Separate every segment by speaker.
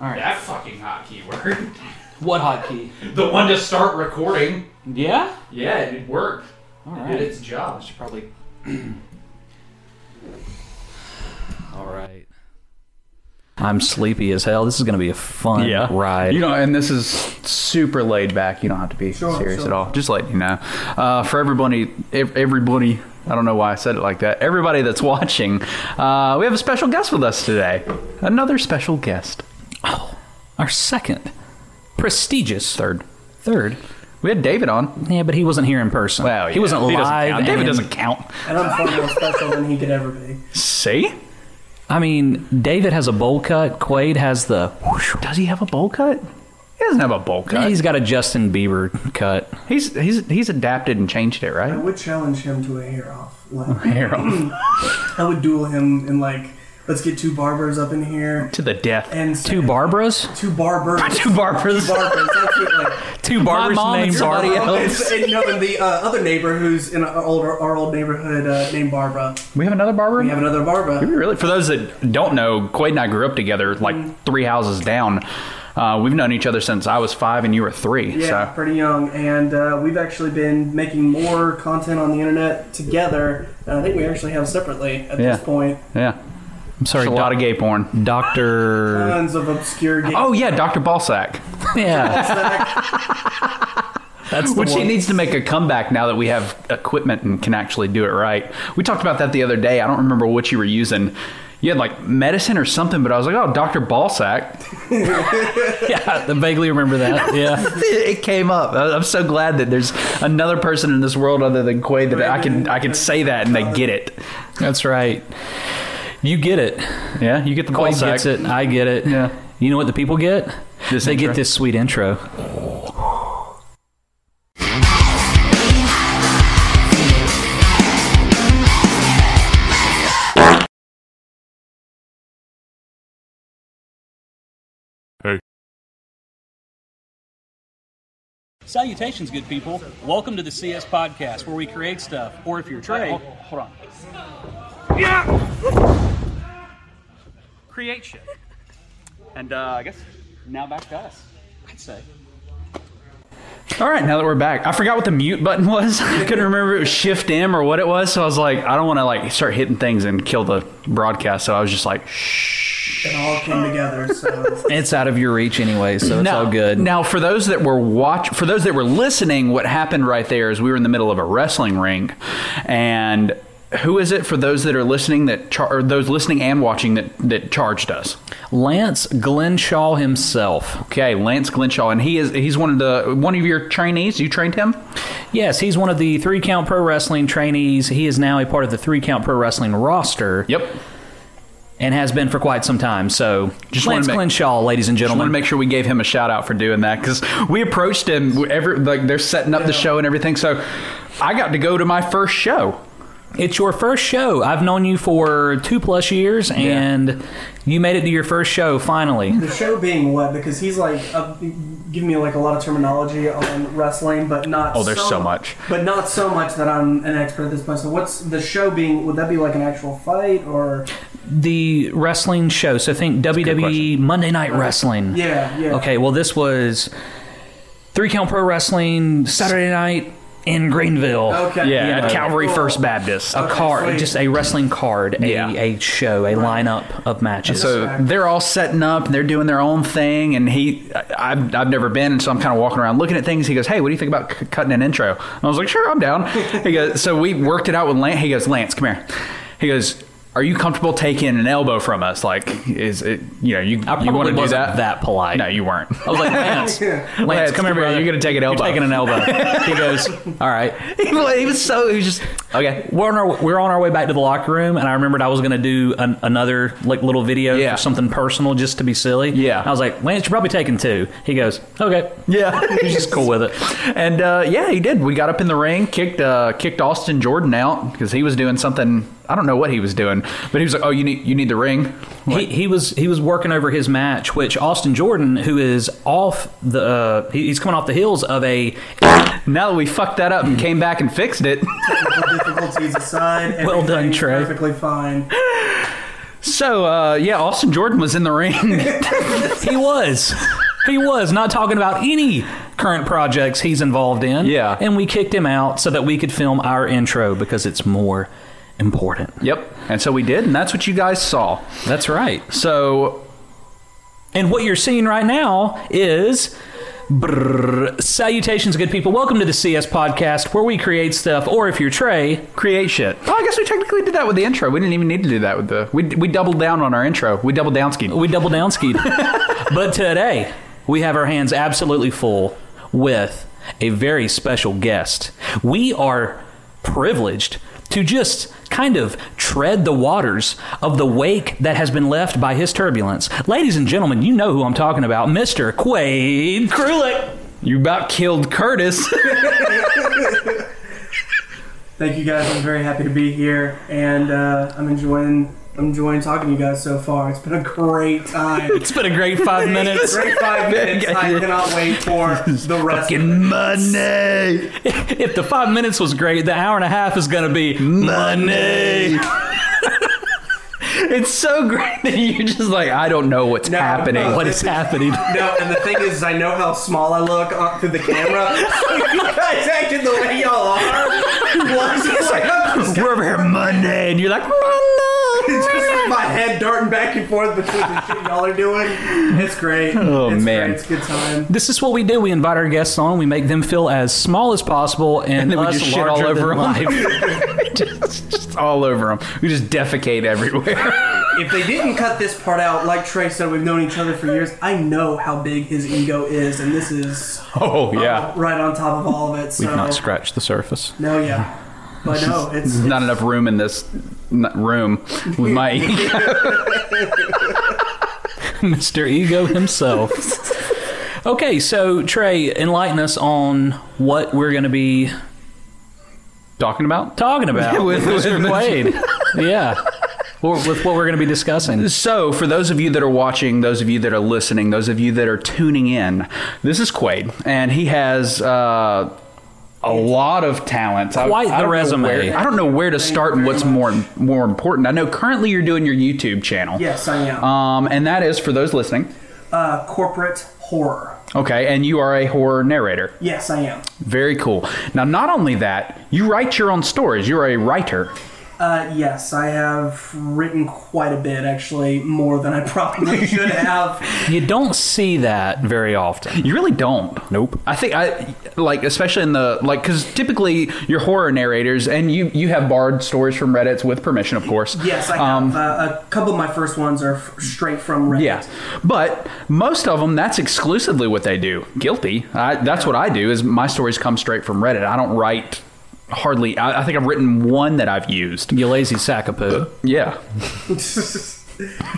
Speaker 1: All right.
Speaker 2: That fucking hot keyword.
Speaker 1: What hotkey?
Speaker 2: the one to start recording.
Speaker 1: Yeah.
Speaker 2: Yeah, it worked.
Speaker 1: All
Speaker 2: It did
Speaker 1: right.
Speaker 2: its job.
Speaker 1: should probably. All right. I'm sleepy as hell. This is gonna be a fun
Speaker 3: yeah
Speaker 1: ride.
Speaker 3: you know and this is super laid back you don't have to be serious at all just let you know uh, for everybody ev- everybody i don't know why i said it like that everybody that's watching uh, we have a special guest with us today another special guest
Speaker 1: Our second prestigious
Speaker 3: third
Speaker 1: third.
Speaker 3: we had david on
Speaker 1: Yeah, but he wasn't here in person.
Speaker 3: well
Speaker 1: he
Speaker 3: yeah,
Speaker 1: wasn't
Speaker 3: doesn't
Speaker 1: live.
Speaker 3: count. david
Speaker 1: and-
Speaker 3: doesn't count
Speaker 4: And I'm far more special than he could ever be.
Speaker 3: see
Speaker 1: I mean, David has a bowl cut. Quaid has the.
Speaker 3: does he have a bowl cut he doesn't have a bowl cut
Speaker 1: He's got a Justin Bieber cut.
Speaker 3: he's he's he's adapted and changed it
Speaker 4: I
Speaker 3: right
Speaker 4: would challenge him to a hair off. Like,
Speaker 3: Harold.
Speaker 4: I would duel him in like, let's get two barbers up in here
Speaker 3: to the death
Speaker 4: and
Speaker 1: Two Barbaras.
Speaker 4: two barbers,
Speaker 3: two barbers
Speaker 4: two barbers. That's what, like, uh,
Speaker 1: Two
Speaker 3: Barbara's
Speaker 1: My mom and
Speaker 3: named
Speaker 1: somebody
Speaker 3: Barbara.
Speaker 1: else.
Speaker 4: it's, and, you know, and the uh, other neighbor who's in our old, our old neighborhood uh, named Barbara.
Speaker 3: we have another barber
Speaker 4: We have another Barbara.
Speaker 3: Really? For those that don't know, Quade and I grew up together,
Speaker 4: Mm-hmm.
Speaker 3: like three houses down. Uh, we've known each other since I was five and you were three.
Speaker 4: Yeah,
Speaker 3: So
Speaker 4: pretty young, and uh, we've actually been making more content on the internet together. And I think we actually have separately at
Speaker 3: Yeah.
Speaker 4: this point.
Speaker 3: yeah,
Speaker 1: I'm sorry,
Speaker 3: there's a lot of gay porn.
Speaker 1: Doctor.
Speaker 4: Tons of obscure games.
Speaker 3: Oh yeah, Doctor Ballsack,
Speaker 1: Yeah, that's the
Speaker 3: which he
Speaker 1: one.
Speaker 3: needs to make a comeback now that we have equipment and can actually do it right. We talked about that the other day. I don't remember what you were using. You had like medicine or something, but I was like, oh, Doctor Ballsack.
Speaker 1: yeah, I vaguely remember that. Yeah,
Speaker 3: It came up. I- I'm so glad that there's another person in this world other than Quade that I can I can say that and they get it.
Speaker 1: that's right. You get it.
Speaker 3: Yeah, you get the
Speaker 1: Quaid
Speaker 3: Ballsack.
Speaker 1: gets it. I get it.
Speaker 3: Yeah.
Speaker 1: You know what the people get?
Speaker 3: This
Speaker 1: they
Speaker 3: intro.
Speaker 1: get this sweet intro.
Speaker 5: Salutations, good people. Welcome to the CS Podcast, where we create stuff, or if you're trying, hold, hold on. Yeah! Create shit. And uh, I guess now back to us, I'd say.
Speaker 3: All right, now that we're back, I forgot what the mute button was. I couldn't remember it was Shift M or what it was, so I was like, I don't want to like start hitting things and kill the broadcast. So I was just like, shh.
Speaker 4: It all came together, so.
Speaker 1: It's out of your reach anyway, so it's all good.
Speaker 3: Now, for those that were watch, for those that were listening, what happened right there is we were in the middle of a wrestling ring, and who is it for those that are listening that char- or those listening and watching that that charged us?
Speaker 1: Lance Glenshaw himself.
Speaker 3: Okay, Lance Glenshaw, and he is he's one of the one of your trainees. You trained him.
Speaker 1: Yes, he's one of the three count pro wrestling trainees. He is now a part of the three count pro wrestling roster.
Speaker 3: Yep.
Speaker 1: and has been for quite some time. So,
Speaker 3: Just
Speaker 1: Lance
Speaker 3: wanna make-
Speaker 1: Glenshaw, ladies and
Speaker 3: I want
Speaker 1: gentlemen.
Speaker 3: to make sure we gave him a shout out for doing that because we approached him. Every, like they're setting up the show and everything, so I got to go to my first show.
Speaker 1: it's your first show. I've known you for two plus years, and you made it to your first show finally.
Speaker 4: The show being what? Because he's like uh, giving me like a lot of terminology on wrestling, but not.
Speaker 3: Oh, there's so much.
Speaker 4: But not so much that I'm an expert at this point. So what's the show being? Would that be like an actual fight or?
Speaker 1: The wrestling show. So think WWE Monday Night Wrestling.
Speaker 4: Yeah, yeah.
Speaker 1: Okay. Well, this was Three Count Pro Wrestling Saturday night in Greenville.
Speaker 4: Okay.
Speaker 3: Yeah,
Speaker 1: You know,
Speaker 3: at Calvary
Speaker 4: cool.
Speaker 3: First Baptist.
Speaker 1: A card,
Speaker 4: sweet.
Speaker 1: just a wrestling card, a,
Speaker 3: Yeah.
Speaker 1: a show, a lineup of matches.
Speaker 3: So they're all setting up, they're doing their own thing, and he, I, I've, I've never been, and so I'm kind of walking around looking at things. He goes, "Hey, what do you think about c- cutting an intro?" And I was like, "Sure, I'm down." He goes, so we worked it out with Lance. He goes, "Lance, come here." He goes. Are you comfortable taking an elbow from us? Like, is it you know you
Speaker 1: I
Speaker 3: you want
Speaker 1: probably
Speaker 3: to do
Speaker 1: wasn't
Speaker 3: that?
Speaker 1: that, polite.
Speaker 3: No, you weren't.
Speaker 1: I was like, Lance, Lance,
Speaker 3: Lance,
Speaker 1: come, here, brother.
Speaker 3: You're gonna take an elbow.
Speaker 1: You're taking an elbow. he goes, all right.
Speaker 3: he was he was so he was just okay.
Speaker 1: We're on, our, we're on our way back to the locker room, and I remembered I was going to do an, another like little video
Speaker 3: Yeah.
Speaker 1: for something personal just to be silly.
Speaker 3: Yeah.
Speaker 1: I was like, Lance, you're probably taking two. He goes, okay.
Speaker 3: Yeah,
Speaker 1: He's just cool with it.
Speaker 3: And uh, yeah, he did. We got up in the ring, kicked uh, kicked Austin Jordan out because he was doing something. I don't know what he was doing, but he was like, "Oh, you need you need the ring."
Speaker 1: He, he was he was working over his match, which Austin Jordan, who is off the uh, he- he's coming off the heels of a
Speaker 3: Now that we fucked that up and came back and fixed it,
Speaker 4: Technical difficulties aside,
Speaker 1: Well done,
Speaker 4: everything's
Speaker 1: Trey.
Speaker 4: Perfectly fine.
Speaker 3: So uh, yeah, Austin Jordan was in the ring.
Speaker 1: He was. He was not talking about any current projects he's involved in.
Speaker 3: Yeah.
Speaker 1: And we kicked him out so that we could film our intro because it's more important.
Speaker 3: yep, and so we did, and that's what you guys saw.
Speaker 1: That's right.
Speaker 3: So
Speaker 1: And what you're seeing right now is. brrr, salutations, good people. Welcome to the CS podcast where we create stuff, or if you're Trey,
Speaker 3: create shit. Well, I guess we technically did that with the intro. We didn't even need to do that with the. We we doubled down on our intro. We doubled down skied.
Speaker 1: we double down skied. but today, we have our hands absolutely full with a very special guest. We are privileged to just kind of tread the waters of the wake that has been left by his turbulence. Ladies and gentlemen, you know who I'm talking about, Mr. Quade Krulik.
Speaker 3: You about killed Curtis.
Speaker 4: Thank you guys. I'm very happy to be here, and uh, I'm enjoying. I'm enjoying talking to you guys so far. It's been a great time.
Speaker 1: It's been a great five minutes.
Speaker 4: great five minutes. I cannot wait for the rest. of it.
Speaker 3: Money.
Speaker 1: if the five minutes was great, the hour and a half is going to be money.
Speaker 3: It's so great that you're just like, I don't know what's happening.
Speaker 4: no.
Speaker 1: What is happening?
Speaker 4: No, and the thing is, is I know how small I look on, through the camera. So you guys acting the way y'all are. Was it's like, I'm just,
Speaker 3: We're over here Monday, and you're like, Monday.
Speaker 4: just my head darting back and forth between the shit y'all are doing. It's great.
Speaker 3: Oh,
Speaker 4: it's
Speaker 3: man.
Speaker 4: great. it's a good time.
Speaker 1: This is what we do. We invite our guests on. We make them feel as small as possible, and,
Speaker 3: then we
Speaker 1: us
Speaker 3: just shit
Speaker 1: larger
Speaker 3: all over
Speaker 1: than
Speaker 3: them.
Speaker 1: life.
Speaker 3: just, just all over them. We just defecate everywhere.
Speaker 4: If they didn't cut this part out, like Trey said, we've known each other for years. I know how big his ego is, and this is
Speaker 3: oh yeah,
Speaker 4: right on top of all of it. So
Speaker 3: we've not scratched the surface.
Speaker 4: no, yeah, but no, it's,
Speaker 3: There's not enough room in this n- room with my ego.
Speaker 1: Mr. Ego himself. okay, so Trey, enlighten us on what we're going to be
Speaker 3: talking about.
Speaker 1: talking about
Speaker 3: With-
Speaker 1: with, Mr.
Speaker 3: with-
Speaker 1: Quaid. yeah, or with what we're going to be discussing.
Speaker 3: So, for those of you that are watching, those of you that are listening, those of you that are tuning in, this is Quaid, and he has uh, a lot of talent. I-
Speaker 1: Quite
Speaker 3: I
Speaker 1: the
Speaker 3: don't know
Speaker 1: resume.
Speaker 3: where- I don't know where to start and what's more more important. I know currently you're doing your YouTube channel.
Speaker 4: yes, I am.
Speaker 3: Um, and that is for those listening.
Speaker 4: Uh, corporate horror.
Speaker 3: Okay, and you are a horror narrator.
Speaker 4: Yes, I am.
Speaker 3: Very cool. Now, not only that, you write your own stories. You're a writer.
Speaker 4: Uh, yes, I have written quite a bit, actually, more than I probably should have.
Speaker 1: You don't see that very often.
Speaker 3: You really don't.
Speaker 1: Nope.
Speaker 3: I think I like, especially in the like, because typically you're horror narrators, and you you have borrowed stories from Reddit's with permission, of course. Um,
Speaker 4: Yes, I have. uh, a couple of my first ones are f- straight from Reddit.
Speaker 3: Yeah, but most of them that's exclusively what they do. Guilty. I, that's what I do. Is my stories come straight from Reddit. I don't write hardly. I, I think I've written one that I've used.
Speaker 1: You lazy sack of poo.
Speaker 3: Yeah.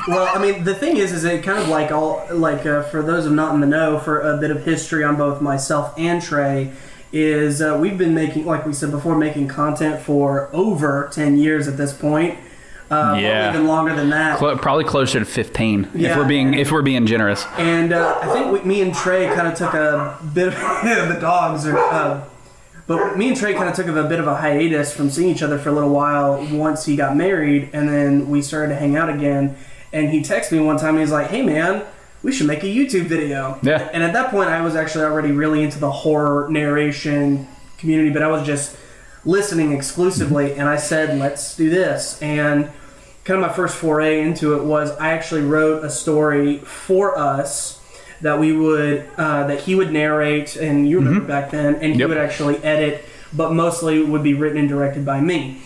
Speaker 4: well, I mean, the thing is, is it kind of like all like uh, for those of not in the know, for a bit of history on both myself and Trey, is uh, we've been making, like we said before, making content for over ten years at this point. Uh,
Speaker 3: Yeah.
Speaker 4: even longer than that.
Speaker 3: Cl- probably closer to 15 if
Speaker 4: Yeah.
Speaker 3: we're being if we're being generous
Speaker 4: And uh, I think we, me and Trey kind of took a bit of the dogs are. Uh, but me and Trey kind of took a bit of a hiatus from seeing each other for a little while once he got married, and then we started to hang out again. And he texted me one time, and he's like, "Hey man, we should make a YouTube video."
Speaker 3: Yeah.
Speaker 4: And at that point, I was actually already really into the horror narration community, but I was just listening exclusively. And I said, "Let's do this." And kind of my first foray into it was I actually wrote a story for us that we would uh, that he would narrate, and you remember back then, and he
Speaker 3: Yep.
Speaker 4: would actually edit, but mostly would be written and directed by me.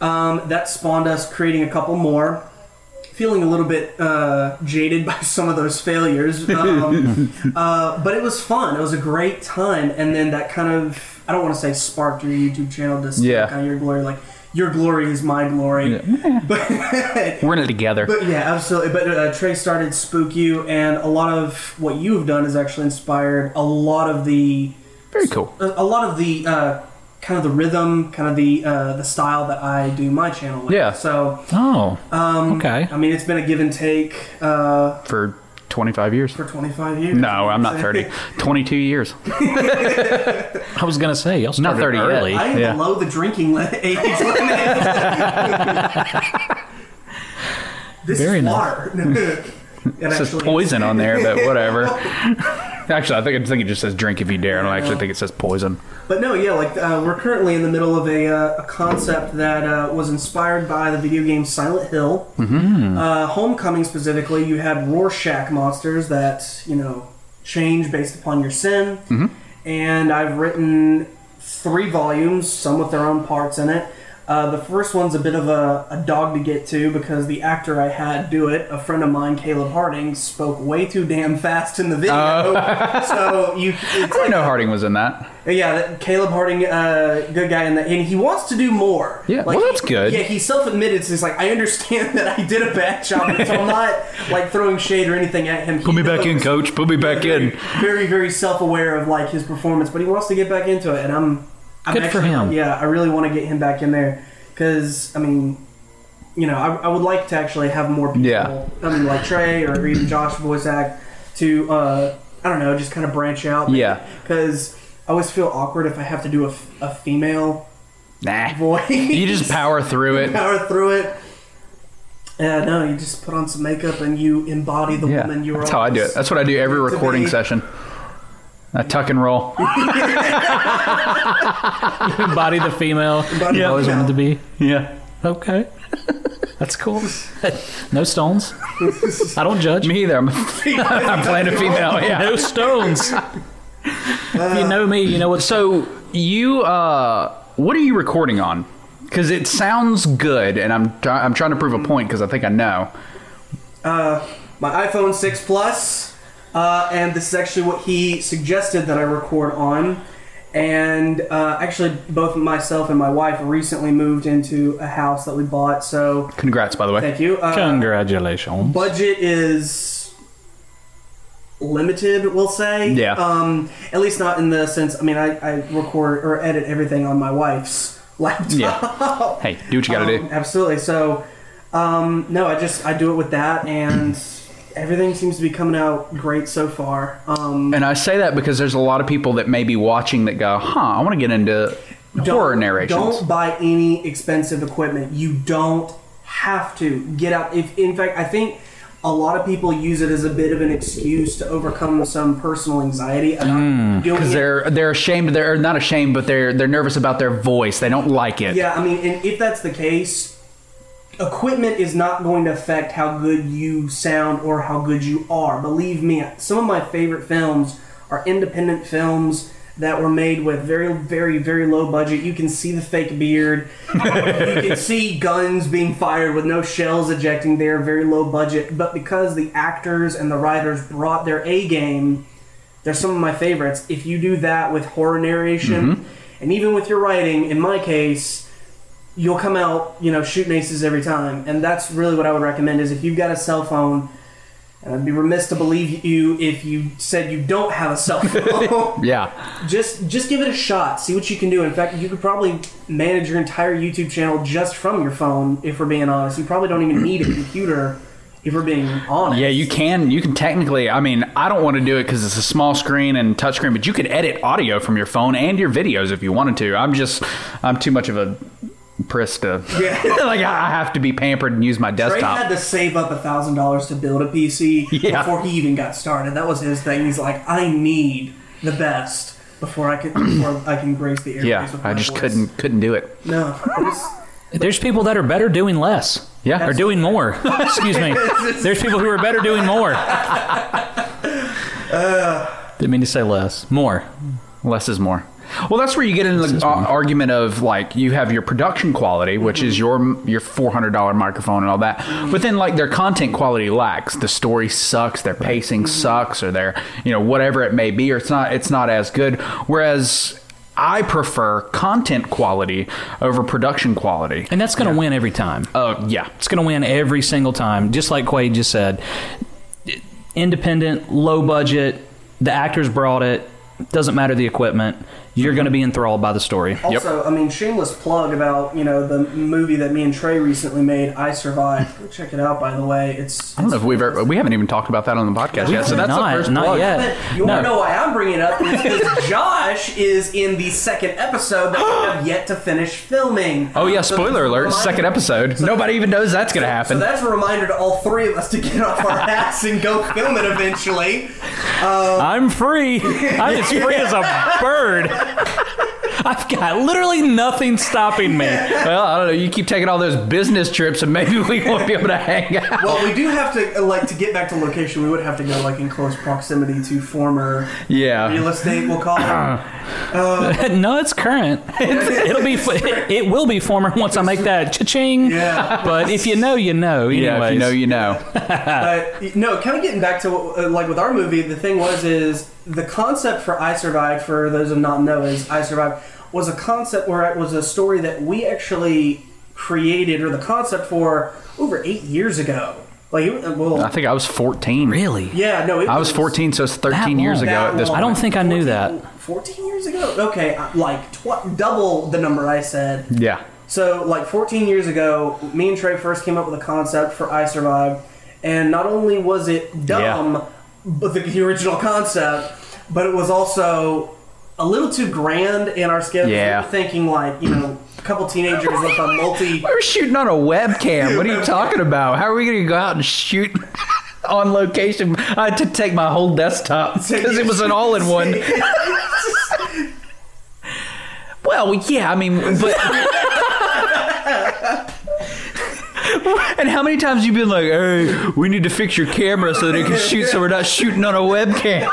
Speaker 4: Um, that spawned us creating a couple more. Feeling a little bit uh, jaded by some of those failures, um, uh, but it was fun. It was a great time, and then that kind of I don't want to say sparked your YouTube channel to
Speaker 3: Yeah.
Speaker 4: kind of your glory. Like your glory is my glory, but
Speaker 3: we're in it together
Speaker 4: but yeah, absolutely. But uh, Trey started Spook You, and a lot of what you've done has actually inspired a lot of the
Speaker 3: very cool
Speaker 4: a a lot of the uh, kind of the rhythm, kind of the uh, the style that I do my channel with.
Speaker 3: Yeah.
Speaker 4: So
Speaker 1: Oh.
Speaker 3: Um,
Speaker 1: okay.
Speaker 4: I mean, it's been a give and take uh,
Speaker 3: for 25 years
Speaker 4: for 25 years.
Speaker 3: no i'm not 30 22 years
Speaker 1: I was going to say, y'all started
Speaker 3: 30 yet.
Speaker 1: early.
Speaker 4: I am
Speaker 3: Yeah.
Speaker 4: below the drinking li- age limit. This
Speaker 3: Very
Speaker 4: is
Speaker 3: nice.
Speaker 4: water. it
Speaker 3: It says poison on there, but whatever. actually, I think I think it just says drink if you dare. I don't actually think it says poison.
Speaker 4: But no, yeah, like uh, we're currently in the middle of a, uh, a concept that uh, was inspired by the video game Silent Hill.
Speaker 3: Mm-hmm.
Speaker 4: Uh, Homecoming specifically, you had Rorschach monsters that you know change based upon your sin.
Speaker 3: Mm-hmm.
Speaker 4: And I've written three volumes, some with their own parts in it. Uh, the first one's a bit of a, a dog to get to because the actor I had do it, a friend of mine, Caleb Harding, spoke way too damn fast in the video. so you, it's
Speaker 3: Oh. I
Speaker 4: like
Speaker 3: know Harding was in that.
Speaker 4: Uh, yeah, that Caleb Harding, uh, good guy, in that, and he wants to do more.
Speaker 3: Yeah, well, that's good.
Speaker 4: Yeah, he self-admitted, so he's like, I understand that I did a bad job, so I'm not like throwing shade or anything at him.
Speaker 3: Put me back in, coach. Put me back in.
Speaker 4: Very, very self-aware of like his performance, but he wants to get back into it, and I'm, I'm
Speaker 1: Good for
Speaker 4: actually,
Speaker 1: him.
Speaker 4: Yeah, I really want to get him back in there because I mean, you know, I, I would like to actually have more people.
Speaker 3: Yeah.
Speaker 4: I mean, like Trey or even Josh voice act to uh, I don't know, just kind of branch out.
Speaker 3: Yeah.
Speaker 4: Because I always feel awkward if I have to do a, f- a female
Speaker 3: Nah.
Speaker 4: voice.
Speaker 3: You just power through it.
Speaker 4: power through it. Yeah, no, you just put on some makeup and you embody the
Speaker 3: Yeah,
Speaker 4: woman you're.
Speaker 3: that's how I do it. That's what I do every
Speaker 4: to
Speaker 3: recording
Speaker 4: be-
Speaker 3: session. I tuck and roll.
Speaker 1: Body the female.
Speaker 4: Body
Speaker 1: you
Speaker 4: the
Speaker 1: always
Speaker 4: female.
Speaker 1: wanted to be.
Speaker 3: Yeah.
Speaker 1: Okay. That's cool. No stones. I don't judge.
Speaker 3: Me either. I'm, I'm playing a female. Yeah.
Speaker 1: No stones. if you know me, you know what's
Speaker 3: So you, uh, what are you recording on? Because it sounds good, and I'm try- I'm trying to prove a point because I think I know.
Speaker 4: Uh, my iPhone 6 Plus, uh, and this is actually what he suggested that I record on. And uh, actually, both myself and my wife recently moved into a house that we bought, so
Speaker 3: Congrats, by the way.
Speaker 4: thank you. Uh,
Speaker 1: congratulations.
Speaker 4: budget is limited, we'll say.
Speaker 3: Yeah.
Speaker 4: Um, at least not in the sense. I mean, I, I record or edit everything on my wife's laptop.
Speaker 3: Yeah. Hey, do what you got to
Speaker 4: Um,
Speaker 3: do.
Speaker 4: Absolutely. So, um, no, I just I do it with that, and everything seems to be coming out great so far. Um,
Speaker 3: And I say that because there's a lot of people that may be watching that go, huh, I want to get into horror
Speaker 4: don't-
Speaker 3: narrations.
Speaker 4: Don't buy any expensive equipment. You don't have to get out. If in fact, I think. A lot of people use it as a bit of an excuse to overcome some personal anxiety about doing
Speaker 3: Because Hmm,
Speaker 4: it.
Speaker 3: they're they're ashamed. They're not ashamed, but they're they're nervous about their voice. They don't like it.
Speaker 4: Yeah, I mean, and if that's the case, equipment is not going to affect how good you sound or how good you are. Believe me, some of my favorite films are independent films that were made with very, very, very low budget. You can see the fake beard. you can see guns being fired with no shells ejecting there, very low budget. But because the actors and the writers brought their A game, they're some of my favorites. If you do that with horror narration,
Speaker 3: Mm-hmm.
Speaker 4: and even with your writing, in my case, you'll come out, you know, shooting aces every time. And that's really what I would recommend is if you've got a cell phone, and I'd be remiss to believe you if you said you don't have a cell phone.
Speaker 3: Yeah.
Speaker 4: just just give it a shot. See what you can do. In fact, you could probably manage your entire YouTube channel just from your phone, if we're being honest. You probably don't even need a computer if we're being honest.
Speaker 3: Yeah, you can. You can technically. I mean, I don't want to do it because it's a small screen and touch screen, but you could edit audio from your phone and your videos if you wanted to. I'm just, I'm too much of a priss to. like I I have to be pampered and use my
Speaker 4: Ray had
Speaker 3: desktop.
Speaker 4: to save up a thousand dollars to build a PC
Speaker 3: Yeah.
Speaker 4: before he even got started. That was his thing. He's like, I need the best before I can before I can grace the airways.
Speaker 3: yeah,
Speaker 4: with my
Speaker 3: I just
Speaker 4: voice."
Speaker 3: couldn't couldn't do it.
Speaker 4: No, it's-
Speaker 1: There's people that are better doing less.
Speaker 3: Yeah,
Speaker 1: Or doing more. Excuse me. There's people who are better doing more. Didn't mean to say less. More.
Speaker 3: Less is more. Well, that's where you get into the ar- argument of like you have your production quality, which is your your four hundred dollar microphone and all that, but then like their content quality lacks. The story sucks. Their pacing
Speaker 1: Mm-hmm.
Speaker 3: sucks, or their you know whatever it may be, or it's not it's not as good. Whereas I prefer content quality over production quality.
Speaker 1: And that's going to win every time.
Speaker 3: Uh, yeah,
Speaker 1: It's going to win every single time. Just like Quaid just said, independent, low budget. The actors brought it. Doesn't matter the equipment. you're going to be enthralled by the story.
Speaker 4: Also, I mean, shameless plug about you know the movie that me and Trey recently made, I Survived. Go check it out, by the way. It's,
Speaker 3: I don't know if we've ever, we haven't even talked about that on the podcast yet. So that's
Speaker 1: not,
Speaker 3: the first
Speaker 1: not
Speaker 3: plug.
Speaker 1: yet.
Speaker 4: But you
Speaker 1: no.
Speaker 4: want to know why I'm bringing it up? Because Josh is in the second episode that we have yet to finish filming.
Speaker 3: Oh yeah,
Speaker 4: So
Speaker 3: spoiler
Speaker 4: this
Speaker 3: alert!
Speaker 4: reminds-
Speaker 3: second episode. Nobody even knows that's gonna happen.
Speaker 4: So that's a reminder to all three of us to get off our ass and go film it eventually.
Speaker 1: I'm free. I'm as free as a bird. I've got literally nothing stopping me.
Speaker 3: well, I don't know. You keep taking all those business trips, and maybe we won't be able to hang out.
Speaker 4: Well, we do have to like to get back to location. We would have to go like in close proximity to former real
Speaker 3: Yeah. Uh-huh.
Speaker 4: estate. We'll call it.
Speaker 1: no, it's current. It's, it'll be. It, it will be former once I make that cha-ching.
Speaker 4: Yeah.
Speaker 1: But if you know, you know. Anyways.
Speaker 3: Yeah, if you know, you know.
Speaker 4: But no, kind of getting back to uh, like with our movie, the thing was is the concept for I Survived. For those who not know, is I Survived was a concept where it was a story that we actually created or the concept for over eight years ago. Like, it- well,
Speaker 3: I think I was 14.
Speaker 1: really.
Speaker 4: yeah, no, it
Speaker 3: I was 14, so it's 13 years
Speaker 1: long?
Speaker 3: ago
Speaker 4: that
Speaker 3: at this
Speaker 4: long.
Speaker 1: I
Speaker 3: point.
Speaker 1: don't think I knew that.
Speaker 4: 14 years ago. Okay, I- like tw- double the number I said.
Speaker 3: Yeah.
Speaker 4: So, like 14 years ago, me and Trey first came up with a concept for I Survived, and not only was it dumb, but the, the original concept, but it was also a little too grand in our scale. We were
Speaker 3: Yeah.
Speaker 4: thinking like you know, a couple teenagers with a multi.
Speaker 3: We're shooting on a webcam. What are you talking about? How are we going to go out and shoot on location? I had to take my whole desktop because it was an all in one. Well, yeah, I mean, but. And how many times you been like, "Hey, we need to fix your camera so that it can shoot, so we're not shooting on a webcam."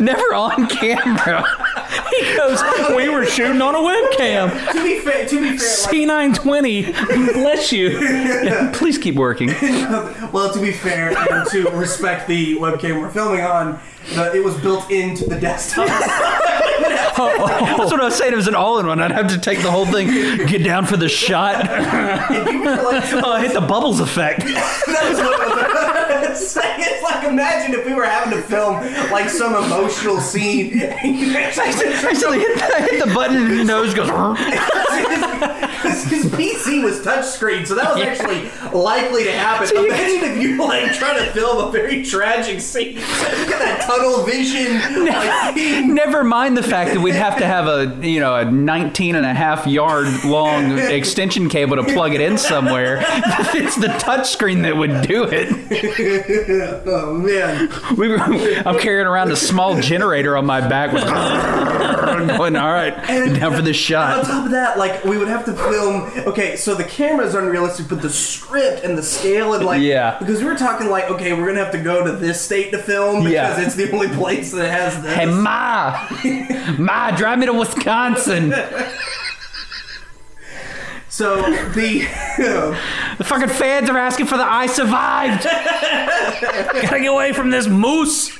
Speaker 3: Never on camera.
Speaker 1: He goes, we were shooting on a webcam.
Speaker 4: to be fair, to be fair, like,
Speaker 1: C920, bless you.
Speaker 3: Please keep working.
Speaker 4: well, to be fair and to respect the webcam we're filming on, the, it was built into the desktop.
Speaker 3: That's what I was saying. It was an all-in-one. I'd have to take the whole thing, get down for the shot.
Speaker 4: If you were, like,
Speaker 3: Oh, I hit the bubbles effect.
Speaker 4: That was what I was saying. It's like imagine if we were having to film like some emotional scene.
Speaker 3: I actually hit the, I hit the button and the nose goes.
Speaker 4: His, his PC was touchscreen, so that was actually likely to happen. Imagine if you were like trying to film a very tragic scene. Look at that tunnel vision. Like, scene.
Speaker 3: Never mind the fact that we'd have to have a you know a 19 and a half yard long extension cable to plug it in somewhere. It's the touchscreen that would do it.
Speaker 4: Oh man.
Speaker 3: We were, I'm carrying around a small generator on my back with going, all right, down for the
Speaker 4: On
Speaker 3: shot.
Speaker 4: top of that, like we would have to film. Okay, so the cameras aren't realistic, but the script and the scale and like
Speaker 3: Yeah.
Speaker 4: because we were talking like okay, we're gonna have to go to this state to film because
Speaker 3: Yeah.
Speaker 4: it's the only place that has this.
Speaker 3: Hey, Ma! Ma, drive me to Wisconsin!
Speaker 4: So the
Speaker 3: The fucking fans are asking for the I survived!
Speaker 1: Gotta get away from this moose.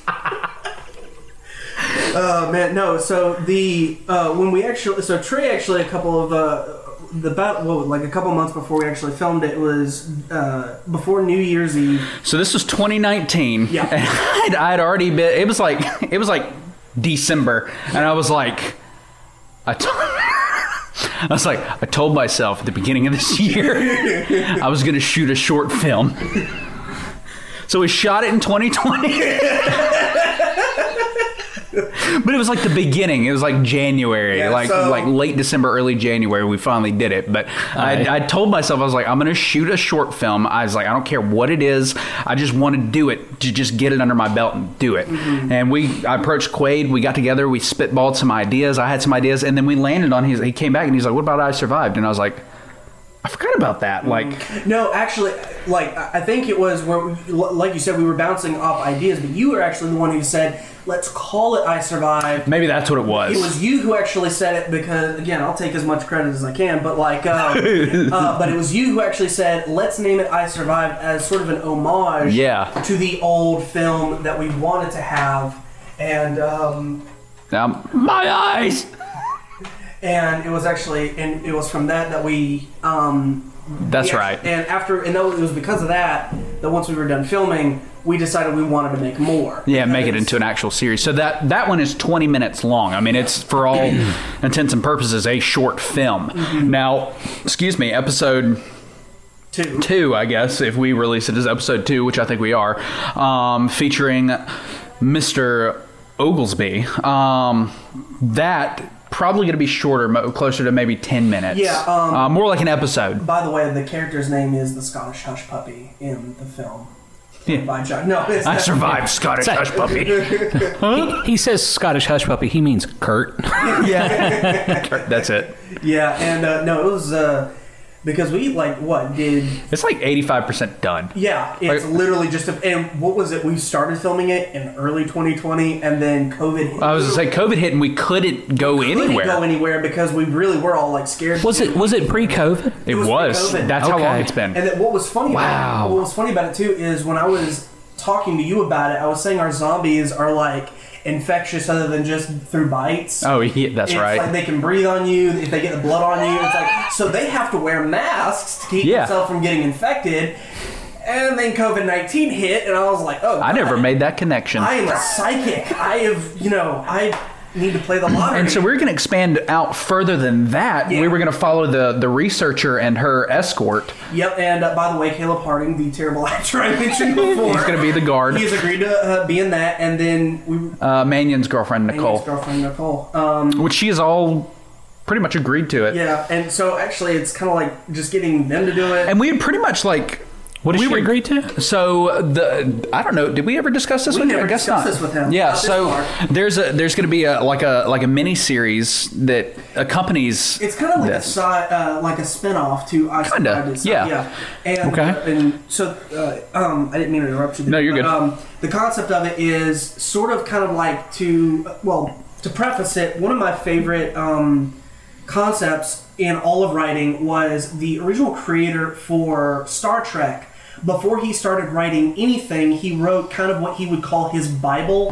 Speaker 4: oh man no so the uh, when we actually so Trey actually a couple of uh, the about well like a couple months before we actually filmed it was uh, before New Year's Eve.
Speaker 3: So this was 2019.
Speaker 4: Yeah.
Speaker 3: And I'd, I'd already been, it was like, it was like December. And I was like, I to- I was like, I told myself at the beginning of this year, I was going to shoot a short film. So we shot it in 2020. but it was like the beginning. It was like January,
Speaker 4: Yeah,
Speaker 3: like
Speaker 4: so-
Speaker 3: like late December, early January. We finally did it. But
Speaker 1: Right.
Speaker 3: I, I told myself I was like, I'm going to shoot a short film. I was like, I don't care what it is. I just want to do it to just get it under my belt and do it.
Speaker 4: Mm-hmm.
Speaker 3: And we I approached Quaid. We got together. We spitballed some ideas. I had some ideas, and then we landed on his. He came back and he's like, What about I survived? And I was like. I forgot about
Speaker 4: Mm-hmm.
Speaker 3: that. Like,
Speaker 4: No, actually, like I I think it was where, we- l- like you said, we were bouncing off ideas, but you were actually the one who said, "Let's call it I Survived."
Speaker 3: maybe that's what it was.
Speaker 4: It was you who actually said it because, again, I'll take as much credit as I can, but like, uh, uh, but it was you who actually said, "Let's name it I Survived" as sort of an homage,
Speaker 3: Yeah.
Speaker 4: to the old film that we wanted to have, and um,
Speaker 3: Um, my eyes.
Speaker 4: and it was actually, and it was from that that we um,
Speaker 3: That's
Speaker 4: Yeah,
Speaker 3: right.
Speaker 4: And after, and that was, it was because of that that once we were done filming, we decided we wanted to make more.
Speaker 3: Yeah, make it into an actual series. So that that one is 20 minutes long. I mean, it's for all intents and purposes a short film.
Speaker 4: Mm-hmm.
Speaker 3: Now, excuse me, episode
Speaker 4: Two.
Speaker 3: two, I guess, if we release it as episode two, which I think we are, um, featuring Mr. Oglesby. Um, that probably going to be shorter, mo- closer to maybe 10 minutes.
Speaker 4: Yeah, um,
Speaker 3: uh, more like an episode.
Speaker 4: By the way, the character's name is the Scottish hush puppy in the film.
Speaker 3: Yeah.
Speaker 4: By John. No, it's
Speaker 3: I survived Scottish Hush Puppy.
Speaker 1: He, he says Scottish hush puppy. He means Kurt.
Speaker 3: That's it.
Speaker 4: Yeah, and uh, no, it was uh, because we like what did
Speaker 3: It's like 85% done.
Speaker 4: yeah, it's
Speaker 3: Like-
Speaker 4: literally just a, and what was it? We started filming it in early 2020, and then COVID. Hit.
Speaker 3: I was going to say, COVID hit and we couldn't go
Speaker 4: Couldn't
Speaker 3: Uh, anywhere.
Speaker 4: go anywhere because we really were all like scared.
Speaker 1: Was it was it pre COVID?
Speaker 3: it
Speaker 4: was
Speaker 3: was.
Speaker 4: pre-COVID.
Speaker 3: That's how long
Speaker 1: Okay.
Speaker 3: it's been.
Speaker 4: And that what was funny?
Speaker 1: Wow.
Speaker 4: About, what was funny about it too is when I was talking to you about it, I was saying our zombies are like infectious other than just through bites.
Speaker 3: Oh, yeah, that's
Speaker 4: it's
Speaker 3: right.
Speaker 4: Like they can breathe on you. If they get the blood on you, it's like so they have to wear masks to keep
Speaker 3: Yeah.
Speaker 4: themselves from getting infected. And then COVID nineteen hit, and I was like, oh,
Speaker 3: I
Speaker 4: God,
Speaker 3: never made that connection.
Speaker 4: I am a psychic. I have, you know, I need to play the lottery.
Speaker 3: And so we're going to expand out further than that.
Speaker 4: Yeah.
Speaker 3: We were going to follow the the researcher and her escort.
Speaker 4: Yep, and uh, by the way, Caleb Harding, the terrible actor I mentioned before,
Speaker 3: He's going to be the guard.
Speaker 4: He's agreed to uh, be in that, and then we
Speaker 3: Uh, Mannion's girlfriend Nicole,
Speaker 4: his girlfriend Nicole. Um,
Speaker 3: which she is all pretty much agreed to it.
Speaker 4: yeah, and so actually, it's kind of like just getting them to do it.
Speaker 3: And we had pretty much like
Speaker 1: What did
Speaker 3: we
Speaker 1: she
Speaker 3: were-
Speaker 1: agree to?
Speaker 3: So the I don't know. Did we ever discuss this?
Speaker 4: We
Speaker 3: with him?
Speaker 4: never
Speaker 3: I guess
Speaker 4: discussed
Speaker 3: not.
Speaker 4: this with him.
Speaker 3: Yeah.
Speaker 4: Not this
Speaker 3: So
Speaker 4: far.
Speaker 3: there's a there's going to be a like a like a mini series that accompanies.
Speaker 4: It's kind of like
Speaker 3: this.
Speaker 4: a side, uh, like a spin-off to I
Speaker 3: Kinda,
Speaker 4: Survived It. So,
Speaker 3: yeah.
Speaker 4: And,
Speaker 3: Okay.
Speaker 4: uh, and so, uh, um, I didn't mean to interrupt you. There,
Speaker 3: No, you're
Speaker 4: but,
Speaker 3: good.
Speaker 4: Um, the concept of it is sort of kind of like to well to preface it. One of my favorite um, concepts in all of writing was the original creator for Star Trek. Before he started writing anything, he wrote kind of what he would call his Bible.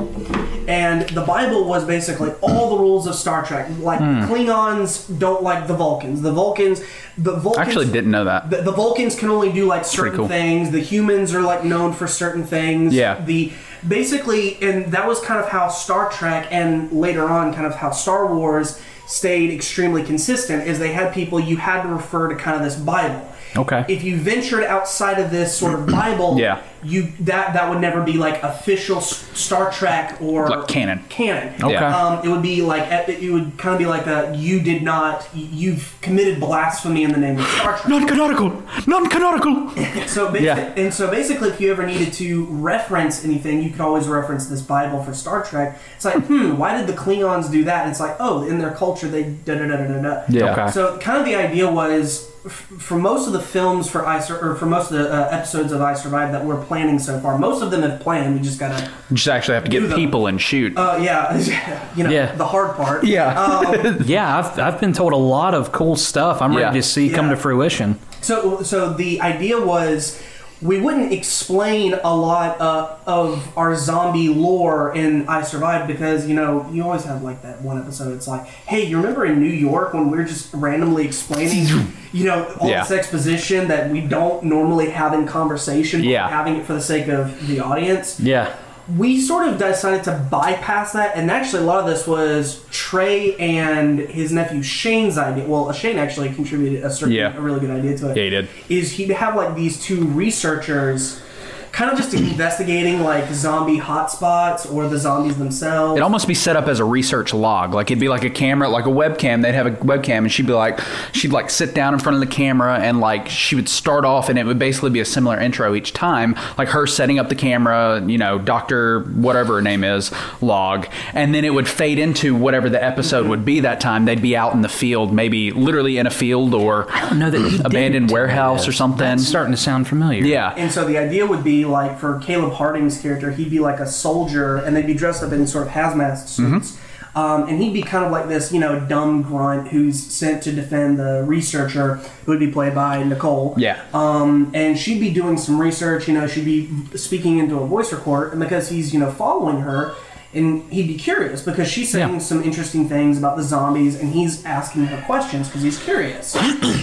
Speaker 4: And the Bible was basically all the rules of Star Trek. Like
Speaker 3: Hmm.
Speaker 4: Klingons don't like the Vulcans. The Vulcans, the Vulcans
Speaker 3: I actually didn't know that.
Speaker 4: the, the Vulcans can only do like certain
Speaker 3: cool.
Speaker 4: things. The humans are like known for certain things.
Speaker 3: Yeah.
Speaker 4: The basically, and that was kind of how Star Trek and later on, kind of how Star Wars stayed extremely consistent is they had people you had to refer to kind of this Bible.
Speaker 3: Okay.
Speaker 4: If you ventured outside of this sort of Bible,
Speaker 3: Yeah.
Speaker 4: you that that would never be like official S- Star Trek or
Speaker 3: Like canon.
Speaker 4: Canon.
Speaker 3: Okay.
Speaker 4: Um, it would be like it would kind of be like a you did not you've committed blasphemy in the name of Star Trek.
Speaker 3: non-canonical, non-canonical.
Speaker 4: So basi-
Speaker 3: Yeah.
Speaker 4: and so basically, if you ever needed to reference anything, you could always reference this Bible for Star Trek. It's like, hmm, why did the Klingons do that? And it's like, oh, in their culture, they da da da da da da.
Speaker 3: Yeah. Okay.
Speaker 4: So kind of the idea was, f- for most of the films for I Sur- or for most of the uh, episodes of I Survived that we're planning so far, most of them have planned. We just gotta,
Speaker 3: Just actually have to
Speaker 4: Do
Speaker 3: get
Speaker 4: the-
Speaker 3: people and shoot.
Speaker 4: uh, yeah, you know,
Speaker 1: Yeah.
Speaker 4: the hard part. Um,
Speaker 3: yeah.
Speaker 1: Yeah, I've, I've been told a lot of cool stuff. I'm
Speaker 3: Yeah.
Speaker 1: ready to see come
Speaker 4: Yeah.
Speaker 1: to fruition.
Speaker 4: So, so the idea was we wouldn't explain a lot uh, of our zombie lore in I Survived because, you know, you always have like that one episode. It's like, hey, you remember in New York when we are just randomly explaining, you know, all
Speaker 3: Yeah.
Speaker 4: this exposition that we don't normally have in conversation, but
Speaker 3: Yeah.
Speaker 4: having it for the sake of the audience?
Speaker 1: Yeah.
Speaker 4: we sort of decided to bypass that, and actually, a lot of this was Trey and his nephew Shane's idea. Well, uh, Shane actually contributed a certain,
Speaker 3: Yeah.
Speaker 4: a really good idea to it.
Speaker 3: Yeah, he did.
Speaker 4: Is he'd have like these two researchers, kind of just investigating like zombie hotspots or the zombies themselves.
Speaker 3: It'd almost be set up as a research log. Like it'd be like a camera, like a webcam. They'd have a webcam, and she'd be like, she'd like sit down in front of the camera, and like she would start off, and it would basically be a similar intro each time, like her setting up the camera, you know, Doctor whatever her name is log, and then it would fade into whatever the episode would be that time. They'd be out in the field, maybe literally in a field or
Speaker 1: No, that you
Speaker 3: abandoned
Speaker 1: didn't.
Speaker 3: warehouse or something.
Speaker 1: That's starting to sound familiar.
Speaker 3: Yeah,
Speaker 4: And so the idea would be like for Caleb Harding's character, he'd be like a soldier, and they'd be dressed up in sort of hazmat suits.
Speaker 3: Mm-hmm.
Speaker 4: Um, and he'd be kind of like this, you know, dumb grunt who's sent to defend the researcher, who would be played by Nicole.
Speaker 3: yeah.
Speaker 4: Um, and she'd be doing some research, you know, she'd be speaking into a voice recorder, and because he's, you know, following her, and he'd be curious because she's saying
Speaker 3: Yeah.
Speaker 4: some interesting things about the zombies, and he's asking her questions because he's curious.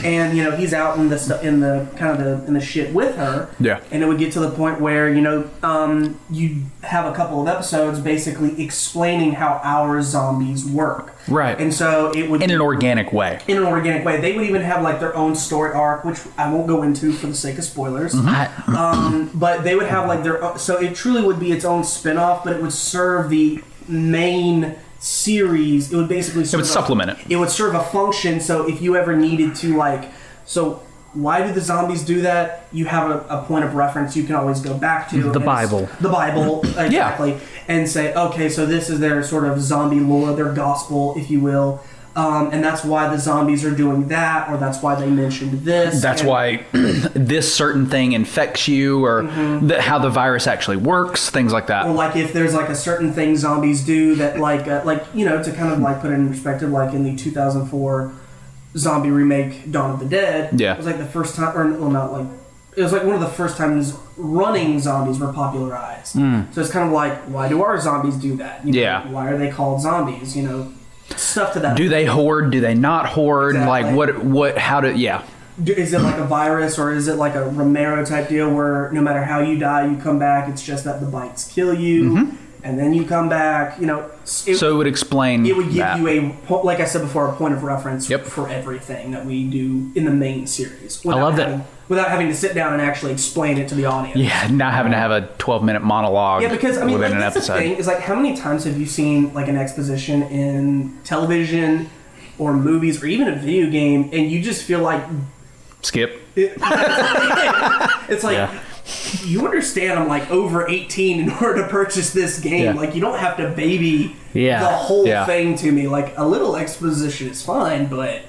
Speaker 4: and you know, he's out in the stu- in the kind of the in the shit with her.
Speaker 3: Yeah.
Speaker 4: And it would get to the point where you know um, you have a couple of episodes basically explaining how our zombies work.
Speaker 3: Right.
Speaker 4: And so it would
Speaker 3: in an organic way.
Speaker 4: in an organic way. They would even have like their own story arc, which I won't go into for the sake of spoilers.
Speaker 3: Mm-hmm.
Speaker 4: Um, but they would have like their own, so it truly would be its own spin off, but it would serve the main series. It would basically serve
Speaker 3: would supplement it.
Speaker 4: It would serve a function. So if you ever needed to like, so why do the zombies do that? You have a, a point of reference you can always go back to. and it's-
Speaker 1: Bible.
Speaker 4: The Bible, exactly and say, okay, so this is their sort of zombie lore, their gospel, if you will. Um, and that's why the zombies are doing that, or that's why they mentioned this.
Speaker 3: That's
Speaker 4: and-
Speaker 3: why this certain thing infects you, or
Speaker 4: Mm-hmm.
Speaker 3: the, how the virus actually works, things like that.
Speaker 4: Or like if there's like a certain thing zombies do that like uh, like you know to kind of like put it in perspective like in the 2004 zombie remake Dawn of the Dead
Speaker 3: Yeah.
Speaker 4: it was like the first time or well not like it was like one of the first times running zombies were popularized so it's kind of like why do our zombies do that You know,
Speaker 3: Hmm. Yeah.
Speaker 4: why are they called zombies you know stuff to that
Speaker 3: do they hoard? Do they not hoard?
Speaker 4: Exactly.
Speaker 3: Like what? What? How do? Yeah,
Speaker 4: Do, is it like a virus or is it like a Romero type deal where no matter how you die, you come back? It's just that the bites kill you, and then you come back. You know, s- it,
Speaker 3: Mm-hmm. so it would explain.
Speaker 4: it would give
Speaker 3: that.
Speaker 4: you a po- like I said before, a point of reference
Speaker 3: Yep.
Speaker 4: for everything that we do in the main series. Without
Speaker 3: love that.
Speaker 4: having, Without having to sit down and actually explain it to the audience.
Speaker 3: Yeah, not having to have a 12 minute monologue
Speaker 4: Yeah, because I mean, like,
Speaker 3: within an
Speaker 4: that's the
Speaker 3: episode.
Speaker 4: thing is like, how many times have you seen like an exposition in television or movies or even a video game, and you just feel like
Speaker 3: Skip.
Speaker 4: it's like
Speaker 1: Yeah.
Speaker 4: you understand I'm like over 18 in order to purchase this game.
Speaker 3: Yeah.
Speaker 4: Like you don't have to baby
Speaker 1: Yeah.
Speaker 4: the whole
Speaker 3: Yeah.
Speaker 4: thing to me. Like a little exposition is fine, but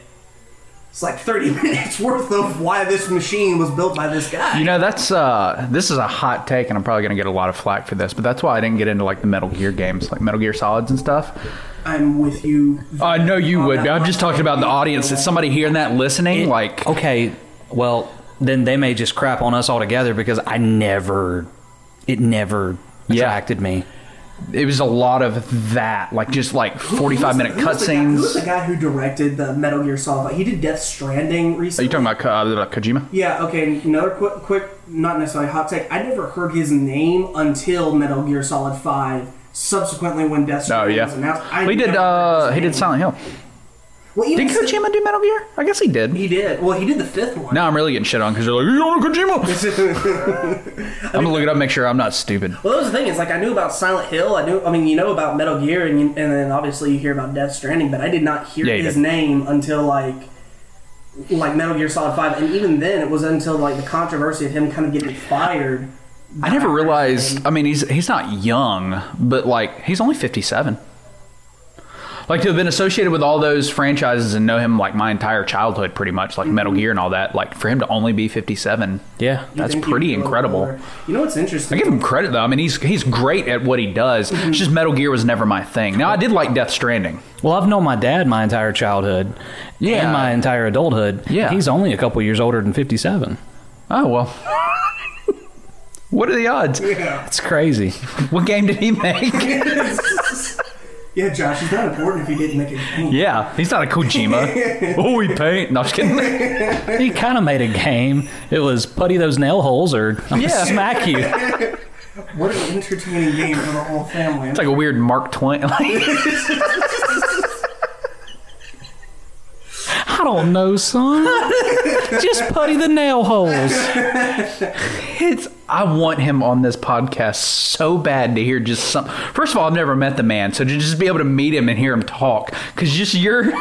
Speaker 4: it's like 30 minutes worth of why this machine was built by this guy.
Speaker 3: You know, that's uh this is a hot take and I'm probably going to get a lot of flack for this, but that's why I didn't get into like the Metal Gear games, like Metal Gear Solids and stuff.
Speaker 4: I'm with you.
Speaker 3: I know Uh, you would.
Speaker 4: that
Speaker 3: I'm just talking about the audience. Is somebody hearing that listening like
Speaker 1: okay, well, then they may just crap on us altogether because I never, it never
Speaker 3: Yeah.
Speaker 1: attracted me.
Speaker 3: it was a lot of that, like just like 45 minute
Speaker 4: Who was the guy- Who was the
Speaker 3: cutscenes.
Speaker 4: guy who directed the Metal Gear Solid? He did Death Stranding
Speaker 3: Are
Speaker 4: recently.
Speaker 3: you talking about uh, Kojima?
Speaker 4: Yeah, okay, another quick, quick, not necessarily hot take. I never heard his name until Metal Gear Solid 5, subsequently when Death
Speaker 3: Oh
Speaker 4: Stranding was
Speaker 3: yeah.
Speaker 4: announced. I
Speaker 3: He did
Speaker 4: never heard
Speaker 3: uh
Speaker 4: his
Speaker 3: he
Speaker 4: name.
Speaker 3: did Silent Hill.
Speaker 4: Well, even
Speaker 3: Did
Speaker 4: still-
Speaker 3: Kojima do Metal Gear? I guess he did.
Speaker 4: He did. Well, he did the fifth one.
Speaker 3: Now I'm really getting shit on because they're like, you don't know Kojima. I'm gonna look it up, make sure I'm not stupid.
Speaker 4: Well, that was the thing. Is like I knew about Silent Hill. I knew. I mean, you know about Metal Gear, and you, and then obviously you hear about Death Stranding, but I did not hear
Speaker 3: Yeah, you
Speaker 4: his
Speaker 3: did.
Speaker 4: name until like like Metal Gear Solid Five, and even then it was until like the controversy of him kind of getting fired.
Speaker 3: I never realized. I mean, he's he's not young, but like he's only 57. Like to have been associated with all those franchises and know him like my entire childhood, pretty much, like
Speaker 4: Mm-hmm.
Speaker 3: Metal Gear and all that. Like for him to only be 57,
Speaker 1: Yeah.
Speaker 4: I
Speaker 3: that's
Speaker 4: think he was
Speaker 3: pretty
Speaker 4: really
Speaker 3: incredible.
Speaker 4: older. You know what's
Speaker 3: I
Speaker 4: interesting?
Speaker 3: give him credit though. I mean, he's he's great at what he does. It's just Metal Gear was never my thing. Now I did like Death Stranding.
Speaker 1: Well, I've known my dad my entire childhood
Speaker 3: Yeah.
Speaker 1: and my entire adulthood.
Speaker 3: Yeah.
Speaker 1: He's only a couple years older than 57.
Speaker 3: Oh well. what are the odds?
Speaker 1: That's crazy.
Speaker 3: What game did he make?
Speaker 4: yeah, Josh, it's not important if you didn't make a game.
Speaker 3: yeah, he's not a Kojima. oh, he paint. No, I'm just kidding.
Speaker 1: he kind of made a game. It was putty those nail holes or I'm gonna
Speaker 3: Yeah.
Speaker 1: smack you.
Speaker 4: What an entertaining game for the whole family.
Speaker 3: It's like a weird Mark Twain. Like,
Speaker 1: I don't know, son. Just putty the nail holes.
Speaker 3: it's I want him on this podcast so bad to hear just some. First of all, I've never met the man, so to just be able to meet him and hear him talk, because just you're.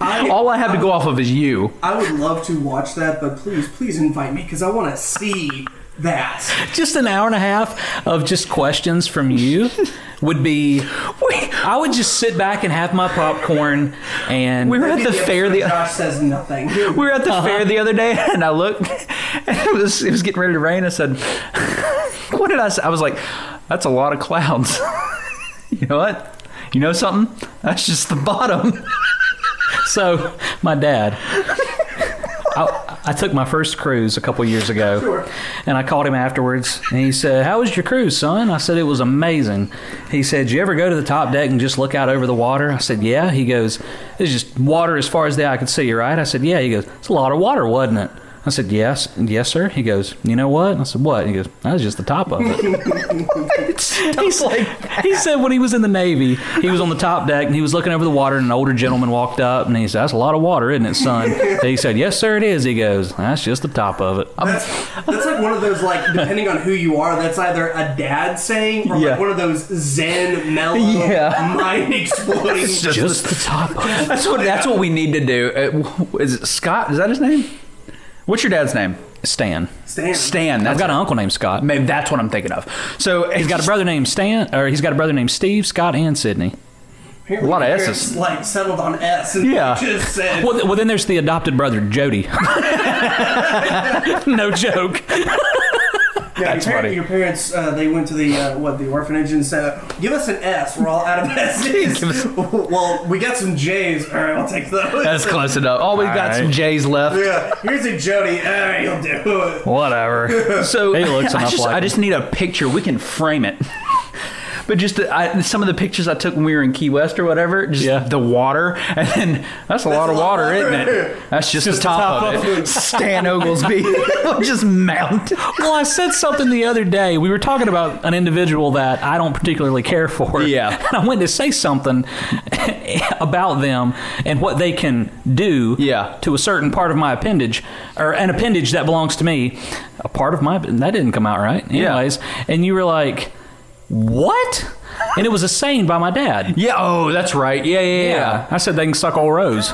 Speaker 3: all I have to go off of is you.
Speaker 4: I would love to watch that, but please, please invite me because I want to see that.
Speaker 1: Just an hour and a half of just questions from you would be. I would just sit back and have my popcorn and.
Speaker 3: We were at the fair the
Speaker 4: Josh says nothing.
Speaker 3: we were at the fair the other day, and I looked, and it was it was getting ready to rain. I said, "What did I say?" I was like, "That's a lot of clouds." you know what? You know something? That's just the bottom.
Speaker 1: So, my dad. I, I took my first cruise a couple years ago,
Speaker 4: Sure.
Speaker 1: and I called him afterwards, and he said, "How was your cruise, son?" I said, "It was amazing." He said, "You ever go to the top deck and just look out over the water?" I said, "Yeah." He goes, "It's just water as far as the eye could see, right?" I said, "Yeah." He goes, "It's a lot of water, wasn't it?" I said, "Yes, yes, sir." He goes, "You know what?" I said, "What?" He goes, "That was just the top of it." He's like, he said when he was in the Navy, he was on the top deck and he was looking over the water, and an older gentleman walked up and he said, "That's a lot of water, isn't it, son?" And he said, "Yes, sir, it is." He goes, "That's just the top of it." I'm-
Speaker 4: That's, that's like one of those like depending on who you are, that's either a dad saying or
Speaker 3: Yeah.
Speaker 4: like one of those Zen mellow
Speaker 3: Yeah.
Speaker 4: mind exploding.
Speaker 3: just-
Speaker 1: just the top of it.
Speaker 3: That's what that's what we need to do. Uh, w- Is it Scott? Is that his name? What's your dad's name?
Speaker 1: Stan.
Speaker 4: Stan.
Speaker 3: Stan. That's
Speaker 1: I've got
Speaker 3: it.
Speaker 1: an uncle named Scott.
Speaker 3: Maybe that's what I'm thinking of. So
Speaker 1: He's got a brother named Stan, or he's got a brother named Steve, Scott, and Sydney.
Speaker 4: A
Speaker 3: lot of S's.
Speaker 4: S's. Like settled on S. And
Speaker 3: Yeah.
Speaker 4: Just said.
Speaker 1: Well, th- well, then there's the adopted brother, Jody. no joke.
Speaker 4: Yeah,
Speaker 3: That's
Speaker 4: your, par-
Speaker 3: funny.
Speaker 4: your parents, uh, they went to the uh, what the orphanage and said, "Give us an S. We're all out of S's." well, we got some J's. All right, I'll take those.
Speaker 3: that's close enough. Oh, we've got
Speaker 1: All
Speaker 3: some
Speaker 1: right.
Speaker 3: J's left.
Speaker 4: yeah, here's a Jody. All right, you'll do it.
Speaker 1: Whatever.
Speaker 3: So
Speaker 1: He looks
Speaker 3: I
Speaker 1: enough
Speaker 3: just
Speaker 1: like
Speaker 3: I
Speaker 1: him.
Speaker 3: just need a picture. We can frame it. But just the, I, some of the pictures I took when we were in Key West or whatever, just
Speaker 1: Yeah.
Speaker 3: the water, and then that's a lot of water, isn't it? That's just, the top, of, it. Stan Oglesby just mounted.
Speaker 1: Well, I said something the other day. We were talking about an individual that I don't particularly care for.
Speaker 3: Yeah.
Speaker 1: And I went to say something about them and what they can do
Speaker 3: Yeah.
Speaker 1: to a certain part of my appendage, or an appendage that belongs to me. A part of my that didn't come out right.
Speaker 3: Yeah.
Speaker 1: Anyways, and you were like, "What?" And it was a saying by my dad.
Speaker 3: Yeah. Oh, that's right. Yeah, yeah, yeah.
Speaker 1: I said they can suck all rose.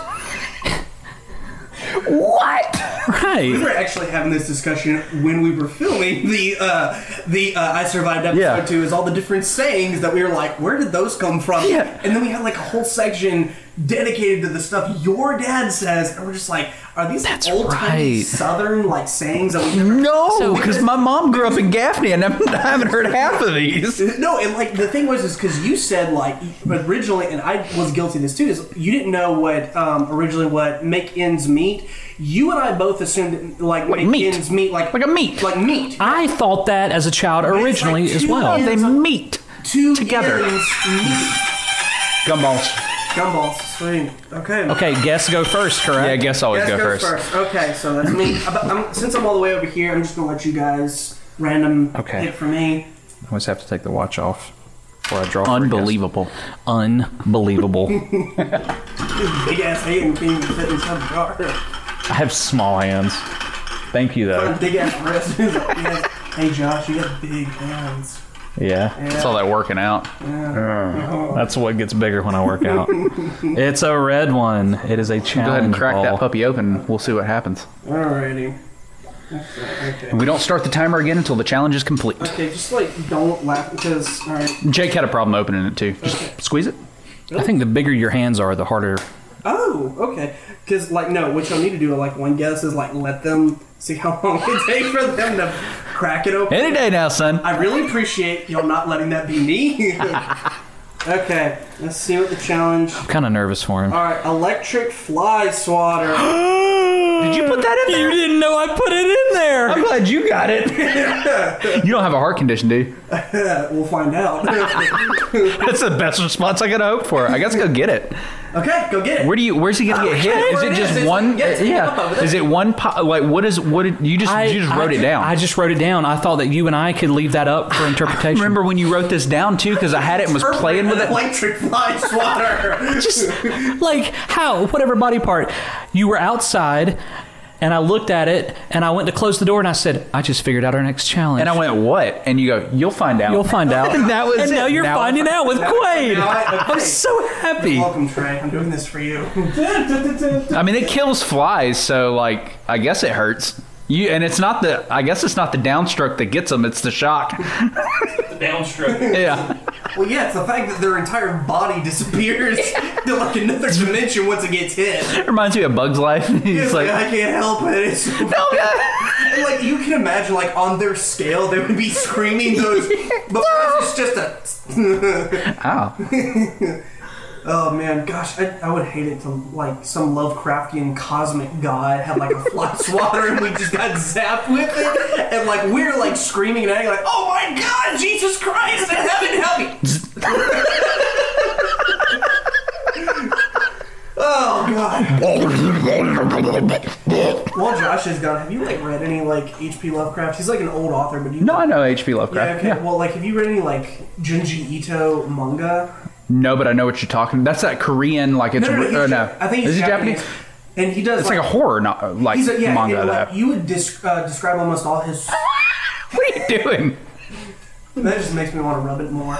Speaker 3: What?
Speaker 1: Right.
Speaker 4: We were actually having this discussion when we were filming the uh, the uh, I Survived episode
Speaker 3: Yeah.
Speaker 4: two. Is all the different sayings that we were like, where did those come from?
Speaker 3: Yeah.
Speaker 4: And then we had like a whole section dedicated to the stuff your dad says, and we're just like, are these old timey
Speaker 3: right.
Speaker 4: Southern like sayings that we never
Speaker 3: No, because my mom grew up in Gaffney, and I haven't heard half of these.
Speaker 4: No, and like the thing was is because you said like originally, and I was guilty of this too. Is you didn't know what um, originally what make ends meet. You and I both assumed like make
Speaker 3: meat?
Speaker 4: ends meet like
Speaker 3: Like a meat.
Speaker 4: like meat.
Speaker 1: I thought that as a child
Speaker 4: like
Speaker 1: originally as
Speaker 4: two
Speaker 1: well.
Speaker 4: ends
Speaker 3: They meet
Speaker 4: Two
Speaker 3: Together.
Speaker 4: ends meet.
Speaker 3: gumballs.
Speaker 4: Gumballs, sweet. Okay.
Speaker 1: Okay, guess go first, correct?
Speaker 3: Yeah, I guess I always
Speaker 4: Guess
Speaker 3: go
Speaker 4: goes
Speaker 3: first.
Speaker 4: Okay, so that's me. Ab- I'm, since I'm all the way over here, I'm just gonna let you guys random
Speaker 1: Okay.
Speaker 4: hit for me.
Speaker 1: I always have to take the watch off before I draw.
Speaker 3: Unbelievable.
Speaker 1: Unbelievable.
Speaker 4: Big ass hand can't even fit inside the jar.
Speaker 1: I have small hands. Thank you, though.
Speaker 4: Big ass wrist. He's like, "Yes. hey Josh, you got big hands.
Speaker 1: Yeah.
Speaker 3: That's all that working out. Uh-huh.
Speaker 4: Uh-huh.
Speaker 1: That's what gets bigger when I work out. it's a red one. It is a challenge.
Speaker 3: Go ahead and crack that
Speaker 1: ball.
Speaker 3: puppy open. We'll see what happens.
Speaker 4: Alrighty. Okay.
Speaker 3: And we don't start the timer again until the challenge is complete.
Speaker 4: Okay, just like don't laugh because alright.
Speaker 3: Jake had a problem opening it too. Just squeeze it.
Speaker 1: I think the bigger your hands are, the harder.
Speaker 4: Oh, okay. Because like no, what you'll need to do like one guess is like let them see how long it takes for them to crack it open.
Speaker 3: Any day now, son.
Speaker 4: I really appreciate y'all not letting that be me. okay, let's see what the challenge.
Speaker 1: I'm kind of nervous for him.
Speaker 4: All right, electric fly swatter.
Speaker 3: Did you put that in there?
Speaker 1: didn't know I put it in there.
Speaker 3: I'm glad you got it. you don't have a heart condition, do you?
Speaker 4: we'll find out.
Speaker 3: That's the best response I could hope for. I guess go get it.
Speaker 4: okay, go get it.
Speaker 3: Where do you? Where's he gonna
Speaker 1: Oh,
Speaker 3: get hit? Is
Speaker 4: Where
Speaker 3: it
Speaker 4: it
Speaker 3: just
Speaker 4: is, it's
Speaker 3: one?
Speaker 4: like- yeah, it's up over
Speaker 3: Yeah.
Speaker 4: there.
Speaker 3: Is it one? Po- like what is? What did you just? you just wrote it down.
Speaker 1: I just wrote it down. I thought that you and I could leave that up for interpretation.
Speaker 3: remember when you wrote this down too because I had it and was playing with it.
Speaker 4: Electric fly swatter.
Speaker 1: just like how whatever body part you were outside and i looked at it and i went to close the door and i said i just figured out our next challenge
Speaker 3: And I went, what? And you go, you'll find out.
Speaker 1: you'll find out
Speaker 3: And that was
Speaker 1: and
Speaker 3: it.
Speaker 1: now you're
Speaker 3: Now-
Speaker 1: finding out with quaid
Speaker 4: now I-
Speaker 1: i'm
Speaker 4: okay.
Speaker 1: so happy
Speaker 4: Welcome, Trey. I'm doing this for you.
Speaker 3: I mean, it kills flies, so like, I guess it hurts. You and it's not the. I guess it's not the downstroke that gets them. It's the shock.
Speaker 2: Downstroke.
Speaker 3: Yeah.
Speaker 4: well, yeah, it's the fact that their entire body disappears to like another dimension once it gets hit.
Speaker 3: It reminds me of Bug's Life. He's
Speaker 4: It's like,
Speaker 3: like,
Speaker 4: I can't help it. It's so bad. And, like you can imagine, like on their scale, they would be screaming those. But for us, it's just a.
Speaker 3: ow.
Speaker 4: Oh man, gosh, I, I would hate it to like some Lovecraftian cosmic god had like a fly swatter and we just got zapped with it, and like we are like screaming and acting like, oh my god, Jesus Christ in heaven, help me! oh god. Well, Josh is gone. Have you like read any like H.P. Lovecraft? He's like an old author, but do you
Speaker 3: No, I know H.P.
Speaker 4: Yeah,
Speaker 3: Lovecraft.
Speaker 4: okay.
Speaker 3: Yeah,
Speaker 4: Well, like, have you read any like Junji Ito manga?
Speaker 3: No, but I know what you're talking. That's that Korean, like it's
Speaker 4: he's
Speaker 3: or
Speaker 4: Ja- I think he's
Speaker 3: is it
Speaker 4: Japanese.
Speaker 3: Japanese?
Speaker 4: And he does.
Speaker 3: It's like a horror, not like
Speaker 4: he's a, yeah,
Speaker 3: manga.
Speaker 4: it- like,
Speaker 3: that.
Speaker 4: you would dis- uh, describe almost all his.
Speaker 3: what are you doing?
Speaker 4: that just makes me want to rub it more.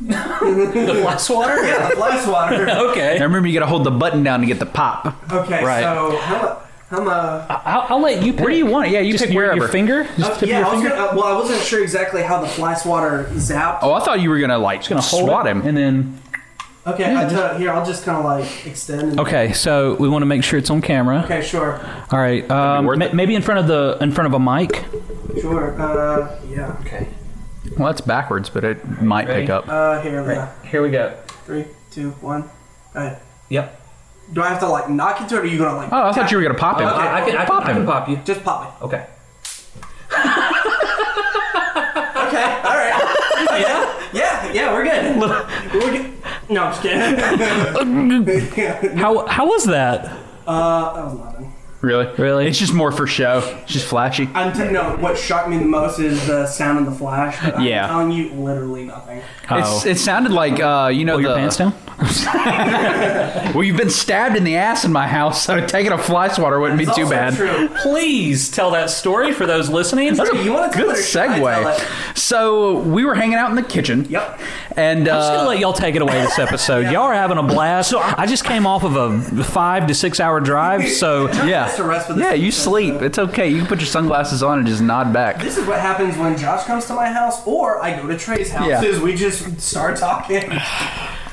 Speaker 1: The flex water?
Speaker 4: Yeah, the flash water.
Speaker 3: I
Speaker 1: Okay.
Speaker 3: remember you got to hold the button down to get the pop.
Speaker 4: Okay,
Speaker 3: Right.
Speaker 4: so how how uh,
Speaker 1: I'll, I'll let you pick.
Speaker 3: Where do you want it? Yeah, you
Speaker 1: Just
Speaker 3: pick
Speaker 1: your,
Speaker 3: wherever.
Speaker 1: Your finger? Just tip of
Speaker 4: yeah,
Speaker 1: your
Speaker 4: I was
Speaker 1: finger?
Speaker 4: gonna, uh, well, I wasn't sure exactly how the flash water zapped.
Speaker 3: Oh, I thought you were gonna like
Speaker 1: Gonna hold
Speaker 3: swat
Speaker 1: it,
Speaker 3: him.
Speaker 1: And then.
Speaker 4: Okay, I tell- here I'll just kind of like extend. And,
Speaker 1: Okay, so we want to make sure it's on camera.
Speaker 4: Okay, sure,
Speaker 1: All right. Um,
Speaker 3: worth
Speaker 1: ma-
Speaker 3: it.
Speaker 1: maybe in front of the in front of a mic.
Speaker 4: sure. Uh, yeah. Okay.
Speaker 3: Well, that's backwards, but it might
Speaker 1: Ready?
Speaker 3: pick up.
Speaker 4: Uh, here, yeah.
Speaker 1: Here we go.
Speaker 4: Three, two, one. All right.
Speaker 1: Yep.
Speaker 4: Do I have to like knock into it, or are you gonna like?
Speaker 3: Oh, I thought you were gonna pop him.
Speaker 1: Uh,
Speaker 4: Okay. I can-
Speaker 3: pop him.
Speaker 1: pop you.
Speaker 4: Just pop it.
Speaker 1: Okay.
Speaker 4: Okay. All right. yeah. Yeah. Yeah. We're good. we're good. No, I'm just kidding.
Speaker 1: How how was that?
Speaker 4: uh, that was nothing.
Speaker 3: Really?
Speaker 1: Really?
Speaker 3: It's just more for show. It's just flashy.
Speaker 4: I'm t- no. What shocked me the most is the sound of the flash. But I'm
Speaker 3: Yeah.
Speaker 4: telling you, literally nothing.
Speaker 3: It's, it sounded like uh, you know
Speaker 1: Oh. Pull
Speaker 3: the
Speaker 1: your pants down.
Speaker 3: Well, you've been stabbed in the ass in my house, so taking a fly swatter wouldn't be
Speaker 4: It's
Speaker 3: too
Speaker 4: also
Speaker 3: bad.
Speaker 4: True.
Speaker 1: Please tell that story for those listening.
Speaker 4: That's you want to
Speaker 3: Good segue. So we were hanging out in the kitchen.
Speaker 4: Yep.
Speaker 3: And
Speaker 1: I'm just gonna
Speaker 3: uh,
Speaker 1: let y'all take it away this episode. Y'all are having a blast. I just came off of a five to six hour drive, so
Speaker 4: Just to
Speaker 3: yeah,
Speaker 4: rest for this
Speaker 3: yeah, you
Speaker 4: episode,
Speaker 3: sleep.
Speaker 4: so-
Speaker 3: It's okay. You can put your sunglasses on and just nod back.
Speaker 4: This is what happens when Josh comes to my house, or I go to Trey's house.
Speaker 3: Yeah.
Speaker 4: Is we just start talking.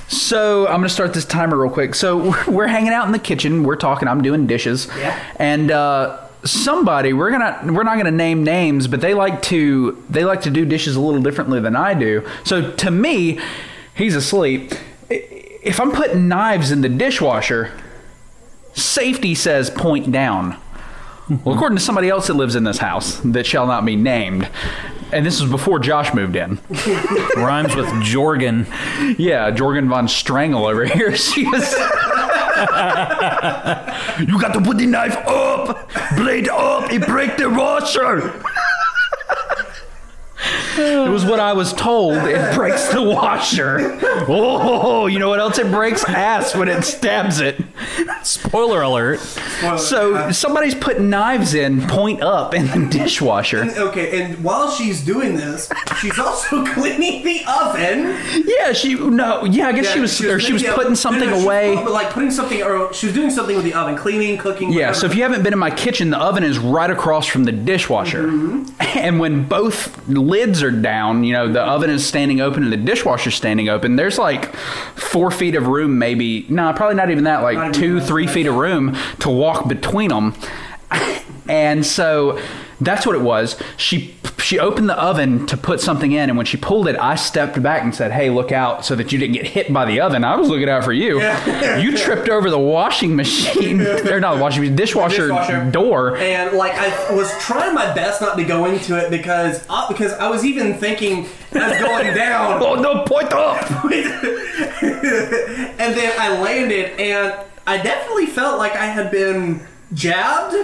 Speaker 3: So I'm gonna start this timer real quick. So we're- we're hanging out in the kitchen. We're talking. I'm doing dishes.
Speaker 4: Yeah.
Speaker 3: And uh, somebody we're gonna we're not gonna name names, but they like to they like to do dishes a little differently than I do. So to me, he's asleep. I- If I'm putting knives in the dishwasher, safety says point down. Well, according to somebody else that lives in this house that shall not be named, and this was before Josh moved in.
Speaker 1: rhymes with Jorgen.
Speaker 3: Yeah, Jorgen von Strangle over here. She was. you got to put the knife up, blade up, it break the washer. it was what I was told. It breaks the washer. Oh, you know what else? It breaks ass when it stabs it.
Speaker 1: Spoiler alert.
Speaker 3: So somebody's putting knives in, point up, in the dishwasher.
Speaker 4: Okay, and while she's doing this, she's also cleaning the oven.
Speaker 3: Yeah, she no. Yeah, I guess she was. or she was
Speaker 4: yeah,
Speaker 3: putting
Speaker 4: no,
Speaker 3: something
Speaker 4: no, she was
Speaker 3: away.
Speaker 4: put- like putting something, or she was doing something with the oven, cleaning, cooking.
Speaker 3: Yeah, so if you haven't been in my kitchen, the oven is right across from the dishwasher.
Speaker 4: Mm-hmm.
Speaker 3: And when both lids are down, you know, the oven is standing open and the dishwasher's standing open, there's like four feet of room, maybe. No, probably not even that, like
Speaker 4: even
Speaker 3: two,
Speaker 4: that.
Speaker 3: three feet of room to walk between them. and so that's what it was. She. She opened the oven to put something in, and when she pulled it, I stepped back and said, "Hey, look out!" So that you didn't get hit by the oven. I was looking out for you. You tripped over the washing machine, or not the washing machine, dishwasher,
Speaker 4: Dishwasher.
Speaker 3: door.
Speaker 4: And like I was trying my best not to go into it because uh, because I was even thinking as going down,
Speaker 3: Oh no! Point up.
Speaker 4: and then I landed, and I definitely felt like I had been jabbed.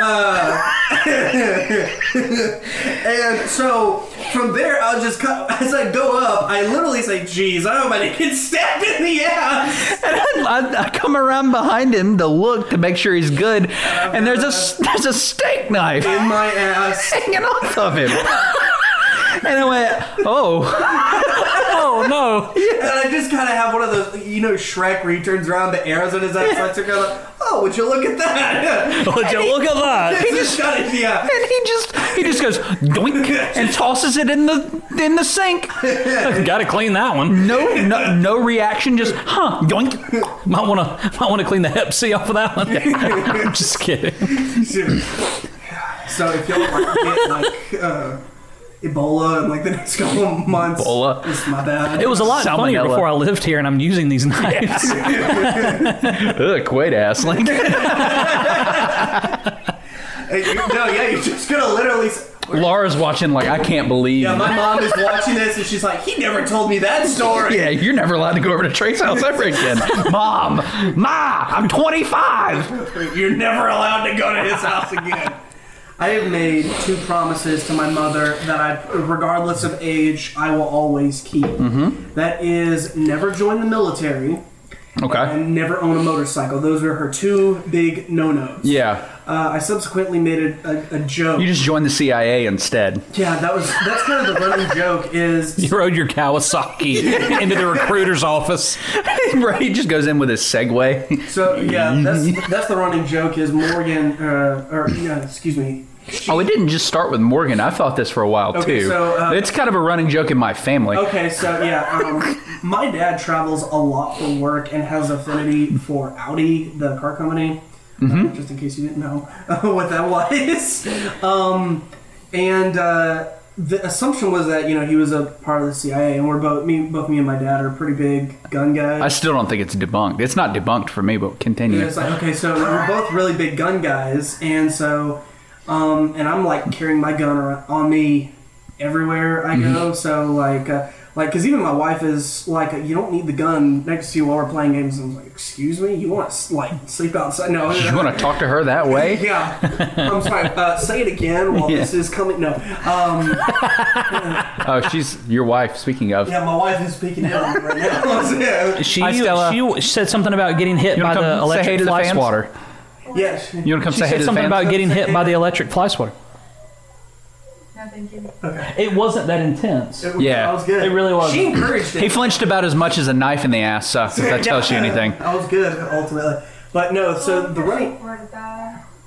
Speaker 4: Uh, and so from there, I was just cut, as I go up, I literally say, "Geez, I hope I didn't get stabbed in the ass."
Speaker 3: I, I come around behind him to look to make sure he's good, and there's a s- there's a steak knife
Speaker 4: in my ass.
Speaker 3: hanging off of him. And I went, oh,
Speaker 1: Oh no.
Speaker 4: And I just kind of have one of those, you know, Shrek where he turns around, the arrows on his eyes. So I took out, like, oh, would you look at that?
Speaker 1: Would you look at that?
Speaker 4: It's just kind of, yeah.
Speaker 3: and he just he just goes doink and tosses it in the in the sink.
Speaker 1: Got to clean that one.
Speaker 3: No, no, no reaction. Just huh, doink.
Speaker 1: Might want to might want to clean the Hep C off of that one. I'm just kidding.
Speaker 4: So if y'all like, get, like uh, Ebola in like the next couple of months.
Speaker 3: Ebola.
Speaker 4: It's my bad.
Speaker 1: It was a lot funnier
Speaker 3: Salmonella.
Speaker 1: before I lived here, and I'm using these knives.
Speaker 3: Ugh, quaid ass. Like,
Speaker 4: Hey, you- no, yeah, you're just gonna literally. s-
Speaker 3: Laura's watching, like, I can't believe.
Speaker 4: Yeah, my mom is watching this and she's like, he never told me that story.
Speaker 3: Yeah, you're never allowed to go over to Trey's house ever again. Mom, Ma, I'm 25.
Speaker 4: You're never allowed to go to his house again. I have made two promises to my mother that I, regardless of age, I will always keep.
Speaker 1: Mm-hmm.
Speaker 4: That is never join the military
Speaker 3: Okay.
Speaker 4: and never own a motorcycle. Those are her two big no nos.
Speaker 3: Yeah,
Speaker 4: Uh, I subsequently made a, a, a joke.
Speaker 3: you just joined the CIA instead.
Speaker 4: yeah, that was that's kind of the running joke is
Speaker 1: you rode your Kawasaki into the recruiter's office.
Speaker 3: right, he just goes in with his Segway.
Speaker 4: So yeah, that's that's the running joke is Morgan uh, or yeah, excuse me.
Speaker 3: Oh, it didn't just start with Morgan. I thought this for a while
Speaker 4: Okay,
Speaker 3: too.
Speaker 4: so, uh, Oh.
Speaker 3: it's kind of a running joke in my family.
Speaker 4: Okay, so yeah, um, my dad travels a lot for work and has affinity for Audi, the car company.
Speaker 3: Mm-hmm.
Speaker 4: Uh, just in case you didn't know what that was, um, and uh, the assumption was that you know he was a part of the CIA, and we're both me, both me and my dad are pretty big gun guys.
Speaker 3: I still don't think it's debunked. It's not debunked for me, but continue.
Speaker 4: And it's like, okay, so we're both really big gun guys, and so, um, and I'm like carrying my gun ar- on me everywhere I go. So like, uh, like, cause even my wife is like, you don't need the gun next to you while we're playing games. And I'm like, excuse me, you want to like sleep outside? No,
Speaker 3: you want to talk to her that way?
Speaker 4: yeah, I'm sorry. Uh, say it again while this is coming. No, um,
Speaker 3: Oh, she's your wife. Speaking of,
Speaker 4: yeah, my wife is speaking out right now.
Speaker 1: She,
Speaker 3: Hi, Stella.
Speaker 1: she said something about getting hit
Speaker 3: you
Speaker 1: by
Speaker 3: want to
Speaker 1: the
Speaker 3: come say
Speaker 1: electric
Speaker 3: hey to the
Speaker 1: fly
Speaker 3: fans?
Speaker 1: swatter.
Speaker 4: yeah, she-
Speaker 3: You want to come
Speaker 1: She
Speaker 3: say hey
Speaker 1: said
Speaker 3: to the
Speaker 1: something
Speaker 3: fans?
Speaker 1: about getting hit by the electric fly swatter.
Speaker 6: No, thank you.
Speaker 1: It wasn't that intense.
Speaker 4: it was-
Speaker 3: Yeah.
Speaker 4: I was good.
Speaker 1: It really was.
Speaker 4: She encouraged it.
Speaker 3: he flinched about as much as a knife in the ass sucks. If that tells you anything.
Speaker 4: I was good ultimately, but no. So the running.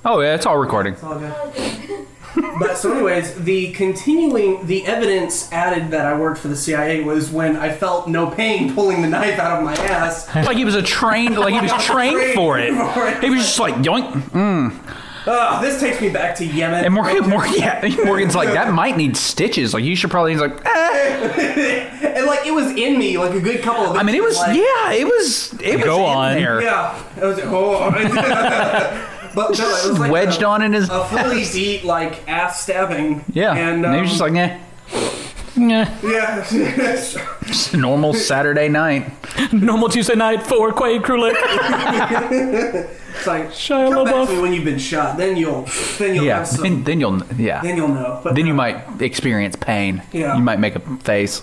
Speaker 3: Oh yeah, it's all recording.
Speaker 4: It's all good. But so, anyways, the continuing the evidence added that I worked for the CIA was when I felt no pain pulling the knife out of my ass.
Speaker 3: Like he was a trained, like he was trained for it. He was just like yoink.
Speaker 4: Ugh, this takes me back to Yemen.
Speaker 3: And Morgan, Morgan, yeah, Morgan's like that might need stitches. Like you should probably. He's like, eh.
Speaker 4: and like it was in me, like a good couple of.
Speaker 3: I mean, it was
Speaker 4: like,
Speaker 3: yeah, it was it
Speaker 1: Go
Speaker 3: was in
Speaker 1: on.
Speaker 3: there.
Speaker 4: Yeah, it was. Oh, but no, it was like
Speaker 3: wedged
Speaker 4: a,
Speaker 3: on in his.
Speaker 4: a fully deep like ass stabbing.
Speaker 3: Yeah,
Speaker 4: and,
Speaker 3: and,
Speaker 4: um,
Speaker 3: he was just like, eh. Yeah,
Speaker 4: yeah.
Speaker 3: just a normal Saturday night.
Speaker 1: Normal Tuesday night for Quade Krulik.
Speaker 4: It's like
Speaker 1: Shia
Speaker 4: come back
Speaker 1: LaBeouf.
Speaker 4: to me when you've been shot. Then you'll then you'll
Speaker 3: Yeah,
Speaker 4: have some.
Speaker 3: then, then you'll yeah,
Speaker 4: then you'll know. But
Speaker 3: then you
Speaker 4: no,
Speaker 3: might experience pain.
Speaker 4: Yeah. Uh,
Speaker 3: you might make a face.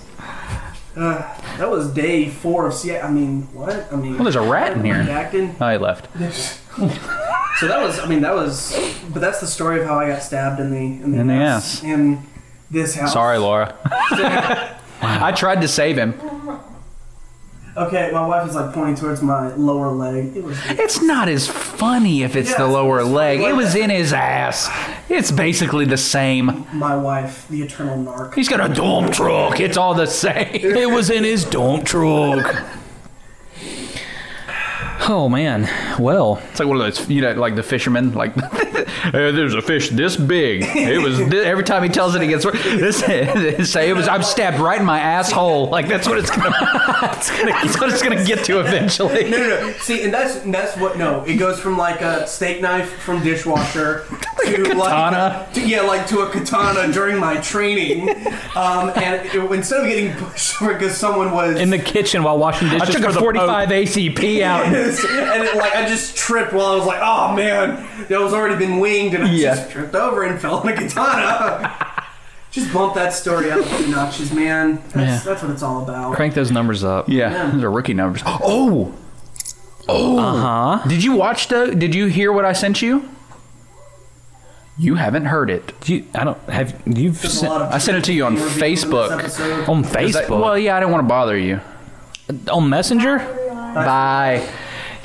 Speaker 4: That was day four of CIA. I mean, what? I mean, well,
Speaker 3: there's a rat in here.
Speaker 4: Acting.
Speaker 3: Oh, he left.
Speaker 4: So that was. I mean, that was. But that's the story of how I got stabbed in the in the,
Speaker 3: In the
Speaker 4: ass.
Speaker 3: ass.
Speaker 4: in this house.
Speaker 3: Sorry, Laura. I tried to save him.
Speaker 4: Okay, my wife is like pointing towards my lower leg. It was.
Speaker 3: It's not as funny if it's
Speaker 4: Yeah,
Speaker 3: the
Speaker 4: it's-
Speaker 3: lower
Speaker 4: it's
Speaker 3: leg.
Speaker 4: like
Speaker 3: It was
Speaker 4: that.
Speaker 3: in his ass. It's basically the same.
Speaker 4: My wife, the eternal narc.
Speaker 3: He's got a dump truck. It's all the same.
Speaker 1: it was in his dump truck. Oh man. Well,
Speaker 3: It's like one of those, you know, like the fisherman. Like, "Hey, there's a fish this big. It was thi- every time he tells it, he gets this. Say it was. I'm stabbed right in my asshole. Like that's what it's gonna. it's gonna that's what it's gonna get to eventually.
Speaker 4: No, no, no. See, and that's and that's what. No, it goes from like a steak knife from dishwasher to
Speaker 3: katana.
Speaker 4: like to, yeah, like to a katana during my training. Um, and it, instead of getting pushed because someone was
Speaker 1: in the kitchen while washing
Speaker 3: I
Speaker 1: dishes
Speaker 3: took
Speaker 1: for
Speaker 3: a
Speaker 1: the
Speaker 3: 45
Speaker 1: Pope.
Speaker 3: ACP out.
Speaker 4: and it, like I just tripped while I was like, oh man, that was already been winged, and I
Speaker 3: Yeah.
Speaker 4: just tripped over and fell on a katana. just bump that story up a few notches, man. That's,
Speaker 1: Yeah.
Speaker 4: that's what it's all about.
Speaker 1: Crank those numbers up.
Speaker 3: Yeah, those are rookie numbers. Oh, oh. Uh
Speaker 1: Uh-huh.
Speaker 3: huh. Did you watch the? Did you hear what I sent you? You haven't heard it.
Speaker 1: Do you, I don't have you've
Speaker 4: There's a
Speaker 1: sent-
Speaker 4: lot of
Speaker 3: I sent it to you on
Speaker 4: reviews this
Speaker 3: Facebook.
Speaker 4: episode.
Speaker 1: on
Speaker 3: 'Cause I-
Speaker 1: Facebook
Speaker 3: well, yeah, I didn't want to bother you.
Speaker 1: on Messenger.
Speaker 3: Bye.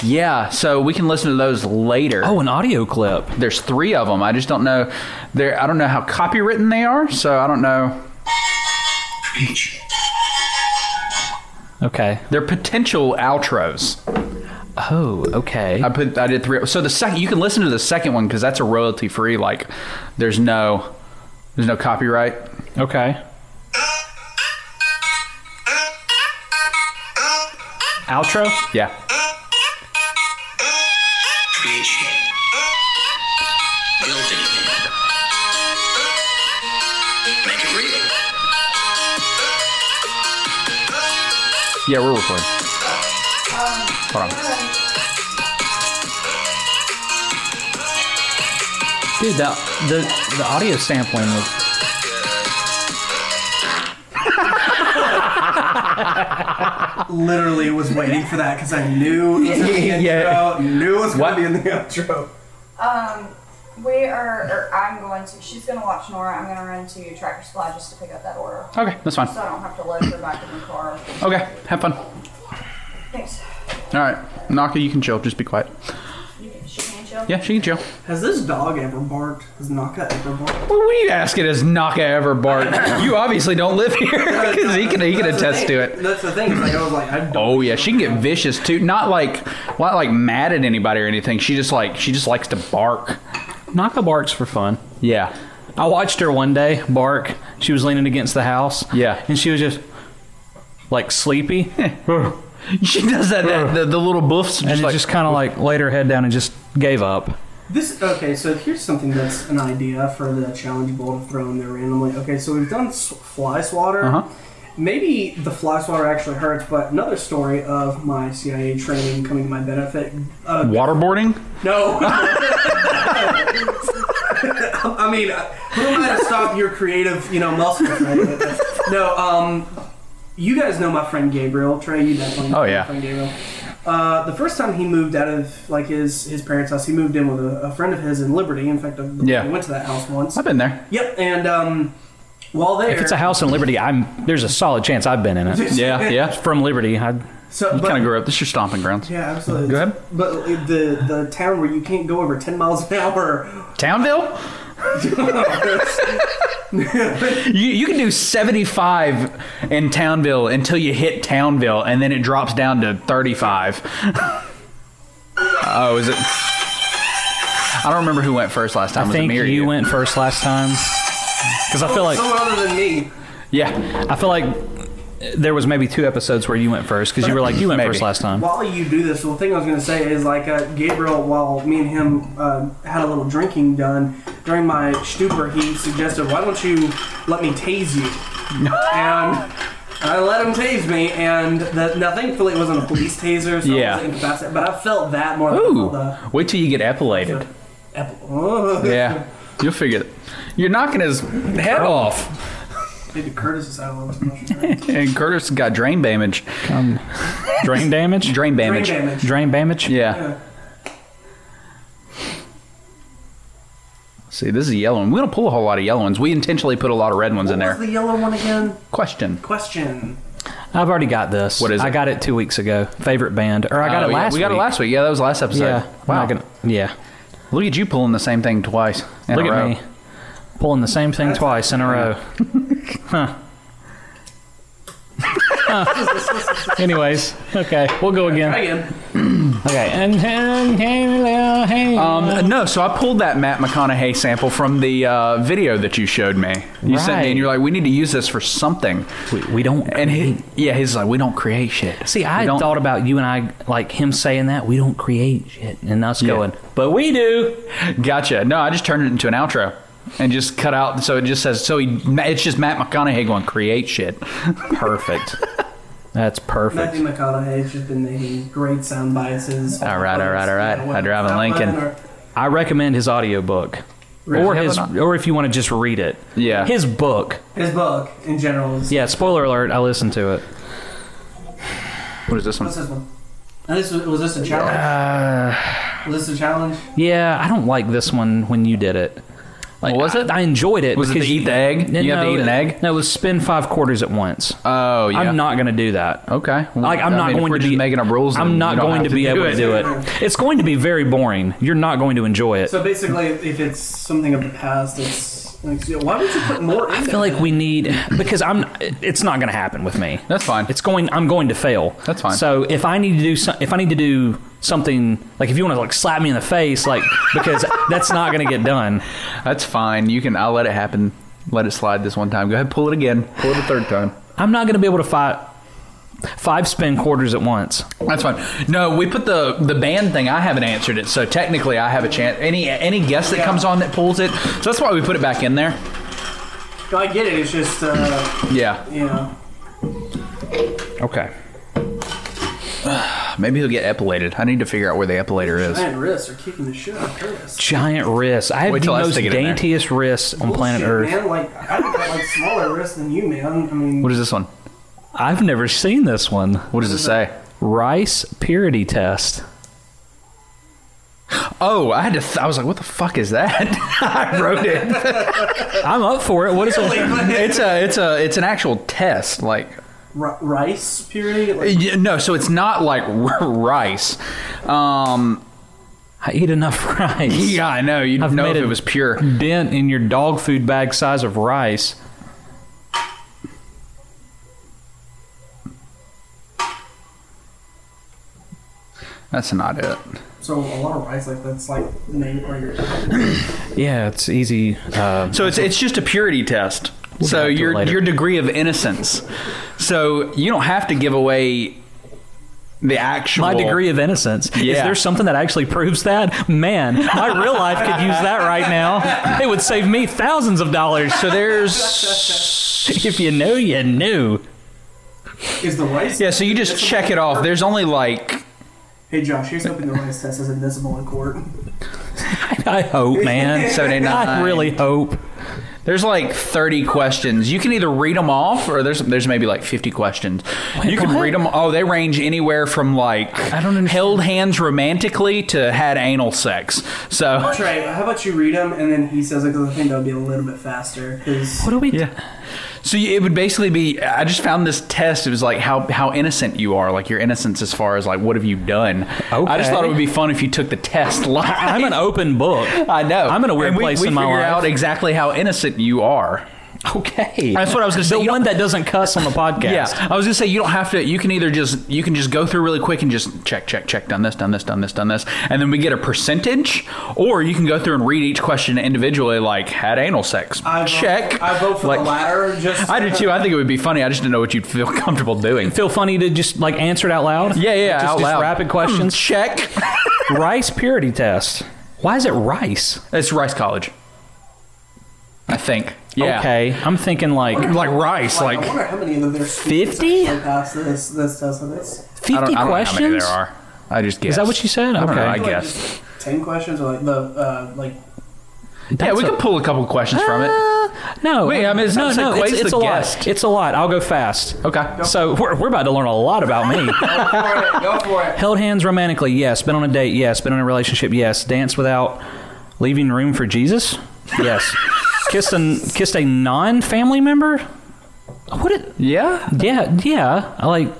Speaker 3: Yeah, so we can listen to those later.
Speaker 1: Oh, an audio clip.
Speaker 3: there's three of them. I just don't know. They're I don't know how copywritten they are, so I don't know.
Speaker 1: Okay.
Speaker 3: They're potential outros.
Speaker 1: Oh, okay.
Speaker 3: I put I did three. So the second you can listen to the second one because that's a royalty free. Like, there's no. There's no copyright.
Speaker 1: Okay. Outro?
Speaker 3: Yeah.
Speaker 7: Creation. Building. Make it real.
Speaker 3: Yeah, we're recording. Hold on.
Speaker 1: Dude, the, the, the audio sampling was.
Speaker 4: Literally was waiting for that because I knew it was in the intro.
Speaker 3: Yeah.
Speaker 4: Knew it was going
Speaker 3: What?
Speaker 4: to be in the outro.
Speaker 6: We are, or I'm going to, she's going to watch Nora. I'm going to run to Tractor Supply just to pick up that order.
Speaker 3: Okay, that's fine.
Speaker 6: So I don't have to load her back in the car.
Speaker 3: Okay, have fun.
Speaker 6: Thanks.
Speaker 3: All right, Naka, you can chill. Just be quiet.
Speaker 6: You can, she can chill?
Speaker 3: Yeah, she can chill.
Speaker 4: Has this dog ever barked? Has Naka ever barked?
Speaker 3: Well, what do you ask it as Naka ever bark? you obviously don't live here because he can he can
Speaker 4: Uh, That's the
Speaker 3: attest
Speaker 4: thing.
Speaker 3: to it.
Speaker 4: That's the thing. It's Like I was like, I don't.
Speaker 3: Oh yeah, she can get vicious too. Not like not like mad at anybody or anything. She just like she just likes to bark.
Speaker 1: Naka barks for fun.
Speaker 3: Yeah.
Speaker 1: I watched her one day bark. She was leaning against the house.
Speaker 3: Yeah.
Speaker 1: And she was just like sleepy.
Speaker 3: She does that, that the, the little boofs.
Speaker 1: and
Speaker 3: Just
Speaker 1: it
Speaker 3: like,
Speaker 1: just kind of like laid her head down and just gave up.
Speaker 4: This okay. So here's something that's an idea for the challenge bowl to throw in there randomly. Okay, so we've done s- fly swatter.
Speaker 3: Uh-huh.
Speaker 4: Maybe the fly swatter actually hurts, but another story of my CIA training coming to my benefit. Uh,
Speaker 3: waterboarding.
Speaker 4: No. I mean, uh, who am I to stop your creative, you know, muscles? Right? No. Um, you guys know my friend Gabriel Trey. You definitely. Know
Speaker 3: Oh,
Speaker 4: my
Speaker 3: yeah.
Speaker 4: Friend Gabriel. Uh, the first time he moved out of like his his parents' house, he moved in with a, a friend of his in Liberty. In fact, I
Speaker 3: Yeah.
Speaker 4: I went to that house once.
Speaker 3: I've been there.
Speaker 4: Yep. And um, while there,
Speaker 1: If it's a house in Liberty, I'm there's a solid chance I've been in it.
Speaker 3: Yeah, yeah.
Speaker 1: From Liberty, I
Speaker 4: so
Speaker 3: You
Speaker 4: but-
Speaker 3: kind of grew up. This is your stomping grounds.
Speaker 4: Yeah, absolutely.
Speaker 3: Go ahead.
Speaker 4: But the the town where you can't go over ten miles an hour
Speaker 3: Townville. you, you can do 75 in Townville until you hit Townville, and then it drops down to 35. oh, is it? I don't remember who went first last time.
Speaker 1: I
Speaker 3: was
Speaker 1: think
Speaker 3: it me
Speaker 1: you,
Speaker 3: or
Speaker 1: went first last time. Because I feel like
Speaker 4: someone other than me.
Speaker 3: Yeah,
Speaker 1: I feel like there was maybe two episodes where you went first because you were like you went
Speaker 3: Maybe.
Speaker 1: first last time.
Speaker 4: While you do this, the thing I was going to say is like uh, Gabriel, while me and him uh, had a little drinking done during my stupor, he suggested, "Why don't you let me tase you?" and I let him tase me, and the, now thankfully it wasn't a police taser, so
Speaker 3: Yeah.
Speaker 4: I wasn't incapacitated. But I felt that more than I felt
Speaker 3: Ooh,
Speaker 4: the
Speaker 3: wait till you get epilated.
Speaker 4: ep- oh.
Speaker 3: Yeah, you'll figure it. You're knocking his head off,
Speaker 4: Maybe Curtis is out of the
Speaker 3: and Curtis got drain damage.
Speaker 1: Drain damage.
Speaker 3: Drain damage.
Speaker 4: damage.
Speaker 1: Drain damage.
Speaker 3: Yeah. See, this is a yellow one. We don't pull a whole lot of yellow ones. We intentionally put a lot of red ones in
Speaker 4: What was
Speaker 3: there.
Speaker 4: the yellow one again?
Speaker 3: Question.
Speaker 4: Question.
Speaker 1: I've already got this.
Speaker 3: What is
Speaker 1: I
Speaker 3: it?
Speaker 1: got it two weeks ago. Favorite band, or I got
Speaker 3: Oh,
Speaker 1: it
Speaker 3: yeah,
Speaker 1: last.
Speaker 3: We got
Speaker 1: week.
Speaker 3: it last week. Yeah, that was last episode.
Speaker 1: Yeah. I'm
Speaker 3: Wow.
Speaker 1: not gonna- yeah.
Speaker 3: Look at you pulling the same thing twice. in
Speaker 1: Look
Speaker 3: a
Speaker 1: at
Speaker 3: row.
Speaker 1: me pulling the same thing twice in a row. huh. Anyways, okay, we'll go
Speaker 4: Try
Speaker 1: again.
Speaker 4: Again.
Speaker 1: Okay, and and hey,
Speaker 3: Um, no, so I pulled that Matt McConaughey sample from the uh, video that you showed me. You sent me,
Speaker 1: Right.
Speaker 3: and you're like, "We need to use this for something."
Speaker 1: we, we don't.
Speaker 3: And he, yeah, he's like, "We don't create shit."
Speaker 1: See, I
Speaker 3: We don't-
Speaker 1: thought about you and I, like him saying that we don't create shit, and us going, but we do.
Speaker 3: Gotcha. No, I just turned it into an outro and just cut out. So it just says, so he, it's just Matt McConaughey going, create shit. Perfect.
Speaker 1: That's perfect.
Speaker 4: Matthew McConaughey's just been making great sound biases.
Speaker 3: All right, all right, all right.
Speaker 4: You know, whether
Speaker 3: I drive
Speaker 4: it's
Speaker 3: a
Speaker 4: that
Speaker 3: Lincoln.
Speaker 4: one or-
Speaker 1: I recommend his audiobook. Or his, or if you want to just read it,
Speaker 3: Yeah.
Speaker 1: his book.
Speaker 4: His book in general is
Speaker 1: Yeah, spoiler alert. I listened to it.
Speaker 3: what is this one?
Speaker 4: What's this one? And this was, was this a challenge? was this a challenge?
Speaker 1: Yeah, I don't like this one when you did it. Like,
Speaker 3: What was
Speaker 1: I-
Speaker 3: it?
Speaker 1: I, enjoyed it.
Speaker 3: Was it
Speaker 1: because
Speaker 3: to eat the egg?
Speaker 1: No,
Speaker 3: You have to eat an egg?
Speaker 1: No, it was spin five quarters at once.
Speaker 3: Oh, yeah.
Speaker 1: I'm not going to do that.
Speaker 3: Okay. Well,
Speaker 1: Like I'm
Speaker 3: I
Speaker 1: not
Speaker 3: mean, if
Speaker 1: going
Speaker 3: we're
Speaker 1: to
Speaker 3: just
Speaker 1: be
Speaker 3: making up rules. then
Speaker 1: I'm
Speaker 3: you
Speaker 1: not
Speaker 3: don't
Speaker 1: going
Speaker 3: have
Speaker 1: to be able to do it. It's going to be very boring. You're not going to enjoy it.
Speaker 4: So basically, if it's something of the past, it's like, you know, why would you put more? In
Speaker 1: I feel like we need because I'm. It's not going to happen with me.
Speaker 3: That's fine.
Speaker 1: It's going. I'm going to fail.
Speaker 3: That's fine.
Speaker 1: So if I need to do some, if I need to do something like if you want to like slap me in the face like because that's not going to get done.
Speaker 3: That's fine. You can, I'll let it happen. Let it slide this one time. Go ahead, pull it again. Pull it a third time.
Speaker 1: I'm not going to be able to fight five spin quarters at once.
Speaker 3: That's fine. No, we put the the band thing. I haven't answered it, so technically I have a chance. Any any guest that comes on that pulls it, so that's why we put it back in there.
Speaker 4: No, I get it. It's just, uh,
Speaker 3: Yeah.
Speaker 4: you know,
Speaker 3: Okay. Maybe he'll get epilated. I need to figure out where the epilator is.
Speaker 4: giant wrists are kicking the shit out of Chris.
Speaker 1: Giant wrists. I have
Speaker 3: Wait
Speaker 1: the
Speaker 3: till I
Speaker 1: most
Speaker 3: stick it in there.
Speaker 1: daintiest wrists on planet
Speaker 4: Bullshit,
Speaker 1: Earth.
Speaker 4: Man, like I got like smaller wrists than you, man. I mean,
Speaker 3: What is this one?
Speaker 1: I've never seen this one.
Speaker 3: What does it say?
Speaker 1: Rice purity test.
Speaker 3: Oh, I had to. Th- I was like, what the fuck is that? I wrote it.
Speaker 1: I'm up for it. What is it?
Speaker 3: It's a. It's a. It's an actual test. Like
Speaker 4: ri- rice purity. Like,
Speaker 3: y- no, so it's not like rice. Um.
Speaker 1: I eat enough rice.
Speaker 3: Yeah, I know. You'd
Speaker 1: I've
Speaker 3: know
Speaker 1: made
Speaker 3: if
Speaker 1: a
Speaker 3: it was pure.
Speaker 1: Dent in your dog food bag size of rice.
Speaker 3: That's not it.
Speaker 4: so a lot of rice, like that's like the main part of your.
Speaker 1: Yeah, it's easy. Uh,
Speaker 3: So it's it's just a purity test. so
Speaker 1: back to it
Speaker 3: your
Speaker 1: later.
Speaker 3: your degree of innocence. So you don't have to give away the actual
Speaker 1: my degree of innocence. Is
Speaker 3: Yeah.
Speaker 1: there something that actually proves that? Man, my real life could use that right now. It would save me thousands of dollars.
Speaker 3: So there's
Speaker 1: If you knew, you knew.
Speaker 4: Is the rice?
Speaker 3: yeah. So you just check it off. There's only like
Speaker 4: Hey Josh, here's hoping the rice test is invisible in court.
Speaker 1: I hope, man.
Speaker 3: seventy nine.
Speaker 1: I really hope.
Speaker 3: There's like 30 questions. You can either read them off, or there's there's maybe like 50 questions. you can
Speaker 1: what?
Speaker 3: read them. Oh, they range anywhere from like I don't held hands romantically to had anal sex. So
Speaker 4: Trey, how about you read them and then he says like the thing that would be a little bit faster because
Speaker 1: What do we?
Speaker 3: so you, it would basically be. I just found this test. It was like how how innocent you are, like your innocence as far as like what have you done. I just
Speaker 1: Okay.
Speaker 3: thought it would be fun if you took the test live.
Speaker 1: I'm an open book.
Speaker 3: I know.
Speaker 1: I'm in a weird
Speaker 3: and we,
Speaker 1: place
Speaker 3: we
Speaker 1: in my
Speaker 3: figure
Speaker 1: life.
Speaker 3: out exactly how innocent you are.
Speaker 1: Okay,
Speaker 3: That's what I was going to say.
Speaker 1: the
Speaker 3: You don't-
Speaker 1: one that doesn't cuss on the podcast.
Speaker 3: Yeah, I was gonna say you don't have to. You can either just you can just go through really quick and just check, check, check, done this, done this, done this, done this, and then we get a percentage, or you can go through and read each question individually, like had anal sex.
Speaker 4: I vote-
Speaker 3: check.
Speaker 4: I vote for
Speaker 3: Like,
Speaker 4: the latter. Just
Speaker 3: I do too. I think it would be funny. I just didn't know what you'd feel comfortable doing.
Speaker 1: Feel funny to just like answer it out loud.
Speaker 3: Yeah, yeah,
Speaker 1: Just,
Speaker 3: out
Speaker 1: just
Speaker 3: loud.
Speaker 1: rapid questions.
Speaker 3: Hmm, check.
Speaker 1: rice purity test. Why is it rice?
Speaker 3: it's Rice College. I think. Yeah.
Speaker 1: Okay, I'm thinking like
Speaker 3: Like rice,
Speaker 4: Like,
Speaker 3: like,
Speaker 4: I wonder how many of their
Speaker 1: 50?
Speaker 4: pass this this test and this.
Speaker 1: 50
Speaker 3: I don't, I don't know how
Speaker 1: questions.
Speaker 3: many there are. I just guess.
Speaker 1: Is that what you said?
Speaker 3: I don't
Speaker 1: okay,
Speaker 3: know, I
Speaker 4: Like,
Speaker 3: guess.
Speaker 4: just ten questions or like the uh, like
Speaker 3: Yeah, we
Speaker 1: That's Uh,
Speaker 3: can pull a couple questions from it.
Speaker 1: No,
Speaker 3: Wait, I mean, it's
Speaker 1: no,
Speaker 3: not-
Speaker 1: no,
Speaker 3: it's
Speaker 1: it's,
Speaker 3: the
Speaker 1: it's a lot.
Speaker 3: guest.
Speaker 1: It's a lot. I'll go fast.
Speaker 3: Okay.
Speaker 1: So we're, we're about to learn a lot about me.
Speaker 4: go for it, go for it.
Speaker 1: Held hands romantically, yes. Been on a date, yes. Been in a relationship, yes. Danced without leaving room for Jesus, yes. kissed a kissed a non family member. What? It,
Speaker 3: Yeah.
Speaker 1: yeah, yeah. I like.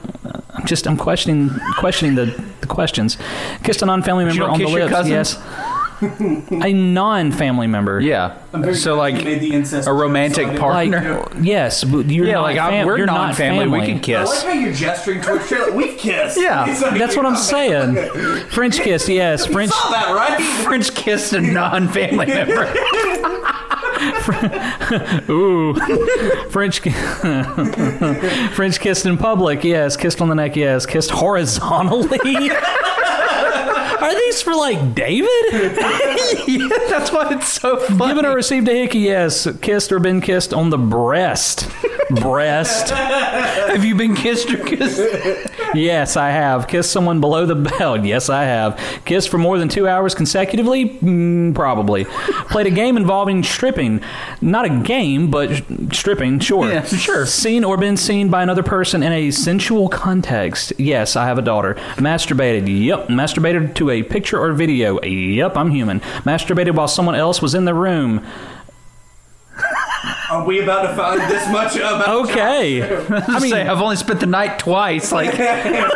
Speaker 1: I'm just I'm questioning questioning the, the questions. Kissed a non family member
Speaker 3: you don't
Speaker 1: on the
Speaker 3: kiss your
Speaker 1: lips,
Speaker 3: cousins?
Speaker 1: yes. a non family member.
Speaker 4: I'm
Speaker 3: Yeah.
Speaker 4: very
Speaker 3: So
Speaker 4: glad
Speaker 3: like
Speaker 4: you made the incest
Speaker 3: a
Speaker 4: joke,
Speaker 3: romantic
Speaker 4: so I didn't-
Speaker 1: Like
Speaker 3: partner.
Speaker 1: yes, but you're
Speaker 3: yeah,
Speaker 1: not
Speaker 3: like I'm,
Speaker 1: fam-
Speaker 3: we're
Speaker 1: you're not
Speaker 3: non-family. We
Speaker 1: family.
Speaker 3: can
Speaker 4: I
Speaker 3: kiss.
Speaker 4: like how you're gesturing towards Trey. Like, We've kissed.
Speaker 3: Yeah,
Speaker 4: He's like,
Speaker 1: That's what I'm saying. French kiss, yes. French
Speaker 4: Saw that right?
Speaker 3: French kissed a non-family member.
Speaker 1: Ooh, French ki- French kissed in public, yes. Kissed on the neck, yes. Kissed horizontally. Are these for like David?
Speaker 3: yeah, that's why it's so funny.
Speaker 1: Given or received a hickey, yes. Kissed or been kissed on the breast, breast.
Speaker 3: Have you been kissed or kissed?
Speaker 1: Yes, I have. Kissed someone below the belt. Oh, Yes, I have. Kissed for more than two hours consecutively? Mm, probably. Played a game involving stripping. Not a game, but sh- stripping, sure.
Speaker 3: Yeah, sure.
Speaker 1: Seen or been seen by another person in a sensual context? Yes, I have a daughter. Masturbated? Yep. Masturbated to a picture or video? Yep, I'm human. Masturbated while someone else was in the room?
Speaker 4: Are we about to find this much about?
Speaker 3: Oh.
Speaker 1: Okay. I
Speaker 3: I mean,
Speaker 1: mean,
Speaker 3: I've only spent the night twice. Like,
Speaker 1: Uh,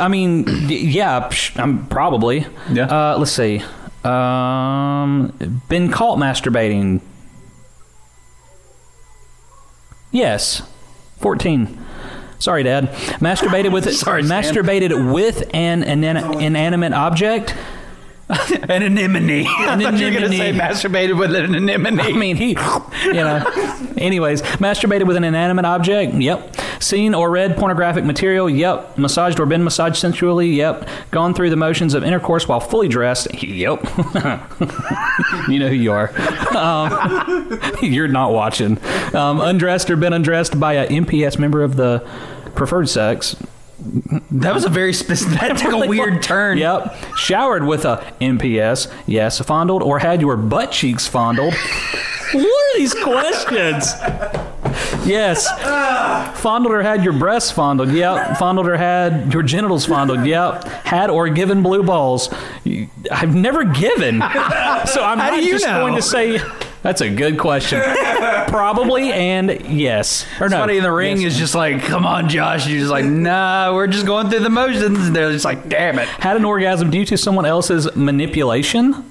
Speaker 1: I mean, y- yeah, psh, I'm probably.
Speaker 3: Yeah.
Speaker 1: Uh, let's see. Um, been caught masturbating. Yes, fourteen. Sorry, Dad. Masturbated with
Speaker 3: Sorry, Sam.
Speaker 1: masturbated with an inan- inanimate object.
Speaker 3: An anemone. I thought you were going to say
Speaker 1: anemone.
Speaker 3: masturbated with an anemone.
Speaker 1: I mean, he, you know. Anyways, masturbated with an inanimate object. Yep. Seen or read pornographic material. Yep. Massaged or been massaged sensually. Yep. Gone through the motions of intercourse while fully dressed. Yep. you know who you are. Um, you're not watching. Um, undressed or been undressed by a MPS member of the preferred sex.
Speaker 3: that was a very specific. That took a weird turn.
Speaker 1: Yep. Showered with a MPS. Yes. Fondled or had your butt cheeks fondled. what are these questions? Yes. Fondled or had your breasts fondled. Yep. Fondled or had your genitals fondled. Yep. Had or given blue balls. You- I've never given. So I'm
Speaker 3: How do
Speaker 1: not
Speaker 3: you
Speaker 1: just
Speaker 3: know?
Speaker 1: going to say that's a good question. Probably and yes. Or no.
Speaker 3: Somebody in the ring
Speaker 1: Yes.
Speaker 3: is just like, "Come on, Josh!" You're just like, "Nah, we're just going through the motions." And they're just like, "Damn it!"
Speaker 1: had an orgasm due to someone else's manipulation?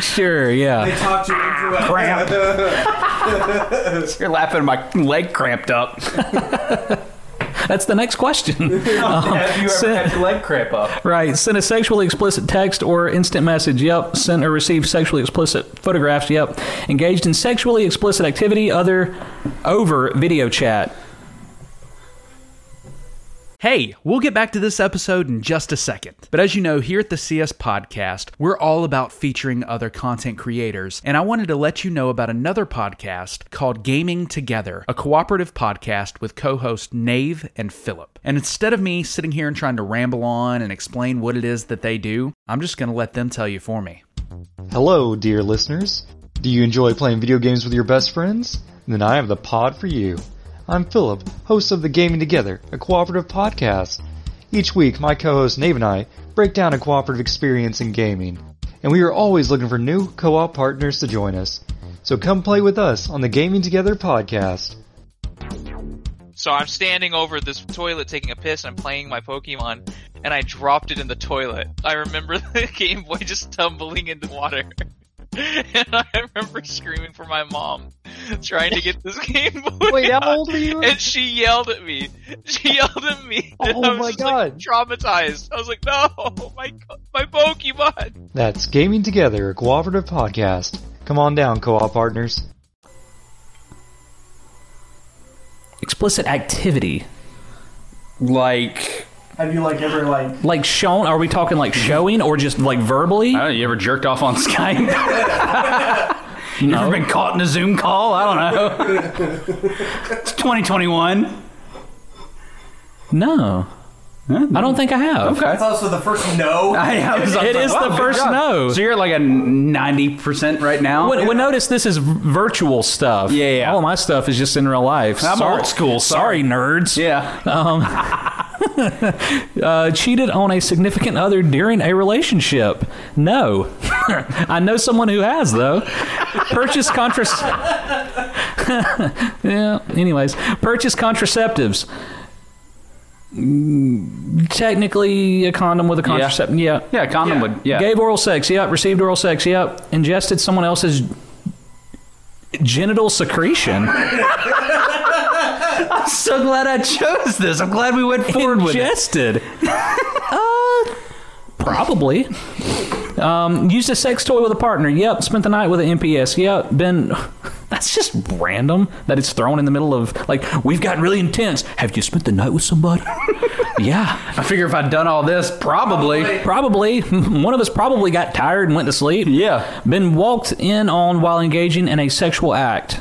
Speaker 1: sure, yeah.
Speaker 4: They talked you into it.
Speaker 3: You're laughing. My leg cramped up.
Speaker 1: That's the next question.
Speaker 3: Have you
Speaker 1: so- had
Speaker 3: your leg cramp up?
Speaker 1: right. Sent a sexually explicit text or instant message. Yep. Sent or received sexually explicit photographs. Yep. Engaged in sexually explicit activity other over video chat.
Speaker 8: Hey, we'll get back to this episode in just a second. But as you know, here at the CS Podcast, we're all about featuring other content creators. And I wanted to let you know about another podcast called Gaming Together, a cooperative podcast with co host Nave and Philip. And instead of me sitting here and trying to ramble on and explain what it is that they do, I'm just going to let them tell you for me.
Speaker 9: Hello, dear listeners. Do you enjoy playing video games with your best friends? Then I have the pod for you. I'm Philip, host of the Gaming Together, a cooperative podcast. Each week, my co-host Nave and I break down a cooperative experience in gaming, and we are always looking for new co-op partners to join us. So come play with us on the Gaming Together podcast.
Speaker 10: So I'm standing over this toilet taking a piss and I'm playing my Pokemon and I dropped it in the toilet. I remember the Game Boy just tumbling into water. And I remember screaming for my mom, trying to get this Game Boy.
Speaker 9: Wait, how
Speaker 10: out.
Speaker 9: old are you?
Speaker 10: And she yelled at me. She yelled at me. and
Speaker 9: Oh
Speaker 10: I was
Speaker 9: my
Speaker 10: just, like,
Speaker 9: God.
Speaker 10: traumatized. I was like, no, my my Pokemon.
Speaker 9: That's Gaming Together, a cooperative podcast. Come on down, co-op partners.
Speaker 1: Explicit activity.
Speaker 3: Like,
Speaker 4: Have you like ever like
Speaker 1: Like shown are we talking like showing or just like verbally?
Speaker 3: I don't know, you ever jerked off on Skype? You ever been caught in a Zoom call? I don't know. it's 2021.
Speaker 1: No. I don't think I have.
Speaker 4: That's also the first no.
Speaker 3: I, I was, I was
Speaker 1: It
Speaker 3: like,
Speaker 1: is
Speaker 3: wow,
Speaker 1: the
Speaker 3: good
Speaker 1: first
Speaker 3: job.
Speaker 1: no.
Speaker 3: So you're like a 90% right now?
Speaker 1: Well, well, notice this is v- virtual stuff.
Speaker 3: Yeah, yeah.
Speaker 1: All of my stuff is just in real life.
Speaker 3: I'm
Speaker 1: Sorry-
Speaker 3: old school,
Speaker 1: Sorry, Oh,
Speaker 3: sorry.
Speaker 1: nerds.
Speaker 3: Yeah.
Speaker 1: Uh, cheated on a significant other during a relationship. No. I know someone who has, though. Purchase contraceptives. yeah, anyways. Purchase contraceptives. Mm, Technically, a condom with a contraceptive. Yeah.
Speaker 3: Yeah, condom would. Yeah.
Speaker 1: Gave oral sex. Yep. Received oral sex. Yep. Ingested someone else's genital secretion.
Speaker 3: so glad I chose this. I'm glad we went forward with it.
Speaker 1: ingested. uh, probably. Um, used a sex toy with a partner. Yep. Spent the night with an MPS. Yep. Been. That's just random that it's thrown in the middle of like we've gotten really intense. Have you spent the night with somebody? yeah,
Speaker 3: I figure if I'd done all this, probably.
Speaker 1: probably. One of us probably got tired and went to sleep.
Speaker 3: Yeah.
Speaker 1: Been walked in on while engaging in a sexual act.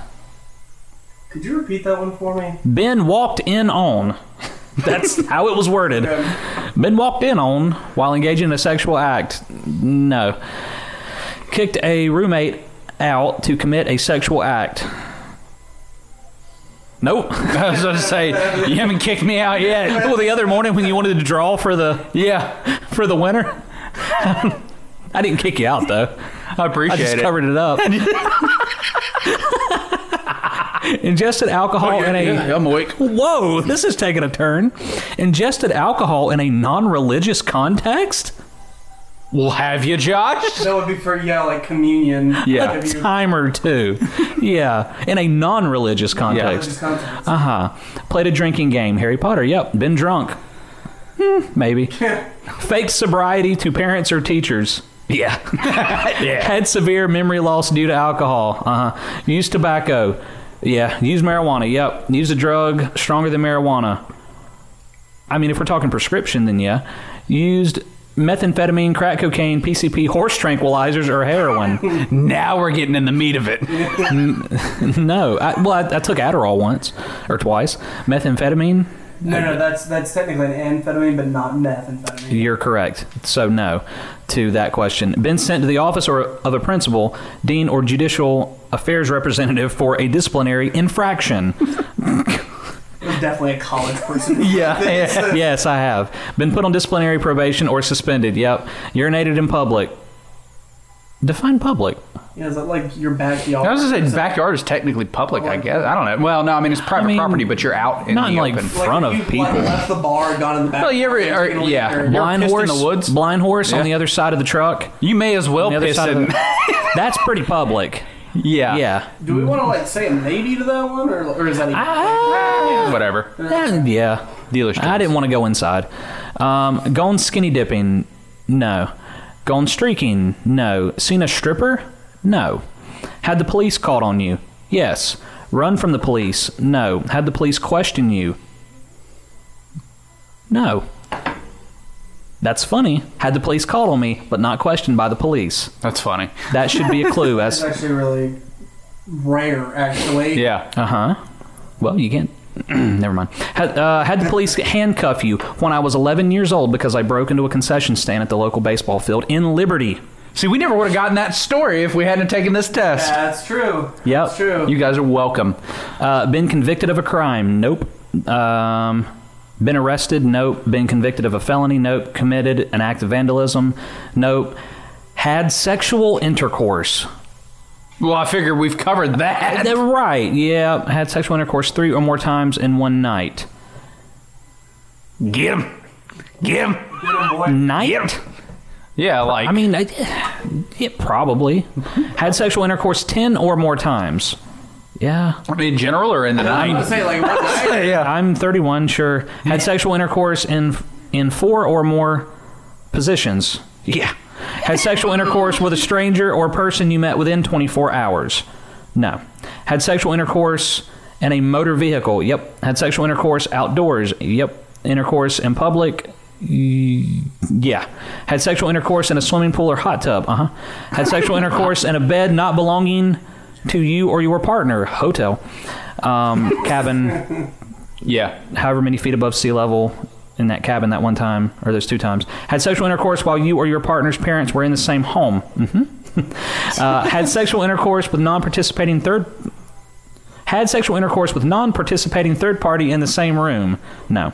Speaker 4: Could you repeat that one for me?
Speaker 1: Been walked in on. That's how it was worded. Been walked in on while engaging in a sexual act. No. Kicked a roommate out to commit a sexual act. Nope.
Speaker 3: I was going to say, you haven't kicked me out yet.
Speaker 1: well, the other morning when you wanted to draw for the
Speaker 3: Yeah.
Speaker 1: for the winter, I didn't kick you out though.
Speaker 3: I
Speaker 1: I
Speaker 3: appreciate
Speaker 1: just
Speaker 3: it.
Speaker 1: covered it up. Ingested alcohol in a
Speaker 3: Oh, Yeah, I'm awake.
Speaker 1: Whoa, this is taking a turn. Ingested alcohol in a non religious context?
Speaker 3: Well, have you, Josh?
Speaker 4: That would be for yeah, like communion.
Speaker 3: Yeah.
Speaker 4: If you-
Speaker 1: Time or two. yeah, in a non religious context.
Speaker 4: religious context.
Speaker 1: Uh huh. Played a drinking game. Harry Potter, yep. Been drunk. Hmm, maybe. Fake sobriety to parents or teachers. Yeah. yeah. Had severe memory loss due to alcohol. Uh huh. Used tobacco. Yeah. Used marijuana. Yep. Used a drug stronger than marijuana. I mean, if we're talking prescription, then yeah. Used methamphetamine, crack cocaine, PCP, horse tranquilizers, or heroin.
Speaker 3: now we're getting in the meat of it.
Speaker 1: no. I, well, I, I took Adderall once or twice. Methamphetamine.
Speaker 4: No, no, that's that's technically an amphetamine, but not methamphetamine.
Speaker 1: You're correct. So no to that question. Been sent to the office or of a principal, dean, or judicial affairs representative for a disciplinary infraction.
Speaker 4: I'm definitely a college person.
Speaker 1: yeah. yes, I have. Been put on disciplinary probation or suspended. Yep. Urinated in public. Define public.
Speaker 4: Yeah, is that like your backyard?
Speaker 3: I was just saying, backyard is technically public, I guess. I don't know. Well, no, I mean it's private
Speaker 1: mean,
Speaker 3: property, but you're out in
Speaker 1: not
Speaker 3: the
Speaker 1: in, like,
Speaker 3: open.
Speaker 1: in front of
Speaker 4: you, Like,
Speaker 1: people.
Speaker 4: left the bar, gone in the back.
Speaker 3: Well, you ever- or- yeah. You're
Speaker 1: Blind
Speaker 3: pissed in
Speaker 1: horse
Speaker 3: the woods?
Speaker 1: Blind horse on
Speaker 3: Yeah.
Speaker 1: the other side of the truck.
Speaker 3: you may as well
Speaker 1: On the other
Speaker 3: piss
Speaker 1: side
Speaker 3: in. Uh,
Speaker 1: of the, That's pretty public.
Speaker 3: yeah,
Speaker 1: Yeah.
Speaker 4: Do we want to like say a maybe to that one, or, or is that? A,
Speaker 1: Ah,
Speaker 3: whatever.
Speaker 1: that- yeah.
Speaker 3: Dealer's
Speaker 1: I didn't want to go inside. Um, gone skinny dipping? No. Gone streaking? No. Seen a stripper? No. Had the police called on you? Yes. Run from the police? No. Had the police question you? No. That's funny. Had the police called on me, but not questioned by the police.
Speaker 3: That's funny.
Speaker 1: That should be a clue
Speaker 4: it's
Speaker 1: as.
Speaker 4: actually really rare, actually.
Speaker 3: Yeah,
Speaker 1: Uh huh. Well, you can't. Never mind. Had, uh, had the police handcuff you when I was 11 years old because I broke into a concession stand at the local baseball field in Liberty.
Speaker 3: See, we never would have gotten that story if we hadn't taken this test.
Speaker 4: That's true.
Speaker 1: Yep.
Speaker 4: That's true.
Speaker 3: You guys are welcome.
Speaker 1: Uh, been convicted of a crime? Nope. Um, been arrested? Nope. Been convicted of a felony? Nope. Committed an act of vandalism? Nope. Had sexual intercourse?
Speaker 3: Well, I figured we've covered that.
Speaker 1: They're right. Yeah. Had sexual intercourse three or more times in one night.
Speaker 3: Get him. Get him.
Speaker 1: Night?
Speaker 3: Yeah, like
Speaker 1: I mean, I, it probably had sexual intercourse ten or more times. Yeah,
Speaker 3: in general or in the
Speaker 4: I
Speaker 3: night.
Speaker 4: was gonna say like what night?
Speaker 3: yeah.
Speaker 1: I'm 31. Sure, had sexual intercourse in in four or more positions. Yeah, had sexual intercourse with a stranger or person you met within 24 hours. No, had sexual intercourse in a motor vehicle. Yep, had sexual intercourse outdoors. Yep, intercourse in public. Yeah. Had sexual intercourse in a swimming pool or hot tub. Uh huh. Had sexual intercourse in a bed not belonging to you or your partner. Hotel. Um, cabin,
Speaker 3: Yeah.
Speaker 1: however many feet above sea level in that cabin that one time, or those two times. Had sexual intercourse while you or your partner's parents were in the same home. hmm uh, had sexual intercourse with non participating third. Had sexual intercourse with non participating third party in the same room. No.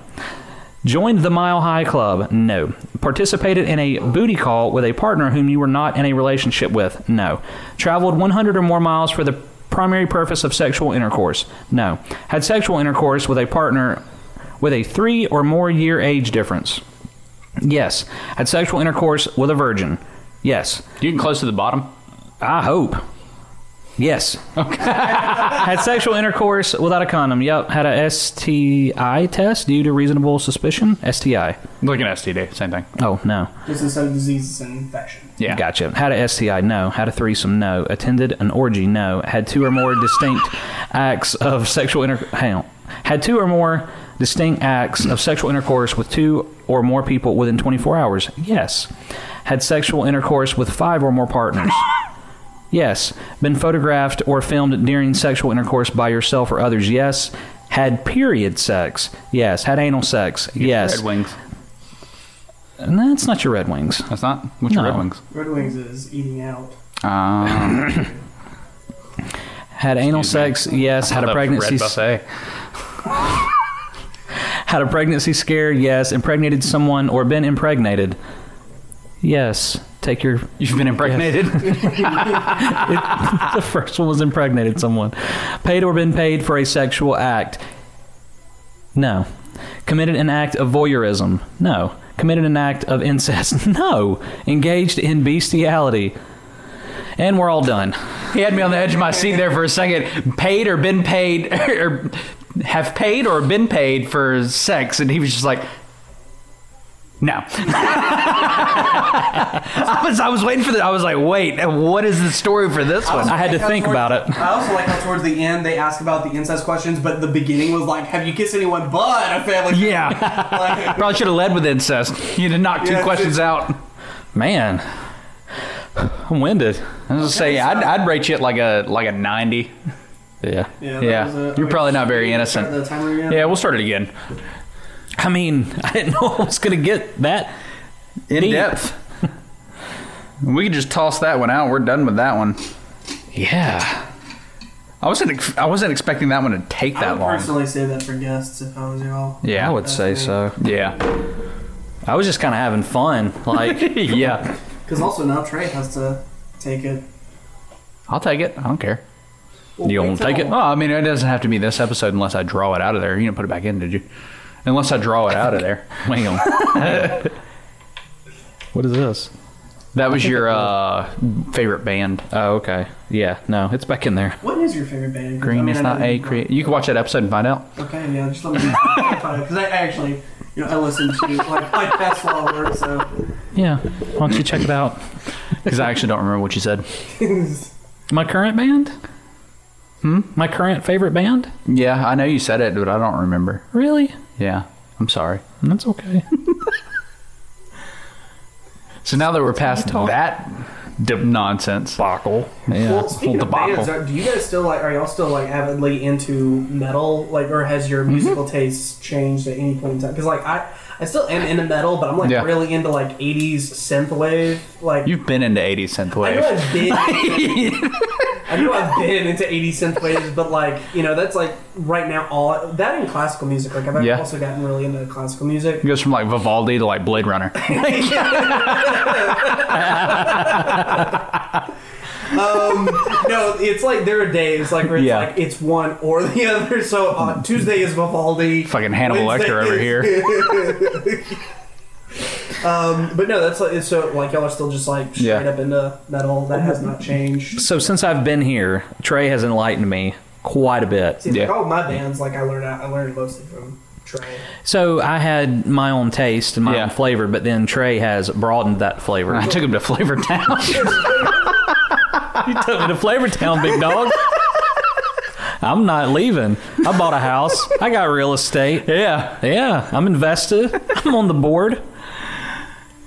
Speaker 1: Joined the Mile High Club? No. Participated in a booty call with a partner whom you were not in a relationship with? No. Traveled 100 or more miles for the primary purpose of sexual intercourse? No. Had sexual intercourse with a partner with a three or more year age difference? Yes. Had sexual intercourse with a virgin? Yes.
Speaker 3: You can close to the bottom.
Speaker 1: I hope. Yes. had sexual intercourse without a condom. Yep. Had a STI test due to reasonable suspicion. STI.
Speaker 3: Look at STD. Same thing.
Speaker 1: Oh no.
Speaker 4: Just instead of diseases and infection.
Speaker 3: Yeah.
Speaker 1: Gotcha. Had a STI? No. Had a threesome? No. Attended an orgy? No. Had two or more distinct acts of sexual inter. Hang on. Had two or more distinct acts of sexual intercourse with two or more people within 24 hours. Yes. Had sexual intercourse with five or more partners. Yes. Been photographed or filmed during sexual intercourse by yourself or others. Yes. Had period sex. Yes. Had anal sex. Yes.
Speaker 3: Red Wings.
Speaker 1: And that's not your Red Wings.
Speaker 3: That's not. What's your
Speaker 1: No.
Speaker 3: Red Wings?
Speaker 4: Red Wings is eating out.
Speaker 3: Um,
Speaker 1: Had anal sex, yes. Had a pregnancy,
Speaker 3: Red buffet.
Speaker 1: had a pregnancy scare, yes. Impregnated someone or been impregnated, yes. Take your.
Speaker 3: You've been impregnated.
Speaker 1: The first one was impregnated someone. Paid or been paid for a sexual act, no. Committed an act of voyeurism, no. Committed an act of incest, no. Engaged in bestiality, and we're all done.
Speaker 3: He had me on the edge of my seat there for a second. Paid or been paid or have paid or been paid for sex, and he was just like, No. I was I was waiting for the I was like, wait, what is the story for this one?
Speaker 1: I had to think about it.
Speaker 4: I also like how towards the end they ask about the incest questions, but the beginning was like, "Have you kissed anyone but a family?"
Speaker 3: Yeah.
Speaker 4: Like,
Speaker 3: Probably should have led with incest. You'd have knocked two
Speaker 4: Yeah,
Speaker 3: questions
Speaker 4: it's-
Speaker 3: out.
Speaker 1: Man, I'm winded.
Speaker 3: I was gonna say I'd, I'd rate you at like a like a ninety.
Speaker 1: Yeah.
Speaker 4: yeah, that
Speaker 3: Yeah,
Speaker 4: was a-
Speaker 3: you're probably not very
Speaker 4: Start
Speaker 3: innocent.
Speaker 4: the timer again.
Speaker 3: Yeah, we'll start it again.
Speaker 1: I mean, I didn't know I was going to get that.
Speaker 3: In
Speaker 1: Deep.
Speaker 3: depth. we can just toss that one out. We're done with that one.
Speaker 1: Yeah.
Speaker 3: I wasn't ex- I wasn't expecting that one to take
Speaker 4: I
Speaker 3: that
Speaker 4: would
Speaker 3: long.
Speaker 4: personally say that for guests if I was y'all.
Speaker 3: Yeah,
Speaker 1: I would say so.
Speaker 3: Yeah,
Speaker 1: I was just kind of having fun. Like,
Speaker 3: yeah.
Speaker 4: Because also now Trey has to take it.
Speaker 3: I'll take it. I don't care.
Speaker 4: Well,
Speaker 1: You
Speaker 4: wait
Speaker 1: won't
Speaker 4: till-
Speaker 1: take it?
Speaker 3: Well, I mean, it doesn't have to be this episode unless I draw it out of there. You didn't put it back in, did you? Unless I draw it out of there.
Speaker 1: hang on. what is this?
Speaker 3: That was your uh, favorite band.
Speaker 1: Oh, okay. Yeah, no, it's back in there.
Speaker 4: What is your favorite band? 'Cause, I
Speaker 3: Green
Speaker 4: mean,
Speaker 3: is
Speaker 4: I
Speaker 3: not
Speaker 4: know
Speaker 3: a
Speaker 4: you-
Speaker 3: cre You can watch that episode and find out.
Speaker 4: Okay, yeah, just let me because I actually, you know, I listen to like my best law work, so
Speaker 1: Yeah. Why don't you check it out?
Speaker 3: Because I actually don't remember what you said.
Speaker 1: My current band? Hmm? My current favorite band?
Speaker 3: Yeah, I know you said it, but I don't remember.
Speaker 1: Really?
Speaker 3: Yeah, I'm sorry.
Speaker 1: That's okay.
Speaker 3: So now that we're past that d- nonsense,
Speaker 1: Buckle.
Speaker 3: yeah,
Speaker 4: Well, speaking
Speaker 3: little
Speaker 4: of bands, are, do you guys still like? Are y'all still like avidly into metal? Like, or has
Speaker 3: Mm-hmm.
Speaker 4: your musical tastes changed at any point in time? Because like I, I still am into metal, but I'm like
Speaker 3: Yeah.
Speaker 4: really into like '80s synthwave. Like,
Speaker 3: You've been into 80s
Speaker 4: I
Speaker 3: synthwave.
Speaker 4: know I've been. I know I've been into 80s synthwaves, but like you know, that's like right now all that and classical music. Like I've
Speaker 3: Yeah.
Speaker 4: also gotten really into classical music.
Speaker 3: It goes from like Vivaldi to like Blade Runner.
Speaker 4: No, it's like there are days like where it's
Speaker 3: Yeah.
Speaker 4: like it's one or the other. So uh, Tuesday is Vivaldi.
Speaker 3: Fucking Hannibal
Speaker 4: Wednesday
Speaker 3: Lecter over
Speaker 4: is-
Speaker 3: here.
Speaker 4: Um, But no, that's like it's so like y'all are still just like straight
Speaker 3: Yeah.
Speaker 4: up into metal. That has not changed.
Speaker 1: So since I've been here, Trey has enlightened me quite a bit.
Speaker 4: See, like,
Speaker 3: Yeah.
Speaker 4: all my bands like I learned I learned mostly from Trey.
Speaker 1: So I had my own taste and my
Speaker 3: Yeah.
Speaker 1: own flavor, but then Trey has broadened that flavor.
Speaker 3: I took him to Flavor Town.
Speaker 1: you took me to Flavor Town, big dog. I'm not leaving. I bought a house. I got real estate.
Speaker 3: yeah.
Speaker 1: Yeah, I'm invested. I'm on the board.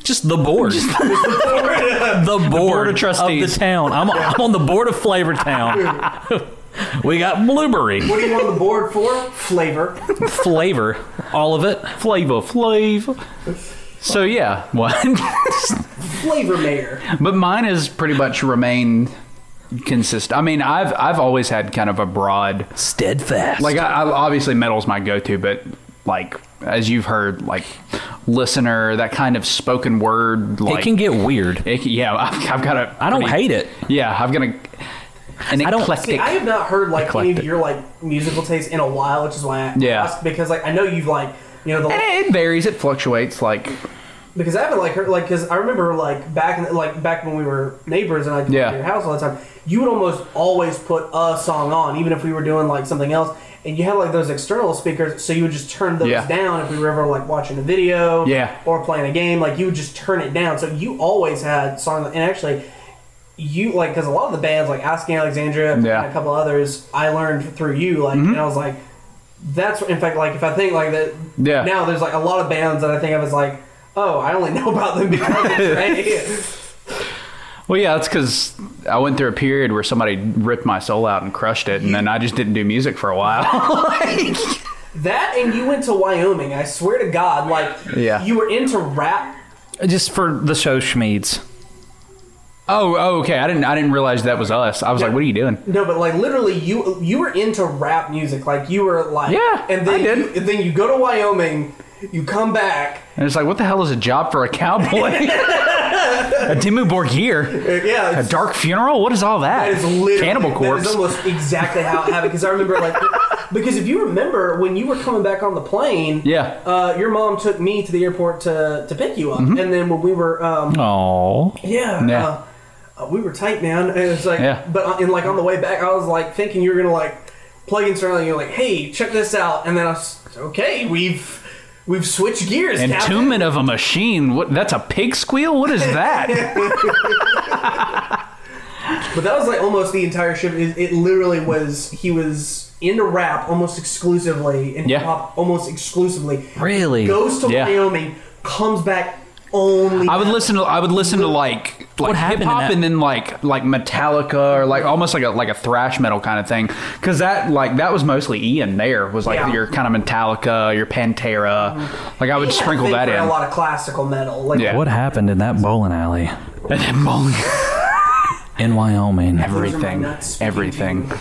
Speaker 1: Just the board. the board,
Speaker 3: of trustees.
Speaker 1: the town. I'm, I'm on the board of Flavor Town. we got blueberry
Speaker 4: What are you on the board for? Flavor.
Speaker 1: flavor, all of it.
Speaker 3: Flavor Flav. So yeah, what?
Speaker 4: Flavor mayor.
Speaker 3: But mine has pretty much remained consistent. I mean, I've I've always had kind of a broad
Speaker 1: Steadfast.
Speaker 3: like. I, I obviously metal's my go-to, but like as you've heard, like listener, that kind of spoken word. Like
Speaker 1: it can get weird.
Speaker 3: it can- yeah, I've, I've got a.
Speaker 1: I don't
Speaker 3: pretty-
Speaker 1: hate it.
Speaker 3: Yeah, I've got a. An
Speaker 1: I don't-
Speaker 3: eclectic.
Speaker 4: See, I have not heard like any
Speaker 3: Eclectic.
Speaker 4: of your like musical taste in a while, which is why I
Speaker 3: Yeah.
Speaker 4: asked because like I know you've like you know the
Speaker 3: Eh, it varies. It fluctuates. Like
Speaker 4: because I haven't like heard like because I remember like back in, like back when we were neighbors and I like,
Speaker 3: Yeah.
Speaker 4: your house all the time. You would almost always put a song on, even if we were doing like something else. And you had like those external speakers, so you would just turn those
Speaker 3: Yeah.
Speaker 4: down if we were ever like watching a video
Speaker 3: Yeah.
Speaker 4: or playing a game. Like you would just turn it down. So you always had songs. And actually, you like because a lot of the bands like Asking Alexandria
Speaker 3: Yeah. Mm-hmm.
Speaker 4: and a couple others I learned through you. Like and I was like, that's in fact like if I think like that
Speaker 3: Yeah.
Speaker 4: now there's like a lot of bands that I think of as like oh I only know about them because of Trey.
Speaker 3: Well, yeah, that's because I went through a period where somebody ripped my soul out and crushed it, and then I just didn't do music for a while.
Speaker 4: that and you went to Wyoming I swear to God like
Speaker 3: Yeah.
Speaker 4: you were into rap
Speaker 1: Just for the show schmeeds.
Speaker 3: oh, oh, okay. I didn't, I didn't realize that was us. I was like, what are you doing?
Speaker 4: no but like literally you you were into rap music like you were like
Speaker 3: Yeah,
Speaker 4: and then
Speaker 3: I did.
Speaker 4: You, and then you go to Wyoming you come back
Speaker 3: And it's like, what the hell is a job for a cowboy? a Dimmu Borgir,
Speaker 4: uh, yeah
Speaker 3: a
Speaker 4: it's-
Speaker 3: dark funeral. What is all that?
Speaker 4: That is literally
Speaker 3: Cannibal corpse.
Speaker 4: That is almost exactly how it happened. Because I remember, like, because if you remember when you were coming back on the plane,
Speaker 3: Yeah.
Speaker 4: uh, your mom took me to the airport to to pick you up,
Speaker 3: Mm-hmm.
Speaker 4: and then when we were, um,
Speaker 1: Oh,
Speaker 4: yeah,
Speaker 3: Yeah.
Speaker 4: uh, uh, we were tight, man. And It was like,
Speaker 3: Yeah.
Speaker 4: but on- and like on the way back, I was like thinking you were gonna like plug in Sterling. You're like, hey, check this out, and then I was okay, we've. We've switched gears. Captain.
Speaker 3: Entombment of a machine. What? That's a pig squeal. What is that?
Speaker 4: But that was like almost the entire ship. It, it literally was. He was into rap almost exclusively and
Speaker 3: Yeah.
Speaker 4: hip hop almost exclusively.
Speaker 1: Really?
Speaker 4: Goes to
Speaker 3: Yeah.
Speaker 4: Wyoming, comes back only.
Speaker 3: I would listen to I would listen to like like
Speaker 1: happened
Speaker 3: hip
Speaker 1: in
Speaker 3: hop
Speaker 1: that-
Speaker 3: and then like like Metallica or like almost like a like a thrash metal kind of thing because that like that was mostly Ian there was like
Speaker 4: Yeah. Mm-hmm.
Speaker 3: your kind of Metallica your Pantera like I would
Speaker 4: He had a
Speaker 3: sprinkle
Speaker 4: thing
Speaker 3: that
Speaker 4: for
Speaker 3: in
Speaker 4: A lot of classical metal. Like
Speaker 3: Yeah.
Speaker 1: What happened in that bowling alley
Speaker 3: and then bowling
Speaker 1: in Wyoming?
Speaker 4: Those are my
Speaker 3: everything
Speaker 4: nuts speaking to
Speaker 3: everything
Speaker 4: you.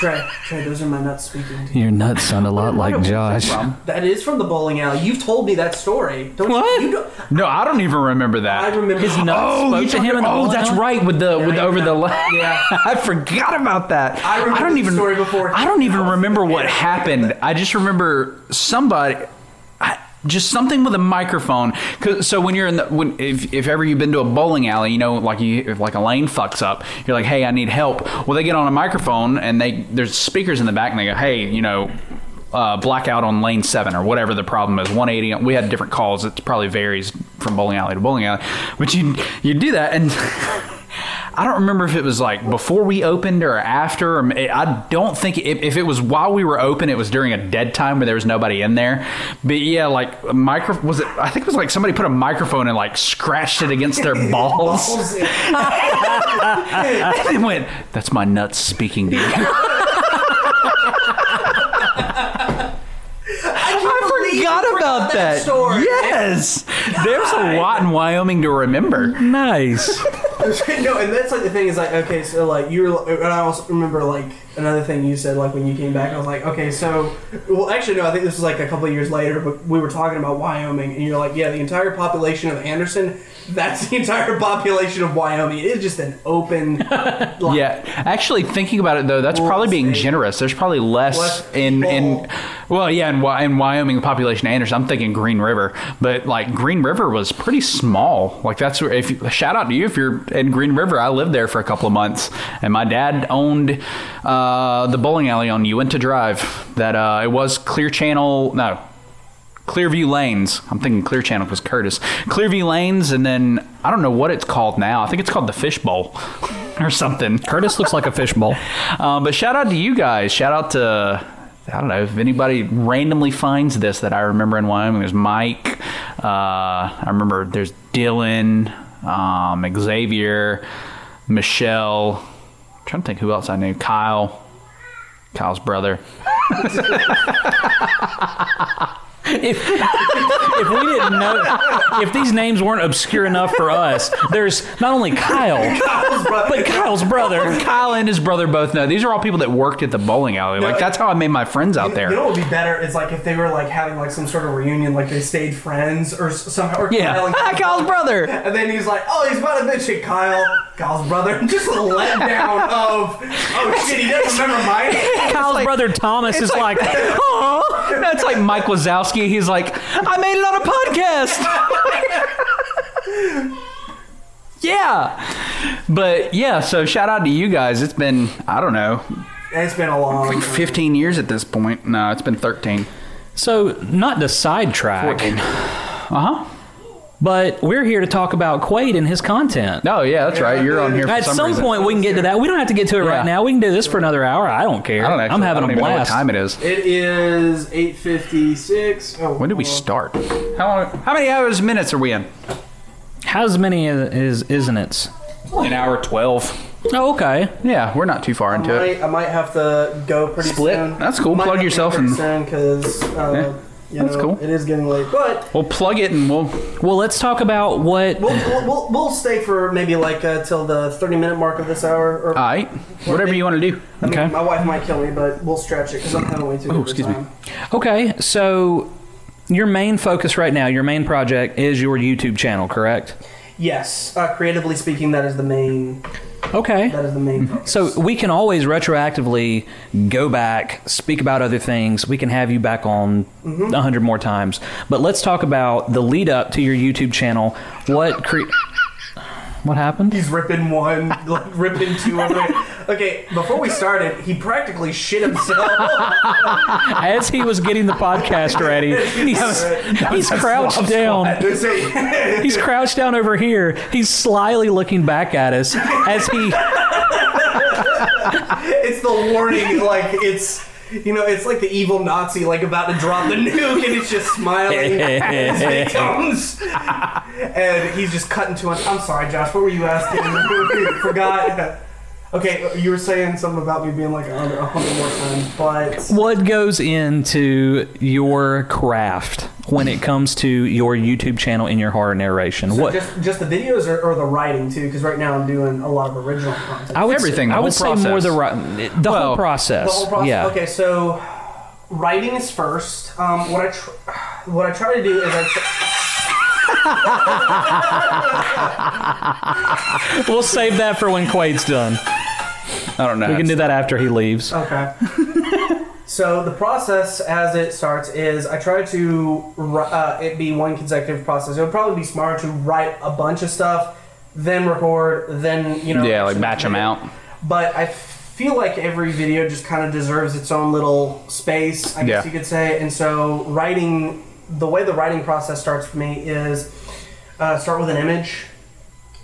Speaker 4: Trey, Trey, those are my nuts speaking to you.
Speaker 1: Your nuts sound a lot like Josh.
Speaker 4: That is from the bowling alley. You've told me that story. Don't
Speaker 1: What?
Speaker 4: You, you don't,
Speaker 3: no I don't even remember that
Speaker 4: I remember his
Speaker 3: oh you
Speaker 1: spoke to
Speaker 3: talking-
Speaker 1: him in the
Speaker 3: oh
Speaker 1: bowling
Speaker 3: that's
Speaker 1: alley?
Speaker 3: right with the with
Speaker 4: I
Speaker 3: over the
Speaker 4: remember. Yeah.
Speaker 3: I forgot about that
Speaker 4: I remember
Speaker 3: don't
Speaker 4: the
Speaker 3: even
Speaker 4: story before.
Speaker 3: I don't even remember what happened. I just remember somebody, I, just something with a microphone. 'Cause- so when you're in the when if, if ever you've been to a bowling alley, you know like you if like a lane fucks up, you're like, hey, I need help. Well, they get on a microphone and they there's speakers in the back and they go, hey, you know. Uh, blackout on lane seven or whatever the problem is. 180. We had different calls. It probably varies from bowling alley to bowling alley, but you you do that and I don't remember if it was like before we opened or after. Or it- I don't think if, if it was while we were open, it was during a dead time where there was nobody in there. But yeah, like a micro was it? I think it was like somebody put a microphone and like scratched it against their balls and then went, "That's my nuts speaking to you." I
Speaker 4: believe you
Speaker 3: forgot
Speaker 4: forgot
Speaker 3: about
Speaker 4: that
Speaker 3: that.
Speaker 4: story.
Speaker 3: Yes, there's a lot in Wyoming to remember.
Speaker 1: Nice.
Speaker 4: no, and that's like the thing is like okay, so like you were, and I also remember like another thing you said like when you came back, I was like okay, so well actually no, I think this was like a couple of years later, but we were talking about Wyoming, and you're like yeah, the entire population of Anderson, that's the entire population of Wyoming. It's just an open, like,
Speaker 3: Yeah, actually, thinking about it though, that's
Speaker 4: Well,
Speaker 3: probably being
Speaker 4: see.
Speaker 3: generous. There's probably less,
Speaker 4: Less
Speaker 3: in in
Speaker 4: people.
Speaker 3: well, yeah, in, Wy- in Wyoming the population of Anderson. I'm thinking Green River, but like Green River was pretty small. Like that's where if you, shout out to you if you're in Green River. I lived there for a couple of months, and my dad owned uh, the bowling alley on Uinta Drive. That uh, it was Clear Channel, no. Clearview Lanes. I'm thinking Clear Channel because Curtis. Clearview Lanes, and then I don't know what it's called now. I think it's called the Fishbowl or something.
Speaker 1: Curtis looks like a fishbowl.
Speaker 3: Um, but shout out to you guys. Shout out to I don't know if anybody randomly finds this that I remember in Wyoming. There's Mike. Uh, I remember there's Dylan, um, Xavier, Michelle. I'm trying to think who else I knew. Kyle, Kyle's brother.
Speaker 1: If, if we didn't know, if these names weren't obscure enough for us, there's not only Kyle, but Kyle's brother.
Speaker 3: Kyle and his brother both know. These are all people that worked at the bowling alley. Like that's how I made my friends out
Speaker 4: You know
Speaker 3: there.
Speaker 4: what would be better is like if they were like having like some sort of reunion, like they stayed friends or s- somehow. Or
Speaker 3: Yeah,
Speaker 4: Kyle and-
Speaker 3: Hi, Kyle's brother.
Speaker 4: And then he's like, "Oh, he's about to bitch at Kyle, Kyle's brother." Just a letdown of, "Oh shit, he doesn't remember mine."
Speaker 1: Kyle's
Speaker 3: like-
Speaker 1: brother Thomas is like,
Speaker 3: Aw. That's like Mike Wazowski. He's like, I made it on a podcast. yeah. But yeah, so shout out to you guys. It's been, I don't know,
Speaker 4: And it's been a long. time.
Speaker 3: 15 years at this point. No, it's been 13.
Speaker 1: so not to sidetrack, uh-huh,
Speaker 3: Uh huh.
Speaker 1: but we're here to talk about Quaid and his content.
Speaker 3: Oh, yeah, that's right. You're on here for
Speaker 1: At some,
Speaker 3: reason.
Speaker 1: point, we can get to that. We don't have to get to it
Speaker 3: Yeah.
Speaker 1: right now. We can do this for another hour. I don't care.
Speaker 3: I don't actually,
Speaker 1: I'm having
Speaker 3: I don't
Speaker 1: a
Speaker 3: even know what
Speaker 1: blast.
Speaker 3: time it is.
Speaker 4: It is eight fifty six. Oh,
Speaker 3: When did we
Speaker 4: hold on.
Speaker 3: start? How long, How many hours minutes are we in?
Speaker 1: How many is, is isn't it?
Speaker 3: An hour 12.
Speaker 1: Oh, okay.
Speaker 3: Yeah, we're not too far
Speaker 4: I
Speaker 3: into it.
Speaker 4: might, I might have to go pretty
Speaker 3: Split?
Speaker 4: soon.
Speaker 3: That's cool.
Speaker 4: Might
Speaker 3: Plug
Speaker 4: have to
Speaker 3: yourself
Speaker 4: go pretty
Speaker 3: in.
Speaker 4: soon because uh, you
Speaker 3: That's
Speaker 4: know
Speaker 3: cool.
Speaker 4: it is getting late. But
Speaker 3: We'll plug it and we'll
Speaker 1: Well, let's talk about what.
Speaker 4: we'll we'll, we'll, we'll stay for maybe like uh, till the thirty minute mark of this hour. Or
Speaker 3: All right. Whatever you want to do.
Speaker 4: I mean,
Speaker 1: okay.
Speaker 4: my wife might kill me, but we'll stretch it because I'm kind of way too. Oh,
Speaker 3: excuse me.
Speaker 4: time.
Speaker 1: Okay, so your main focus right now, your main project is your YouTube channel, correct?
Speaker 4: Yes, uh, creatively speaking, that is the main.
Speaker 1: Okay.
Speaker 4: That is the main. focus.
Speaker 1: So we can always retroactively go back, speak about other things. We can have you back on a hundred more times. But let's talk about the lead up to your YouTube channel. What cre- What happened?
Speaker 4: He's ripping one, like ripping two over there. Okay, before we started, he practically shit himself.
Speaker 1: As he was getting the podcast ready, he's, he's crouched down. He's crouched down over here. He's slyly looking back at us as he.
Speaker 4: it's the warning, like it's you know, it's like the evil Nazi like about to drop the nuke and it's just smiling as it comes. And he's just cutting to us. I'm sorry, Josh, what were you asking? Forgot. Okay, you were saying something about me being like a hundred a hundred more times, but
Speaker 1: What goes into your craft when it comes to your YouTube channel and your horror narration?
Speaker 4: so
Speaker 1: what
Speaker 4: just just the videos or, or the writing too, because right now I'm doing a lot of original content.
Speaker 1: I would
Speaker 3: Everything, the
Speaker 1: I
Speaker 3: whole
Speaker 1: would say more
Speaker 3: process.
Speaker 1: the ri- the whole process.
Speaker 4: The whole process.
Speaker 1: Yeah.
Speaker 4: Okay, so writing is first. Um, what I tr- what I try to do is I.
Speaker 1: We'll save that for when Quade's done.
Speaker 3: I don't know.
Speaker 1: We can do that after he leaves.
Speaker 4: Okay. so the process as it starts is I try to ri- uh, it be one consecutive process. It would probably be smarter to write a bunch of stuff, then record, then you know.
Speaker 3: Yeah, like batch them out.
Speaker 4: But I feel like every video just kind of deserves its own little space, I guess
Speaker 3: Yeah.
Speaker 4: you could say. And so writing, the way the writing process starts for me is uh, start with an image.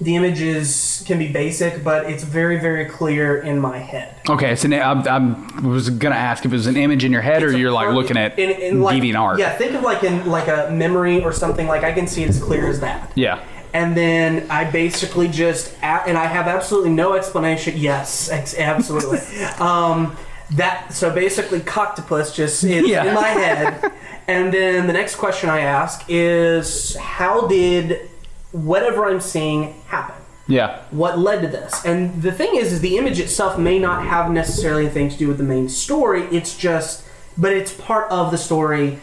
Speaker 4: The image is can be basic, but it's very very clear in my head.
Speaker 3: Okay, so now I'm, I'm was gonna ask if it was an image in your head or you're like looking at
Speaker 4: In- in like-
Speaker 3: deviant art.
Speaker 4: Yeah, think of like in like a memory or something. Like I can see it as clear as that.
Speaker 3: Yeah.
Speaker 4: And then I basically just a- and I have absolutely no explanation. Yes, ex- absolutely. um, that so basically coctopus just is
Speaker 3: Yeah.
Speaker 4: in my head. and then the next question I ask is how did whatever I'm seeing happen?
Speaker 3: Yeah.
Speaker 4: what led to this and the thing is is the image itself may not have necessarily anything to do with the main story it's just but it's part of the story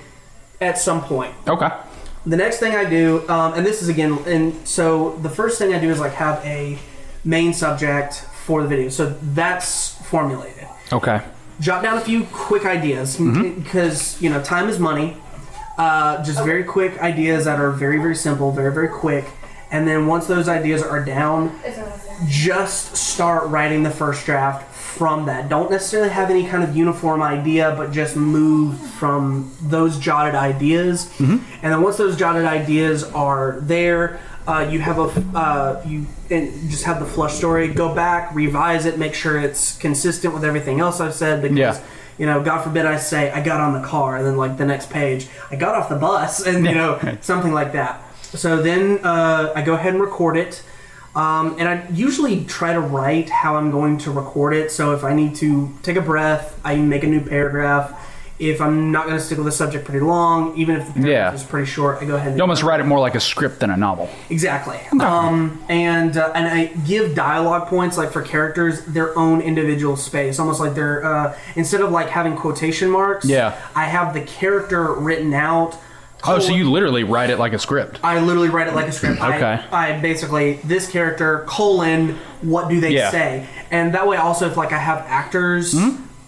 Speaker 4: at some point
Speaker 3: Okay.
Speaker 4: the next thing i do um, and this is again and so the first thing i do is like have a main subject for the video so that's formulated
Speaker 3: Okay.
Speaker 4: jot down a few quick ideas because you know time is money. Uh, just very quick ideas that are very very simple, very very quick, and then once those ideas are down, just start writing the first draft from that. Don't necessarily have any kind of uniform idea, but just move from those jotted ideas, and then once those jotted ideas are there. Uh, you have a uh, you and just have the flush story. Go back, revise it, make sure it's consistent with everything else I've said. Because
Speaker 3: Yeah.
Speaker 4: you know, God forbid I say I got on the car, and then like the next page, I got off the bus, and you know, something like that. So then uh, I go ahead and record it, um, and I usually try to write how I'm going to record it. So if I need to take a breath, I make a new paragraph. If I'm not going to stick with the subject pretty long, even if the
Speaker 3: Yeah.
Speaker 4: paragraph is pretty short, I go ahead. and
Speaker 3: You almost write it more like a script than a novel.
Speaker 4: Exactly. Um, and uh, and I give dialogue points like for characters their own individual space, almost like they're uh, instead of like having quotation marks.
Speaker 3: Yeah.
Speaker 4: I have the character written out.
Speaker 3: Oh, so
Speaker 4: colon-
Speaker 3: you literally write it like a script.
Speaker 4: I literally write it like a script.
Speaker 3: Okay.
Speaker 4: I, I basically this character colon what do they
Speaker 3: Yeah. Hmm?
Speaker 4: say, and that way also if like I have actors,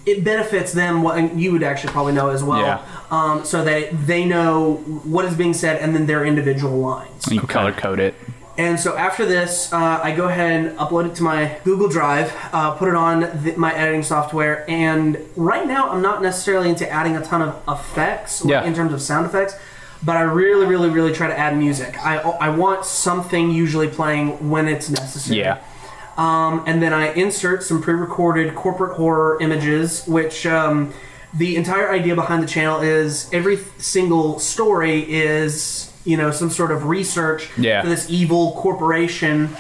Speaker 4: it benefits them. What and you would actually probably know as well.
Speaker 3: Yeah.
Speaker 4: Um, so that they know what is being said and then their individual lines.
Speaker 3: You color code it.
Speaker 4: And so after this, uh, I go ahead and upload it to my Google Drive, uh, put it on th my editing software, and right now I'm not necessarily into adding a ton of effects like,
Speaker 3: Yeah.
Speaker 4: in terms of sound effects, but I really, really, really try to add music. I, I want something usually playing when it's necessary.
Speaker 3: Yeah.
Speaker 4: Um, and then I insert some pre-recorded corporate horror images, which um, the entire idea behind the channel is every single story is you know some sort of research
Speaker 3: Yeah.
Speaker 4: for this evil corporation.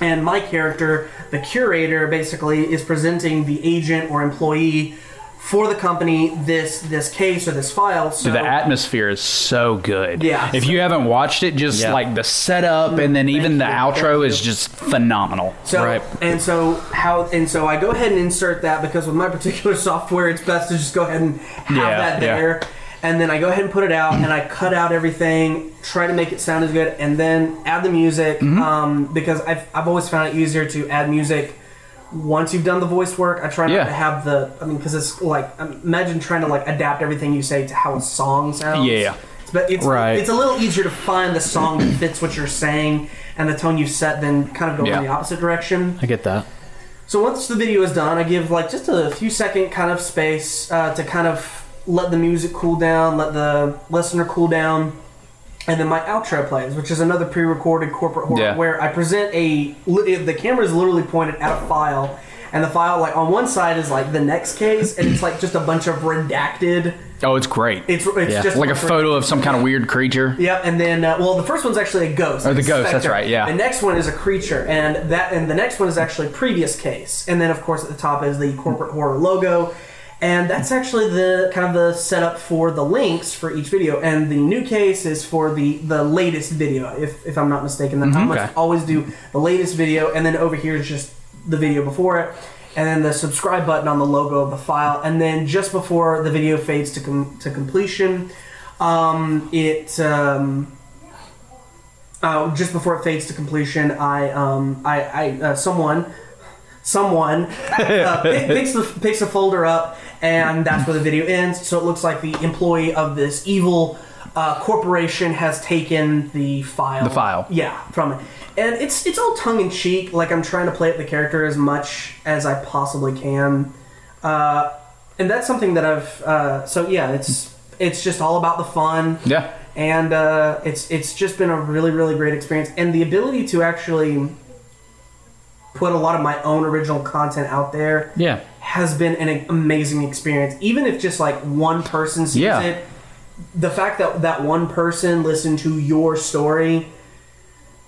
Speaker 4: And my character, the curator, basically is presenting the agent or employee for the company this this case or this file. So
Speaker 3: The atmosphere is so good.
Speaker 4: Yeah.
Speaker 3: If you haven't watched it, just
Speaker 1: Yeah.
Speaker 3: like the setup and then even the
Speaker 4: you.
Speaker 3: outro
Speaker 4: Thank
Speaker 3: is just phenomenal.
Speaker 4: So
Speaker 1: Right.
Speaker 4: and so how and so I go ahead and insert that because with my particular software, it's best to just go ahead and have
Speaker 3: Yeah,
Speaker 4: that
Speaker 3: yeah.
Speaker 4: there. And then I go ahead and put it out, and I cut out everything, try to make it sound as good, and then add the music
Speaker 3: Mm-hmm.
Speaker 4: um, because I've, I've always found it easier to add music once you've done the voice work. I try not
Speaker 3: Yeah.
Speaker 4: to have the I mean because it's like imagine trying to like adapt everything you say to how a song sounds.
Speaker 3: Yeah, yeah.
Speaker 4: It's but it's
Speaker 3: Right.
Speaker 4: it's a little easier to find the song that fits what you're saying and the tone you set than kind of going
Speaker 3: Yeah.
Speaker 4: in the opposite direction.
Speaker 3: I get that.
Speaker 4: So once the video is done, I give like just a few second kind of space uh, to kind of let the music cool down, let the listener cool down, and then my outro plays, which is another pre-recorded corporate horror
Speaker 3: Yeah.
Speaker 4: where I present a li- the camera is literally pointed at a file, and the file like on one side is like the next case, and it's like just a bunch of redacted.
Speaker 3: Oh, it's great.
Speaker 4: It's, it's
Speaker 3: Yeah.
Speaker 4: just
Speaker 3: like a photo of some kind of weird creature.
Speaker 4: Yep, and then uh, well, the first one's actually a ghost.
Speaker 3: Oh, the
Speaker 4: It's a
Speaker 3: ghost, that's
Speaker 4: specter.
Speaker 3: right, yeah.
Speaker 4: The next one is a creature, and that and the next one is actually previous case, and then of course at the top is the corporate horror logo, and that's actually the kind of the setup for the links for each video, and the new case is for the the latest video, if if I'm not mistaken. Then I
Speaker 3: Mhm,
Speaker 4: must
Speaker 3: okay.
Speaker 4: always do the latest video, and then over here is just the video before it. And then the subscribe button on the logo of the file, and then just before the video fades to com- to completion, um, it um, uh, just before it fades to completion. I um, I, I uh, someone someone uh, pick- picks the picks the folder up, and that's where the video ends. So it looks like the employee of this evil uh, corporation has taken the file.
Speaker 3: The file.
Speaker 4: yeah, from it. And it's it's all tongue in cheek. Like I'm trying to play up the character as much as I possibly can. Uh, and that's something that I've uh, so yeah, it's it's just all about the fun
Speaker 3: Yeah.
Speaker 4: and uh, it's it's just been a really really great experience and the ability to actually put a lot of my own original content out there
Speaker 3: Yeah.
Speaker 4: has been an amazing experience even if just like one person sees
Speaker 3: Yeah.
Speaker 4: it the fact that that one person listened to your story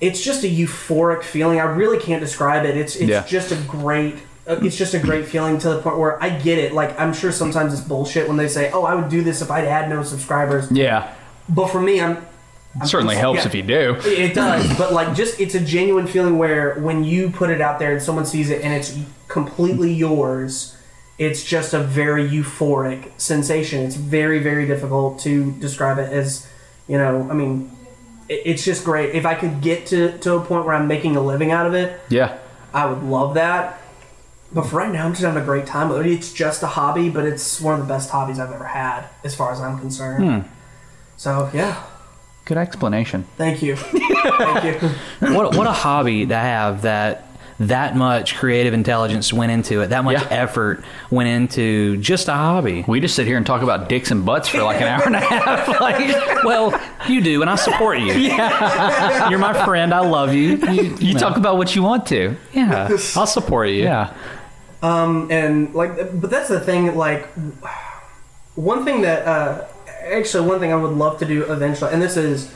Speaker 4: it's just a euphoric feeling i really can't describe it it's it's
Speaker 3: Yeah.
Speaker 4: just a great uh, it's just a great feeling to the point where i get it like i'm sure sometimes it's bullshit when they say oh i would do this if i had no subscribers
Speaker 3: Yeah.
Speaker 4: but for me i'm
Speaker 3: It certainly helps
Speaker 4: yeah.
Speaker 3: if you do.
Speaker 4: it does, but like, just it's a genuine feeling where when you put it out there and someone sees it and it's completely yours, it's just a very euphoric sensation. It's very, very difficult to describe it as, you know, I mean, it, it's just great. If I could get to, to a point where I'm making a living out of it,
Speaker 3: Yeah.
Speaker 4: I would love that. But for right now, I'm just having a great time with it. It's just a hobby, but it's one of the best hobbies I've ever had, as far as I'm concerned.
Speaker 3: Hmm.
Speaker 4: So, yeah,
Speaker 3: Good explanation.
Speaker 4: thank you. thank you.
Speaker 1: what what a hobby to have that that much creative intelligence went into it. That much
Speaker 3: Yeah.
Speaker 1: effort went into just a hobby.
Speaker 3: We just sit here and talk about dicks and butts for like an hour and a half. Like
Speaker 1: Well, you do, and I support you. You're my friend. I love you. You,
Speaker 3: you talk about what you want to.
Speaker 1: Yeah, I'll support you.
Speaker 3: Yeah.
Speaker 4: Um, and like but that's the thing like one thing that uh, actually one thing i would love to do eventually and this is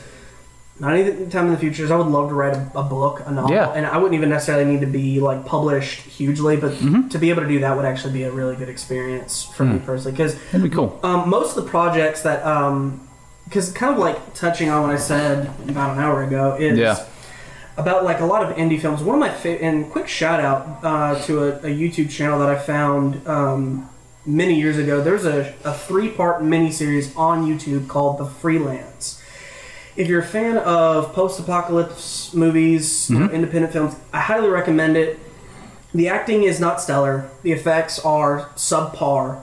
Speaker 4: not any time in the future is i would love to write a, a book a novel
Speaker 3: Yeah.
Speaker 4: and i wouldn't even necessarily need to be like published hugely but to be able to do that would actually be a really good experience for me personally because
Speaker 3: That'd be cool.
Speaker 4: um, most of the projects that um because kind of like touching on what i said about an hour ago is
Speaker 3: Yeah.
Speaker 4: about like a lot of indie films one of my fa- and quick shout out uh, to a, a youtube channel that i found um, many years ago there's a, a three part miniseries on youtube called the freelance if you're a fan of post-apocalypse movies you know, independent films i highly recommend it the acting is not stellar the effects are subpar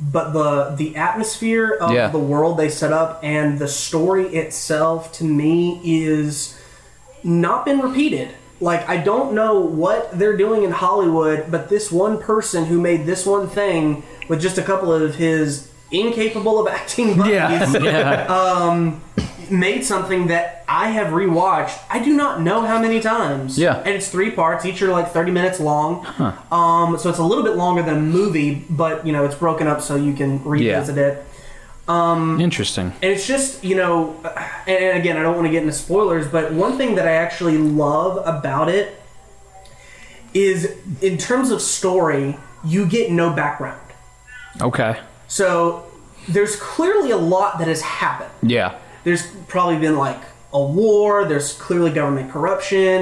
Speaker 4: but the the atmosphere of
Speaker 3: Yeah.
Speaker 4: the world they set up and the story itself to me is not been repeated like i don't know what they're doing in hollywood but this one person who made this one thing with just a couple of his incapable of acting buddies made something that I have rewatched. I do not know how many times.
Speaker 3: Yeah.
Speaker 4: and it's three parts. Each are like thirty minutes long. Um, so it's a little bit longer than a movie, but you know it's broken up so you can revisit it.
Speaker 1: Interesting.
Speaker 4: And it's just you know, and and again, I don't want to get into spoilers, but one thing that I actually love about it is, in terms of story, you get no background.
Speaker 3: Okay.
Speaker 4: So there's clearly a lot that has happened.
Speaker 3: Yeah.
Speaker 4: there's probably been like a war there's clearly government corruption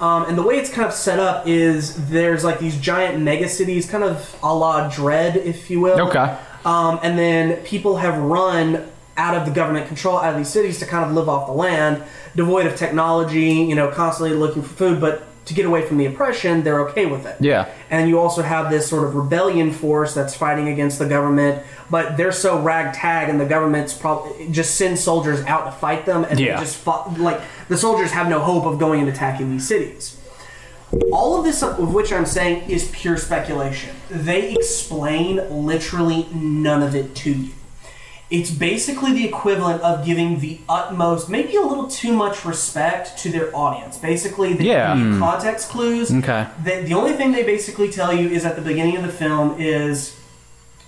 Speaker 4: um, and the way it's kind of set up is there's like these giant mega cities kind of a la dread if you will
Speaker 3: Okay.
Speaker 4: um, and then people have run out of the government control out of these cities to kind of live off the land devoid of technology you know constantly looking for food but to get away from the oppression, they're okay with it.
Speaker 3: Yeah.
Speaker 4: And you also have this sort of rebellion force that's fighting against the government, but they're so ragtag, and the government's probably just sends soldiers out to fight them, and
Speaker 3: Yeah.
Speaker 4: they just fought, like the soldiers have no hope of going and attacking these cities. All of this, of which I'm saying, is pure speculation. They explain literally none of it to you. It's basically the equivalent of giving the utmost, maybe a little too much respect to their audience. Basically, they
Speaker 3: Yeah.
Speaker 4: give you
Speaker 3: Hmm.
Speaker 4: context clues.
Speaker 3: Okay.
Speaker 4: The, the only thing they basically tell you is at the beginning of the film is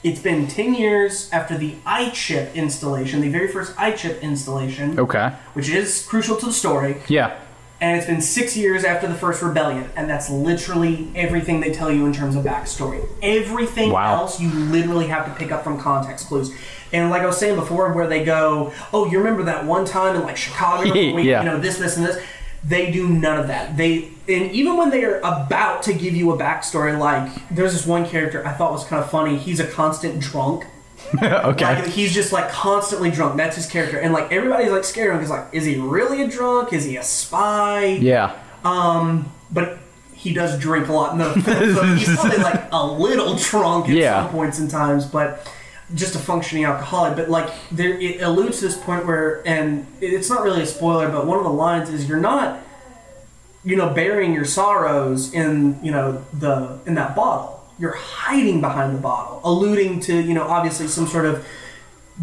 Speaker 4: it's been 10 years after the iChip installation, the very first iChip installation,
Speaker 3: Okay.
Speaker 4: which is crucial to the story
Speaker 3: Yeah.
Speaker 4: and it's been six years after the first rebellion, and that's literally everything they tell you in terms of backstory. Everything
Speaker 3: Wow.
Speaker 4: else you literally have to pick up from context clues. And like I was saying before, where they go, oh, you remember that one time in like Chicago, where we,
Speaker 3: Yeah.
Speaker 4: you know this, this, and this. They do none of that. They and even when they are about to give you a backstory, like there's this one character I thought was kind of funny. He's a constant drunk. Like,
Speaker 3: okay.
Speaker 4: he's just like constantly drunk. That's his character, and like everybody's like scared of him. He's like, is he really a drunk? Is he a spy?
Speaker 3: Yeah.
Speaker 4: Um, but he does drink a lot in the film, so he's probably like a little drunk at
Speaker 3: Yeah.
Speaker 4: some points and times, but just a functioning alcoholic. But like there, it alludes to this point where, and it's not really a spoiler, but one of the lines is, "You're not, you know, burying your sorrows in, you know, the in that bottle. You're hiding behind the bottle," alluding to, you know, obviously some sort of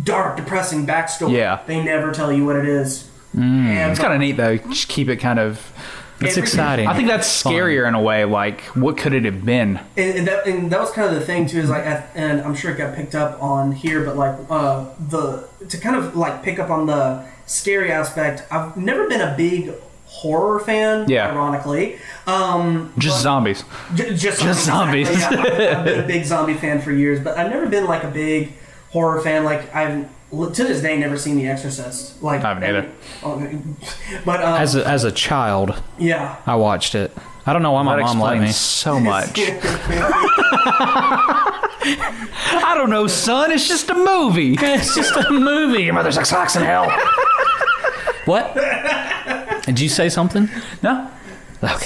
Speaker 4: dark, depressing backstory.
Speaker 3: Yeah.
Speaker 4: they never tell you what it is.
Speaker 3: Mm. It's kind of neat though. Just keep it kind of.
Speaker 4: It's exciting.
Speaker 3: I think that's scarier in a way. Like, what could it have been?
Speaker 4: and, and that and that was kind of the thing too is like at- and I'm sure it got picked up on here but like uh the to kind of like pick up on the scary aspect I've never been a big horror fan
Speaker 3: Yeah.
Speaker 4: ironically um
Speaker 3: Just zombies.
Speaker 4: j- just,
Speaker 3: Just zombies.
Speaker 4: Exactly, yeah. I've, I've been a big zombie fan for years but I've never been like a big horror fan like I've to this day never seen The Exorcist like oh,
Speaker 1: I haven't either.
Speaker 4: but um,
Speaker 1: As a, as a child,
Speaker 4: yeah
Speaker 1: I watched it. I don't know why my
Speaker 3: That
Speaker 1: mom let
Speaker 3: explains
Speaker 1: me
Speaker 3: so much. I don't know, son. It's just a movie.
Speaker 1: it's just a movie.
Speaker 3: Your mother's like socks in hell.
Speaker 1: What? Did you say something?
Speaker 3: No.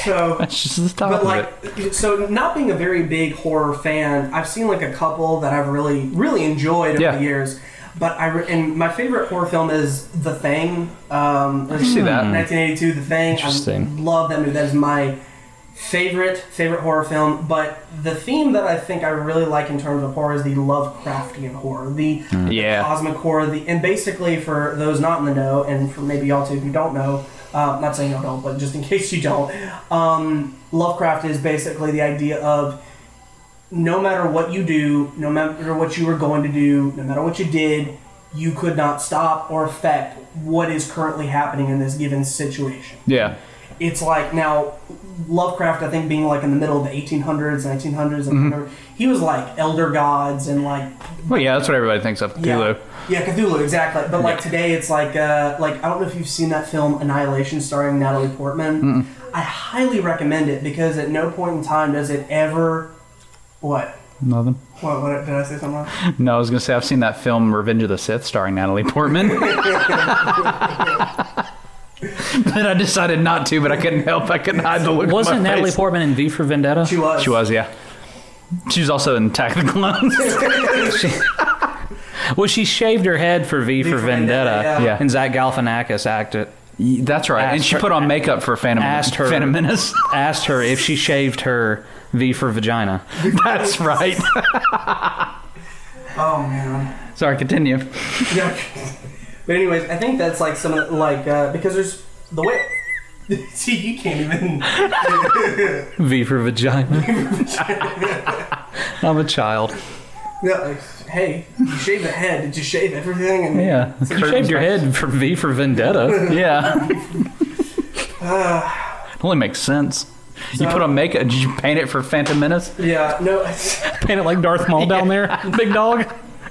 Speaker 4: So
Speaker 1: that's just the top
Speaker 4: But
Speaker 1: of
Speaker 4: like, so not being a very big horror fan, I've seen like a couple that I've really, really enjoyed over
Speaker 3: Yeah.
Speaker 4: the years. But I re- and my favorite horror film is The Thing. Um,
Speaker 3: I see that.
Speaker 4: 1982, The Thing. I
Speaker 1: Interesting.
Speaker 4: love that movie. That is my favorite favorite horror film. But the theme that I think I really like in terms of horror is the Lovecraftian horror, the
Speaker 3: Yeah.
Speaker 4: cosmic horror. The, and basically, for those not in the know, and for maybe y'all too who don't know, uh, not saying y'all don't, but just in case you don't, um, Lovecraft is basically the idea of no matter what you do, no matter what you were going to do, no matter what you did, you could not stop or affect what is currently happening in this given situation
Speaker 3: Yeah.
Speaker 4: it's like now Lovecraft, I think, being like in the middle of the 1800s, 1900s,
Speaker 3: Mm-hmm.
Speaker 4: and whatever, he was like elder gods and like
Speaker 3: Well, yeah. That's what everybody thinks of. Cthulhu.
Speaker 4: yeah, Cthulhu, exactly. But like today, it's like uh, like I don't know if you've seen that film Annihilation starring Natalie Portman.
Speaker 3: Mm-mm.
Speaker 4: I highly recommend it because at no point in time does it ever what
Speaker 3: Nothing.
Speaker 4: what, what did I say something? Wrong?
Speaker 3: No, I was gonna say I've seen that film Revenge of the Sith starring Natalie Portman, but I decided not to. But I couldn't help. I couldn't hide the look.
Speaker 1: Wasn't
Speaker 3: on my
Speaker 1: Natalie
Speaker 3: face.
Speaker 1: Portman in V for Vendetta?
Speaker 4: She was.
Speaker 3: She was. Yeah. She was also in Attack of the Clones.
Speaker 1: Well, she shaved her head for V, for,
Speaker 3: for
Speaker 1: Vendetta,
Speaker 3: Vendetta, yeah. Yeah.
Speaker 1: and Zach Galifianakis acted.
Speaker 3: That's right. and
Speaker 1: Asked
Speaker 3: she
Speaker 1: her-
Speaker 3: put on makeup for Phantom,
Speaker 1: Asked her,
Speaker 3: Phantom Menace.
Speaker 1: asked her if she shaved her V for vagina.
Speaker 3: That's right.
Speaker 4: Oh man.
Speaker 3: Sorry, continue.
Speaker 4: Yeah. But anyways, I think that's like some of the, like uh, because there's the way. See, you can't even.
Speaker 1: V for vagina. I'm a child.
Speaker 4: No, like, hey, you shave the head. Did you shave everything? And
Speaker 1: Yeah. You shaved your head for V for Vendetta.
Speaker 3: Yeah.
Speaker 4: Uh,
Speaker 3: Only makes sense. you
Speaker 4: So-
Speaker 3: put on makeup. Did you paint it for Phantom Menace?
Speaker 4: yeah, no. it's-
Speaker 1: Paint it like Darth Maul down there. Big dog.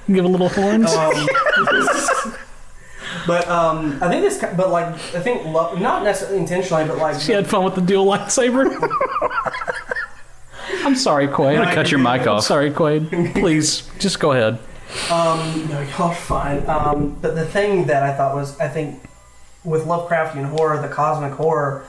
Speaker 1: Give a little horns.
Speaker 4: Um, but um, I think this. ki- But like, I think love, not necessarily intentionally, but like,
Speaker 1: She had fun with the dual lightsaber. I'm sorry, Quaid.
Speaker 3: I'm gonna cut your mic
Speaker 1: I'm
Speaker 3: off.
Speaker 1: sorry, Quaid. Please, just go ahead.
Speaker 4: um, no, y'all are fine. Um, but the thing that I thought was, I think, with Lovecraftian horror, the cosmic horror.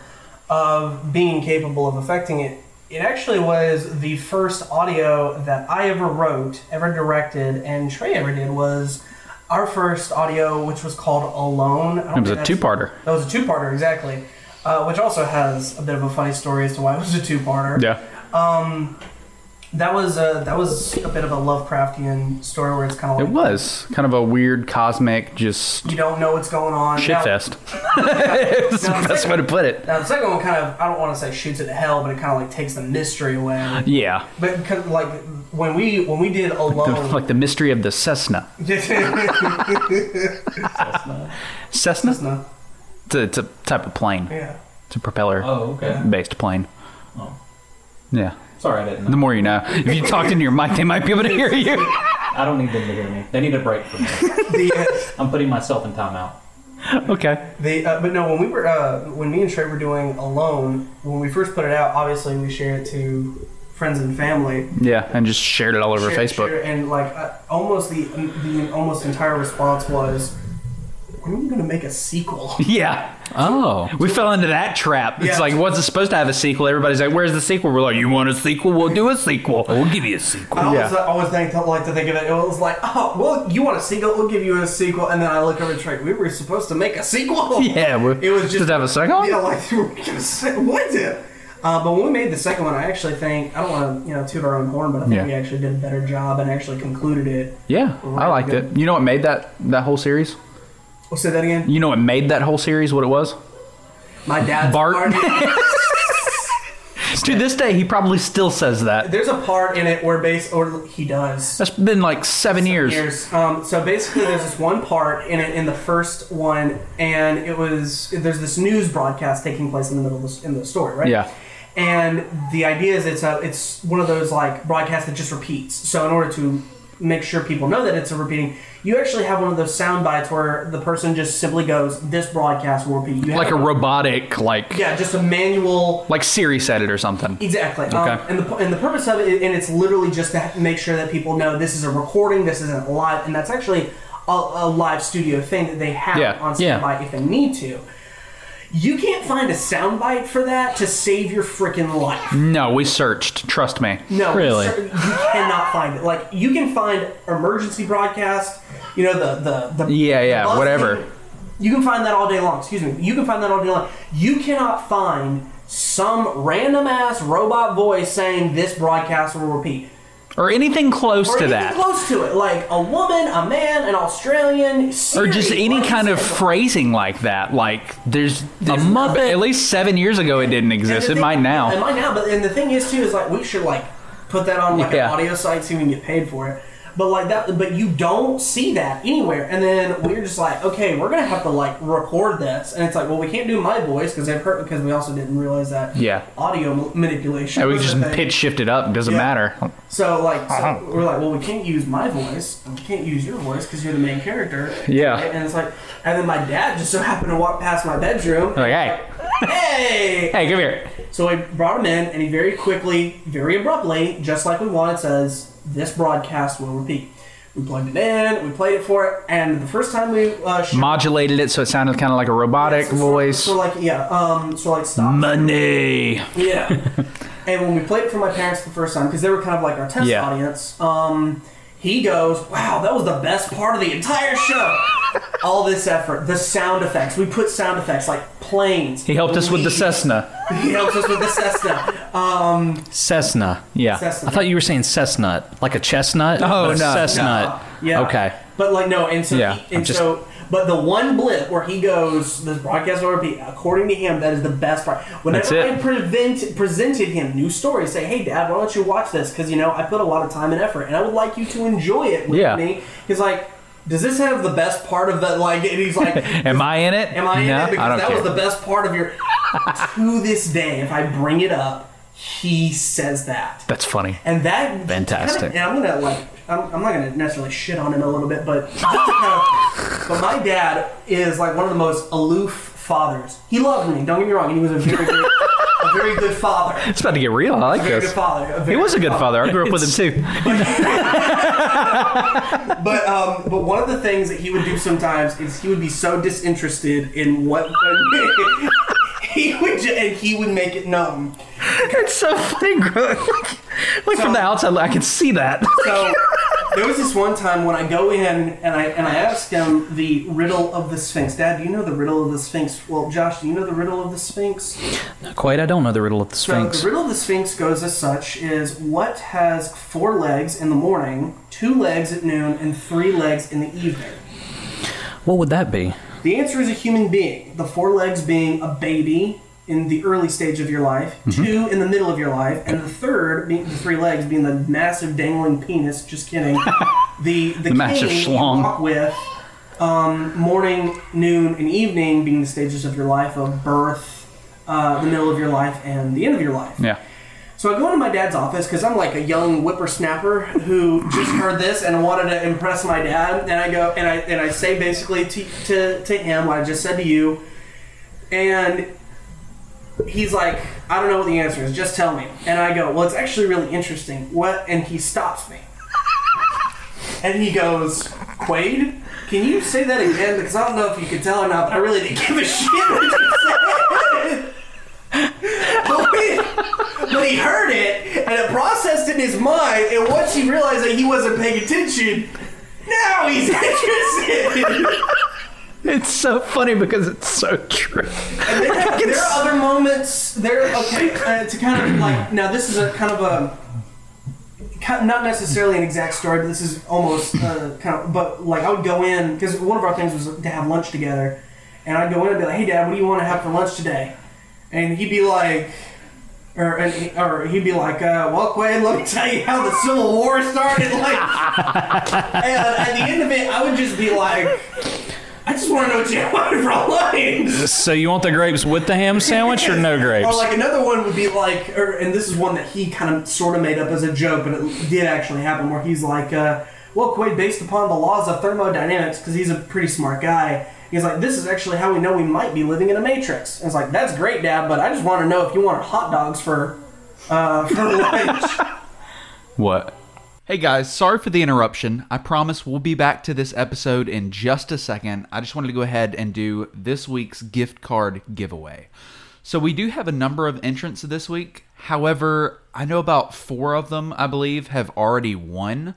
Speaker 4: of being capable of affecting it. It actually was the first audio that I ever wrote, ever directed, and Trey ever did was our first audio, which was called Alone. I
Speaker 3: It
Speaker 4: don't
Speaker 3: was
Speaker 4: think
Speaker 3: a
Speaker 4: that's-
Speaker 3: two-parter.
Speaker 4: That was a two-parter, exactly. Uh, which also has a bit of a funny story as to why it was a two-parter.
Speaker 3: Yeah.
Speaker 4: Um, that was a, that was a bit of a Lovecraftian story where it's kind of
Speaker 3: It
Speaker 4: like
Speaker 3: was kind of a weird cosmic, just
Speaker 4: you don't know what's going on.
Speaker 3: shit
Speaker 4: Now-
Speaker 3: fest. That's
Speaker 4: That's
Speaker 3: the best way to put it.
Speaker 4: Now the second one kind of I don't want to say shoots it to hell, but it kind of like takes the mystery away.
Speaker 3: Yeah.
Speaker 4: But because like when we when we did
Speaker 3: The-
Speaker 4: alone,
Speaker 3: like the mystery of the Cessna. Cessna?
Speaker 4: Cessna.
Speaker 3: It's a, it's a type of plane.
Speaker 4: Yeah.
Speaker 3: It's a propeller
Speaker 1: Oh, okay.
Speaker 3: based plane.
Speaker 1: Oh.
Speaker 3: Yeah.
Speaker 1: Sorry, I didn't know.
Speaker 3: The more you know. If you talked into your mic, they might be able to hear you.
Speaker 1: I don't need them to hear me. They need a break from me.
Speaker 4: the uh,
Speaker 1: I'm putting myself in timeout.
Speaker 3: Okay.
Speaker 4: the uh, but no when we were uh, when me and Trey were doing alone when we first put it out, obviously we shared it to friends and family.
Speaker 3: Yeah, and just shared it all over
Speaker 4: Share-
Speaker 3: Facebook.
Speaker 4: share- and like uh, almost the the almost entire response was, "When are we going to make a sequel?"
Speaker 3: Yeah. Oh. We fell into that trap. It's
Speaker 4: Yeah.
Speaker 3: like, what's it supposed to have a sequel? Everybody's like, where's the sequel? We're like, you want a sequel? We'll do a sequel. We'll give you a sequel.
Speaker 4: I always,
Speaker 3: Yeah.
Speaker 4: I always think, like to think of it. It was like, oh, well, you want a sequel? We'll give you a sequel. And then I look over at Trey. We were supposed to make a sequel.
Speaker 3: Yeah, we're
Speaker 4: it was just,
Speaker 3: supposed to have a second one?
Speaker 4: Yeah, like we were gonna say, what the? Uh, but when we made the second one, I actually think I don't want to you know toot our own horn, but I think
Speaker 3: Yeah.
Speaker 4: we actually did a better job and actually concluded it.
Speaker 3: Yeah, I liked it. You know what made that that whole series?
Speaker 4: We'll say that again.
Speaker 3: You know what made that whole series what it was?
Speaker 4: My dad's
Speaker 3: Bart.
Speaker 4: part-
Speaker 3: To this day, he probably still says that.
Speaker 4: there's a part in it where base or he does.
Speaker 3: That's been like seven years.
Speaker 4: years. Um, so basically, there's this one part in it in the first one, and it was there's this news broadcast taking place in the middle of the, in the story, right?
Speaker 3: Yeah.
Speaker 4: And the idea is it's a it's one of those like broadcasts that just repeats. So in order to make sure people know that it's a repeating, you actually have one of those sound bites where the person just simply goes, "This broadcast will repeat." You have-
Speaker 3: Like a robotic, like
Speaker 4: yeah, just a manual
Speaker 3: like Siri said it or something.
Speaker 4: Exactly. Um,
Speaker 3: Okay.
Speaker 4: and the and the purpose of it, and it's literally just to make sure that people know this is a recording, this isn't live, and that's actually a, a live studio thing that they have
Speaker 3: Yeah,
Speaker 4: on
Speaker 3: yeah.
Speaker 4: standby if they need to. You can't find a soundbite for that to save your freaking life.
Speaker 3: No, we searched. Trust me.
Speaker 4: No,
Speaker 1: Really?
Speaker 4: sir, you cannot find it. Like you can find emergency broadcast, you know the the, the
Speaker 3: Yeah,
Speaker 4: the
Speaker 3: yeah,
Speaker 4: bus
Speaker 3: whatever.
Speaker 4: thing. You can find that all day long. Excuse me. You can find that all day long. You cannot find some random ass robot voice saying this broadcast will repeat
Speaker 3: Or anything close
Speaker 4: or
Speaker 3: to
Speaker 4: anything
Speaker 3: that.
Speaker 4: close to it, like a woman, a man, an Australian,
Speaker 3: or just
Speaker 4: Siri,
Speaker 3: any
Speaker 4: like,
Speaker 3: kind of
Speaker 4: Siri.
Speaker 3: phrasing like that. Like there's, there's a
Speaker 1: Muppet.
Speaker 3: At least seven years ago, it didn't
Speaker 4: And the
Speaker 3: exist. It
Speaker 4: thing-
Speaker 3: might
Speaker 4: It
Speaker 3: now.
Speaker 4: might now, but and the thing is too is like we should like put that on like
Speaker 3: Yeah.
Speaker 4: an audio site so we can get paid for it. But like that, but you don't see that anywhere. And then we're just like, okay, we're gonna have to like record this, and it's like, well, we can't do my voice because they've heard because we also didn't realize that
Speaker 3: Yeah.
Speaker 4: audio m- manipulation.
Speaker 3: And we
Speaker 4: was a
Speaker 3: just
Speaker 4: thing.
Speaker 3: pitch shift it up. Doesn't
Speaker 4: Yeah.
Speaker 3: matter.
Speaker 4: So like,
Speaker 3: Uh-huh.
Speaker 4: so we're like, well, we can't use my voice, and we can't use your voice because you're the main character.
Speaker 3: Yeah.
Speaker 4: And it's like, and then my dad just so happened to walk past my bedroom.
Speaker 3: Like hey,
Speaker 4: Hey,
Speaker 3: Oh, hey, come here.
Speaker 4: so I brought him in, and he very quickly, very abruptly, just like we wanted, says, "This broadcast will repeat." We plugged it in, we played it for it, and the first time we uh, sh-
Speaker 3: Modulated it so it sounded kind of like a robotic
Speaker 4: so- so-
Speaker 3: voice.
Speaker 4: so like yeah, um, so like stop,
Speaker 3: Money.
Speaker 4: yeah. and when we played it for my parents the first time, because they were kind of like our test
Speaker 3: Yeah.
Speaker 4: audience, um, he goes, "Wow, that was the best part of the entire show." All this effort, the sound effects. We put sound effects like planes.
Speaker 3: He helped us with the
Speaker 4: leaves.
Speaker 3: Cessna.
Speaker 4: He helps us with the Cessna.
Speaker 1: Cessna.
Speaker 3: Yeah.
Speaker 4: Cessna.
Speaker 1: I thought you were saying chestnut, like a chestnut.
Speaker 3: Oh,
Speaker 1: but a
Speaker 3: no.
Speaker 1: Chestnut.
Speaker 4: Yeah.
Speaker 1: Okay.
Speaker 4: But like no, and so
Speaker 3: Yeah,
Speaker 4: he,
Speaker 3: I'm
Speaker 4: and
Speaker 1: just-
Speaker 4: so but the one blip where he goes, this broadcast will repeat. According to him, that is the best part.
Speaker 3: That's
Speaker 4: Whenever
Speaker 3: it.
Speaker 4: I prevent, presented him new stories, say, "Hey, Dad, why don't you watch this? Because you know I put a lot of time and effort, and I would like you to enjoy it with
Speaker 3: Yeah.
Speaker 4: me." He's like, "Does this have the best part of that?" Like, and he's like,
Speaker 3: Am I in it?
Speaker 4: "Am I in
Speaker 3: no,
Speaker 4: it?" Because
Speaker 3: I don't
Speaker 4: that
Speaker 3: care.
Speaker 4: was the best part of your. to this day, if I bring it up, he says that.
Speaker 3: That's funny.
Speaker 4: And that
Speaker 3: Fantastic.
Speaker 4: Kinda, and I'm gonna like, I'm, I'm not gonna necessarily shit on him a little bit, but but my dad is like one of the most aloof fathers. He loved me. Don't get me wrong. He was a very good, a very good father.
Speaker 3: It's about to get real. I like
Speaker 4: Very good
Speaker 3: this.
Speaker 4: father. very
Speaker 3: He was a good father. I grew up with him too.
Speaker 4: But um, but one of the things that he would do sometimes is he would be so disinterested in what. he would ju- and he would make it numb.
Speaker 11: It's so funny, Greg. Like from the outside, I can see that.
Speaker 4: So there was this one time when I go in and I and I ask him the riddle of the Sphinx. Dad, do you know the riddle of the Sphinx? Well, Josh, do you know the riddle of the Sphinx?
Speaker 1: Not quite. I don't know the riddle of the
Speaker 4: So
Speaker 1: Sphinx.
Speaker 4: the riddle of the Sphinx goes as such: is what has four legs in the morning, two legs at noon, and three legs in the evening.
Speaker 1: what would that be?
Speaker 4: The answer is a human being. The four legs being a baby in the early stage of your life,
Speaker 11: Mm-hmm.
Speaker 4: two in the middle of your life, and the third being the three legs being the massive dangling penis. Just kidding. the the,
Speaker 11: The massive
Speaker 4: cane you
Speaker 11: schlong.
Speaker 4: walk with. Um, morning, noon, and evening being the stages of your life of birth, uh, the middle of your life, and the end of your life.
Speaker 11: Yeah.
Speaker 4: So I go into my dad's office because I'm like a young whippersnapper who just heard this and wanted to impress my dad. And I go and I and I say basically to to, to him what I just said to you, and he's like, I don't know what the answer is. Just tell me. And I go, Well, it's actually really interesting. What? And he stops me, and he goes, Quaid. Can you say that again? Because I don't know if you could tell or not, but I really didn't give a shit what you said. But we- but he heard it and it processed in his mind and once he realized that he wasn't paying attention now he's interested
Speaker 11: It's so funny because it's so true.
Speaker 4: and there, there are other moments there okay uh, to kind of like now this is a kind of a kind not necessarily an exact story but this is almost uh, kind of but like i would go in because one of our things was to have lunch together and i'd go in and be like hey dad what do you want to have for lunch today and he'd be like or, and he- or he'd be like, uh, "Well, Quaid, let me tell you how the Civil War started." Like, and at the end of it, I would just be like, "I just want to know what you wanted for lunch."
Speaker 1: So you want the grapes with the ham sandwich or no grapes?
Speaker 4: Or like another one would be like, or, and this is one that he kind of sort of made up as a joke, but it did actually happen, where he's like, uh, well, Quaid, based upon the laws of thermodynamics, because he's a pretty smart guy, he's like, this is actually how we know we might be living in a matrix. And it's like, that's great, Dad, but I just want to know if you want hot dogs for, uh, for lunch.
Speaker 11: What?
Speaker 3: Hey guys, sorry for the interruption. I promise we'll be back to this episode in just a second. I just wanted to go ahead and do this week's gift card giveaway. So, we do have a number of entrants this week. However, I know about four of them, I believe, have already won.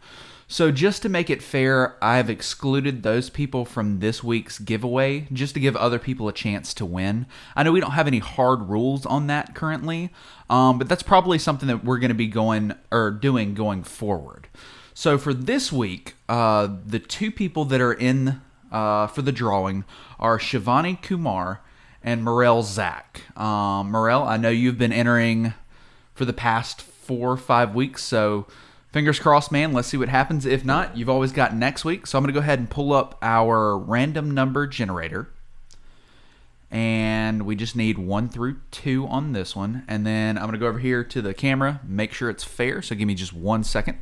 Speaker 3: So, just to make it fair, I've excluded those people from this week's giveaway just to give other people a chance to win. I know we don't have any hard rules on that currently, um, but that's probably something that we're going to be going or doing going forward. So, for this week, uh, the two people that are in uh, for the drawing are Shivani Kumar and Morel Zach. Um, Morel, I know you've been entering for the past four or five weeks. So fingers crossed, man. Let's see what happens. If not, you've always got next week. So I'm going to go ahead and pull up our random number generator. And we just need one through two on this one. And then I'm going to go over here to the camera, make sure it's fair. So give me just one second.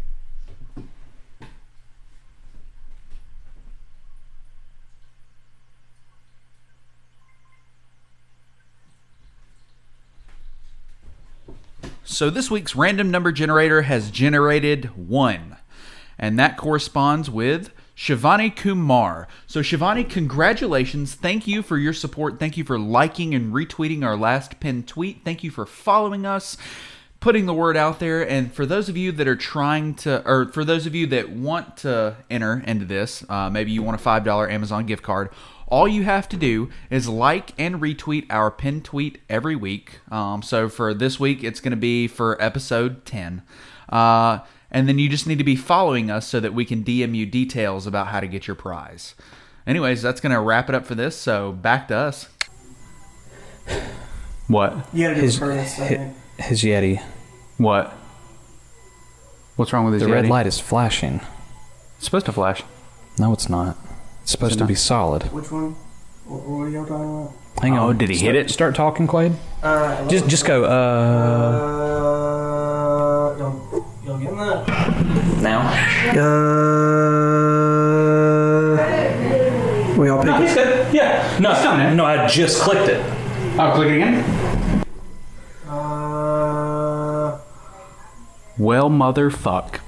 Speaker 3: So this week's random number generator has generated one, and that corresponds with Shivani Kumar. So Shivani, congratulations! Thank you for your support. Thank you for liking and retweeting our last pinned tweet. Thank you for following us. Putting the word out there, and for those of you that are trying to, or for those of you that want to enter into this, uh, maybe you want a $5 Amazon gift card, all you have to do is like and retweet our pin tweet every week. Um, so for this week, it's going to be for episode 10. Uh, and then you just need to be following us so that we can DM you details about how to get your prize. Anyways, that's going to wrap it up for this. So back to us.
Speaker 11: What?
Speaker 4: You gotta do
Speaker 1: His-
Speaker 4: the burn stuff.
Speaker 1: hi- His Yeti.
Speaker 11: What? What's wrong with his
Speaker 1: The red
Speaker 11: Yeti?
Speaker 1: light is flashing.
Speaker 11: It's supposed to flash.
Speaker 1: No, it's not. It's supposed
Speaker 11: it
Speaker 1: to be
Speaker 11: not?
Speaker 1: solid.
Speaker 4: Which one? What, what are y'all talking about?
Speaker 1: Hang
Speaker 11: Oh,
Speaker 1: on.
Speaker 11: did he hit
Speaker 1: Start-
Speaker 11: it?
Speaker 1: Start talking, Quaid.
Speaker 4: Uh, hello?
Speaker 1: Just, just go. Uh,
Speaker 4: Uh, y'all, y'all getting that?
Speaker 1: now.
Speaker 4: Uh, we all pick
Speaker 1: He said, yeah. No, no, I just clicked it.
Speaker 11: Oh, click it again.
Speaker 4: Uh,
Speaker 11: Well, motherfuck.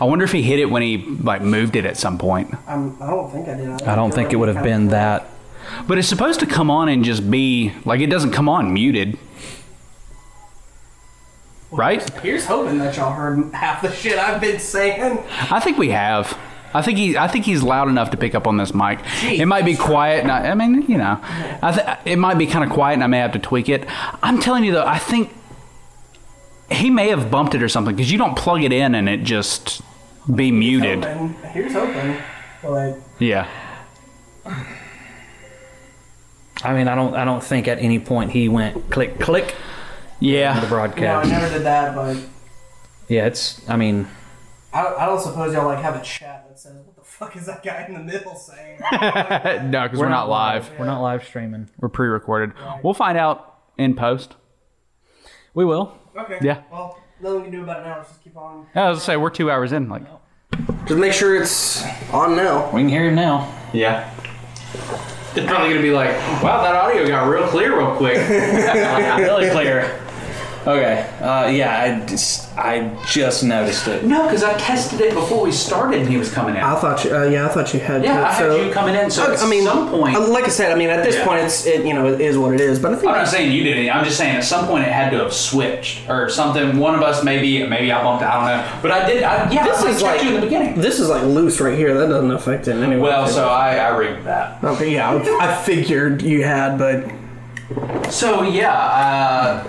Speaker 11: I wonder if he hit it when he like moved it at some point.
Speaker 4: I'm, I don't think I did.
Speaker 1: I don't think it would have been that.
Speaker 3: But it's supposed to come on and just be like it doesn't come on muted. Right?
Speaker 4: Here's hoping that y'all heard half the shit I've been saying.
Speaker 3: I think we have. I think he. I think he's loud enough to pick up on this mic. it might be quiet. And I, I mean, you know, I th- it might be kind of quiet, and I may have to tweak it. I'm telling you though, I think he may have bumped it or something because you don't plug it in and it just be muted.
Speaker 4: Hoping. Here's hoping. Like,
Speaker 3: Yeah.
Speaker 1: I mean, I don't. I don't think at any point he went click click.
Speaker 3: Yeah.
Speaker 1: The
Speaker 4: no, I
Speaker 1: broadcast.
Speaker 4: never did that, but
Speaker 1: Yeah, it's. I mean,
Speaker 4: I don't, I don't suppose y'all like have a chat that says, "What the fuck is that guy in the middle saying?"
Speaker 3: no, because we're, not live.
Speaker 1: We're not live streaming.
Speaker 3: We're pre-recorded. We'll find out in post.
Speaker 1: We will.
Speaker 4: okay.
Speaker 3: Yeah.
Speaker 4: Well, nothing we can do about it now. Let's just keep on.
Speaker 3: I was gonna say we're two hours in. Like,
Speaker 4: Just make sure it's on now.
Speaker 1: We can hear him now.
Speaker 3: yeah. They're probably gonna be like, "Wow, that audio got real clear, real quick."
Speaker 1: really clear. Okay. Uh, yeah, I just, I just noticed it.
Speaker 3: no, because I tested it before we started, and he was coming in.
Speaker 4: I thought you. Uh, yeah, I thought you had.
Speaker 3: Yeah,
Speaker 4: to,
Speaker 3: I had
Speaker 4: so.
Speaker 3: you coming in. So at some point,
Speaker 4: uh,
Speaker 3: I'm
Speaker 4: like I said, I mean, at this
Speaker 3: Yeah.
Speaker 4: point, it's it. You know, it is what it is. But I think
Speaker 3: not saying you did it. I'm just saying at some point it had to have switched or something. One of us, maybe, maybe I bumped. I don't know. But I did. I, yeah,
Speaker 4: this
Speaker 3: I
Speaker 4: is
Speaker 3: checked
Speaker 4: like
Speaker 3: you in the beginning.
Speaker 4: this is like loose right here. That doesn't affect it in any way.
Speaker 3: Well, so I, I rigged that.
Speaker 4: okay, yeah, I, I figured you had, but
Speaker 3: So yeah, uh,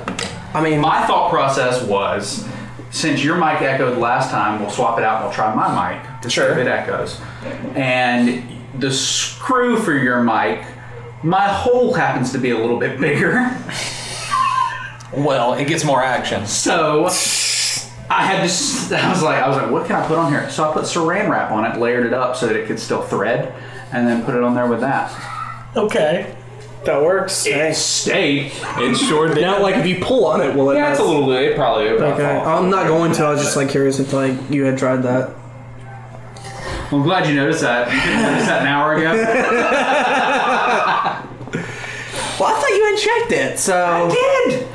Speaker 4: I mean,
Speaker 3: my thought process was since your mic echoed last time, we'll swap it out. and We'll try my mic to see
Speaker 4: Sure.
Speaker 3: if it echoes. And the screw for your mic, my hole happens to be a little bit bigger,
Speaker 1: Well, it gets more action.
Speaker 3: so. I had just, I was like, I was like, what can I put on here? So I put saran wrap on it, layered it up so that it could still thread, and then put it on there with that.
Speaker 4: okay, that works.
Speaker 3: It stayed. It sure did.
Speaker 4: Now, like if you pull on it, will it?
Speaker 3: Yeah, it's a little bit. It probably. it probably
Speaker 4: Okay,
Speaker 3: falls.
Speaker 4: I'm not going to. I was just like curious if like you had tried that.
Speaker 3: Well, I'm glad you noticed that. You didn't notice that an hour ago.
Speaker 4: Well, I thought you had checked it, so
Speaker 3: did.